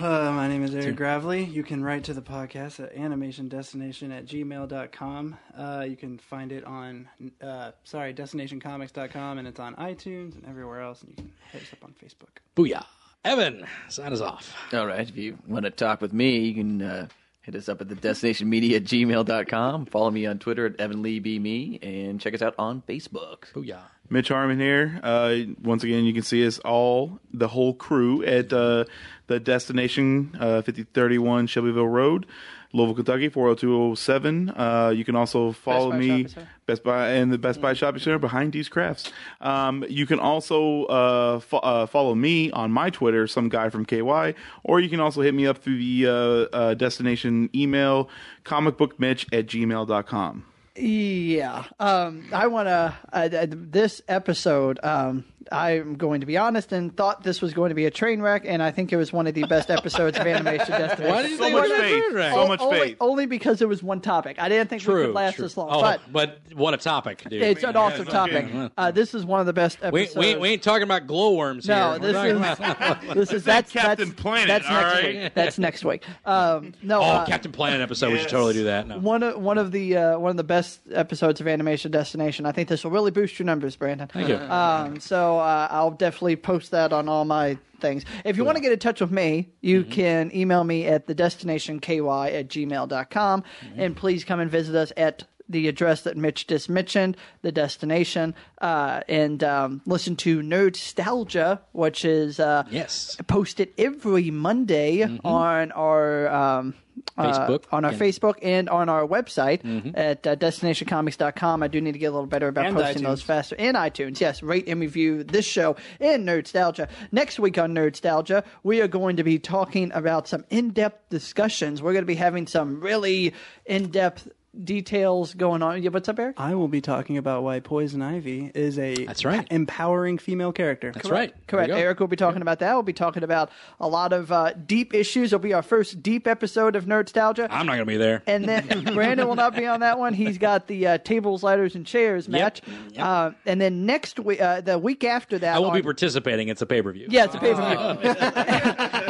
[SPEAKER 8] Uh, my name is Eric Gravely. You can write to the podcast at animationdestination at gmail.com. Uh, you can find it on, uh, sorry, destinationcomics.com, and it's on iTunes and everywhere else, and you can hit us up on Facebook.
[SPEAKER 1] Booyah. Evan, sign us off.
[SPEAKER 3] All right, if you want to talk with me, you can uh, Hit us up at the destinationmedia at gmail.com. Follow me on Twitter at Evan Lee B. Me, and check us out on Facebook.
[SPEAKER 1] Booyah.
[SPEAKER 7] Mitch Harmon here. Uh, once again, you can see us all, the whole crew, at uh, the destination uh, 5031 Shelbyville Road, Louisville, Kentucky 40207. Uh, you can also follow
[SPEAKER 2] Buy
[SPEAKER 7] me,
[SPEAKER 2] Shopping Center. Mm-hmm.
[SPEAKER 7] Best Buy, and the Best Buy Shopping Center behind these crafts. Um, you can also uh, fo- uh, follow me on my Twitter, some guy from KY, or you can also hit me up through the uh, uh, destination email, comicbookmitch at gmail.com.
[SPEAKER 2] Yeah. Um, I want to. Uh, th- this episode, um, I'm going to be honest and thought this was going to be a train wreck, and I think it was one of the best episodes
[SPEAKER 1] [laughs]
[SPEAKER 2] of Animation Destination.
[SPEAKER 1] Why do you
[SPEAKER 7] So
[SPEAKER 1] think
[SPEAKER 7] much
[SPEAKER 1] it was a
[SPEAKER 7] faith.
[SPEAKER 1] train wreck?
[SPEAKER 7] So much
[SPEAKER 2] only,
[SPEAKER 7] faith.
[SPEAKER 2] Only because it was one topic. I didn't think we
[SPEAKER 1] True.
[SPEAKER 2] could last
[SPEAKER 1] true.
[SPEAKER 2] this long.
[SPEAKER 1] Oh,
[SPEAKER 2] but
[SPEAKER 1] but what a topic, dude.
[SPEAKER 2] it's an awesome topic. Uh, this is one of the best
[SPEAKER 1] we,
[SPEAKER 2] episodes.
[SPEAKER 1] we, we ain't talking about glowworms
[SPEAKER 2] No,
[SPEAKER 1] here.
[SPEAKER 2] this
[SPEAKER 1] We're
[SPEAKER 2] is,
[SPEAKER 1] talking
[SPEAKER 2] [laughs]
[SPEAKER 1] about- [laughs]
[SPEAKER 2] this is that's
[SPEAKER 7] Captain
[SPEAKER 2] that's,
[SPEAKER 7] Planet,
[SPEAKER 2] That's
[SPEAKER 7] all
[SPEAKER 2] next
[SPEAKER 7] right?
[SPEAKER 2] week. That's next week. Um, no,
[SPEAKER 1] oh,
[SPEAKER 2] uh,
[SPEAKER 1] Captain Planet episode. We should
[SPEAKER 7] yes.
[SPEAKER 1] totally do that. No.
[SPEAKER 2] one of one of the uh, one of the best episodes of Animation Destination. I think this will really boost your numbers, Brandon. Thank
[SPEAKER 1] you.
[SPEAKER 2] Um, so uh, I'll definitely post that on all my things. If you want to get in touch with me,
[SPEAKER 1] Mm-hmm.
[SPEAKER 2] you can email me at the destinationky at gmail.com
[SPEAKER 1] Mm-hmm.
[SPEAKER 2] and please come and visit us at the address that Mitch just mentioned, the destination, uh, and um, listen to Nerdstalgia, which is uh,
[SPEAKER 1] Yes.
[SPEAKER 2] posted every Monday on our um,
[SPEAKER 1] Facebook.
[SPEAKER 2] uh, on our
[SPEAKER 1] Yeah.
[SPEAKER 2] Facebook and on our website at uh, destinationcomics.com. I do need to get a little better about
[SPEAKER 8] And
[SPEAKER 2] posting
[SPEAKER 8] iTunes.
[SPEAKER 2] those faster. And iTunes, yes. Rate and review this show and Nerdstalgia. Next week on Nerdstalgia, we are going to be talking about some in depth discussions. We're going to be having some really in depth details going on. Yeah, what's up, Eric?
[SPEAKER 8] I will be talking about why Poison Ivy is a
[SPEAKER 1] That's right.
[SPEAKER 8] empowering female character.
[SPEAKER 1] That's right. There
[SPEAKER 2] Correct.
[SPEAKER 1] we go.
[SPEAKER 2] Eric will be talking about that. We'll be talking about a lot of uh, deep issues. It'll be our first deep episode of Nerdstalgia.
[SPEAKER 1] I'm not gonna be there. [laughs]
[SPEAKER 2] And then Brandon will not be on that one. He's got the uh, tables, ladders, and chairs match. Uh, and then next week, uh, the week after that,
[SPEAKER 1] I will be
[SPEAKER 2] on-
[SPEAKER 1] participating. It's a pay per view.
[SPEAKER 2] yeah, it's
[SPEAKER 1] [laughs]
[SPEAKER 2] a pay
[SPEAKER 1] Oh,
[SPEAKER 2] per view. [laughs]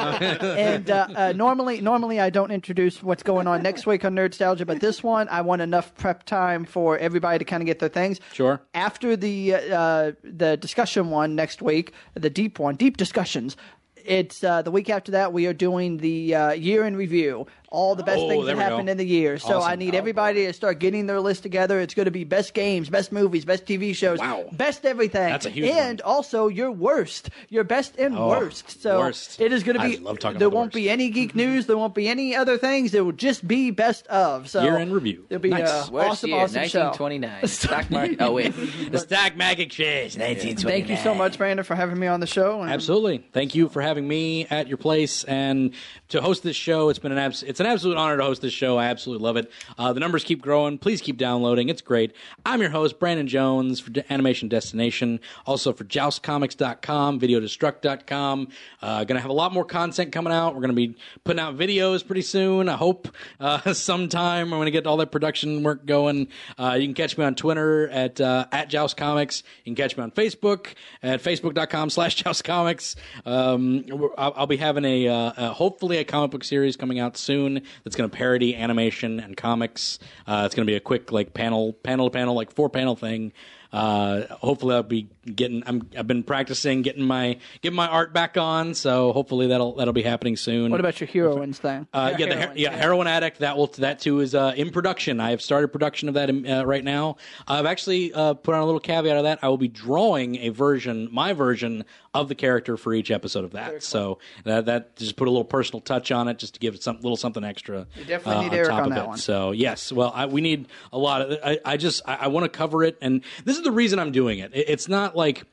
[SPEAKER 2] and uh, uh, normally, normally I don't introduce what's going on next week on Nerdstalgia, but this one I want enough prep time for everybody to kind of get their things.
[SPEAKER 1] Sure.
[SPEAKER 2] After the uh, the discussion one next week, the deep one, deep discussions. It's uh, the week after that. We are doing the uh, year in review, all the best
[SPEAKER 1] Oh,
[SPEAKER 2] things
[SPEAKER 1] there
[SPEAKER 2] that
[SPEAKER 1] we go.
[SPEAKER 2] happened in the year. So I
[SPEAKER 1] Awesome.
[SPEAKER 2] need everybody to start getting their list together. It's going to be best games, best movies, best TV shows,
[SPEAKER 1] Wow.
[SPEAKER 2] best everything.
[SPEAKER 1] That's a huge
[SPEAKER 2] and also your worst, your best and
[SPEAKER 1] Oh,
[SPEAKER 2] worst. So
[SPEAKER 1] worst.
[SPEAKER 2] it is going to
[SPEAKER 1] I
[SPEAKER 2] be.
[SPEAKER 1] love talking
[SPEAKER 2] there
[SPEAKER 1] about the
[SPEAKER 2] won't be
[SPEAKER 1] worst. Mm-hmm.
[SPEAKER 2] any geek news. There won't be any other things. It will just be best of. So
[SPEAKER 1] Year in review.
[SPEAKER 2] It'll be
[SPEAKER 1] Nice.
[SPEAKER 2] uh,
[SPEAKER 3] Worst
[SPEAKER 2] awesome,
[SPEAKER 3] year,
[SPEAKER 2] awesome show.
[SPEAKER 3] 1929. Stock market. Oh, wait.
[SPEAKER 1] The stock market crash. 1920.
[SPEAKER 2] Thank you so much, Brandon, for having me on the show. And
[SPEAKER 1] Absolutely. Thank you for having me at your place and to host this show. It's been an abs- it's an absolute honor to host this show. I absolutely love it. Uh, the numbers keep growing. Please keep downloading. It's great. I'm your host Brandon Jones for De- Animation Destination, also for joustcomics.com, videodestruct.com. Uh going to have a lot more content coming out. We're going to be putting out videos pretty soon. I hope uh, [laughs] sometime I'm going to get all that production work going. Uh, you can catch me on Twitter at uh, at Joust Comics. You can catch me on Facebook at facebook.com slash Joust Comics. Um, we're- I'll, I'll be having a, uh, uh hopefully a comic book series coming out soon that's going to parody animation and comics. Uh, it's going to be a quick like panel panel to panel like four panel thing. Uh, hopefully I'll be getting. I'm, I've been practicing getting my getting my art back on, so hopefully that'll that'll be happening soon.
[SPEAKER 2] what about your heroines thing?
[SPEAKER 1] Uh, yeah, the her- yeah, heroin addict. That will that too is uh, in production. I have started production of that um, uh, right now. I've actually uh, put on a little caveat of that. I will be drawing a version, my version of the character for each episode of that. So that that just put a little personal touch on it, just to give it some little something extra. You
[SPEAKER 2] definitely need Eric on that one.
[SPEAKER 1] so yes, well, I, we need a lot of. I, I just I, I want to cover it, and this is the reason I'm doing it. It- It's not like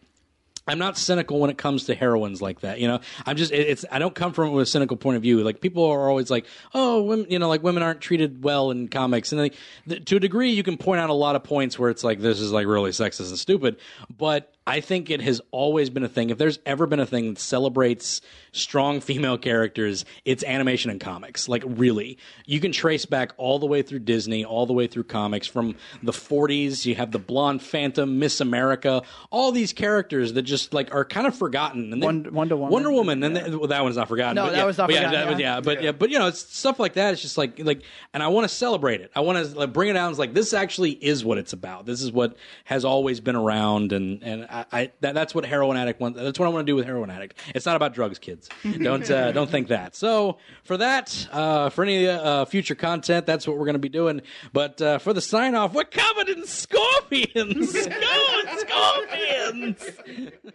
[SPEAKER 1] I'm not cynical when it comes to heroines like that. You know, I'm just it, it's I don't come from it with a cynical point of view. Like people are always like, oh, women, you know, like women aren't treated well in comics, and like, th- to a degree, you can point out a lot of points where it's like this is like really sexist and stupid. But I think it has always been a thing. If there's ever been a thing that celebrates strong [laughs] female characters, it's animation and comics. Like, really. You can trace back all the way through Disney, all the way through comics. From the 40s, you have the Blonde Phantom, Miss America, all these characters that just just like are kind of forgotten. And they-
[SPEAKER 2] Wonder- Wonder Woman.
[SPEAKER 1] Wonder Woman, and they- well, that one's not forgotten.
[SPEAKER 2] No,
[SPEAKER 1] but
[SPEAKER 2] that
[SPEAKER 1] yeah,
[SPEAKER 2] was not
[SPEAKER 1] but
[SPEAKER 2] forgotten,
[SPEAKER 1] Yeah, that was-
[SPEAKER 2] yeah.
[SPEAKER 1] yeah, but yeah. but you know, it's stuff like that. It's just like like, and I want to celebrate it. I want to like bring it out. It's like this actually is what it's about. This is what has always been around, and and I, I that, that's what heroin addict wants. That's what I want to do with heroin addict. It's not about drugs,
[SPEAKER 2] [laughs]
[SPEAKER 1] kids. Don't uh, don't think that. So for that, uh, for any uh, future content, that's what we're going to be doing. But uh, for the [laughs] sign off, we're covered in scorpions. Go scorpions.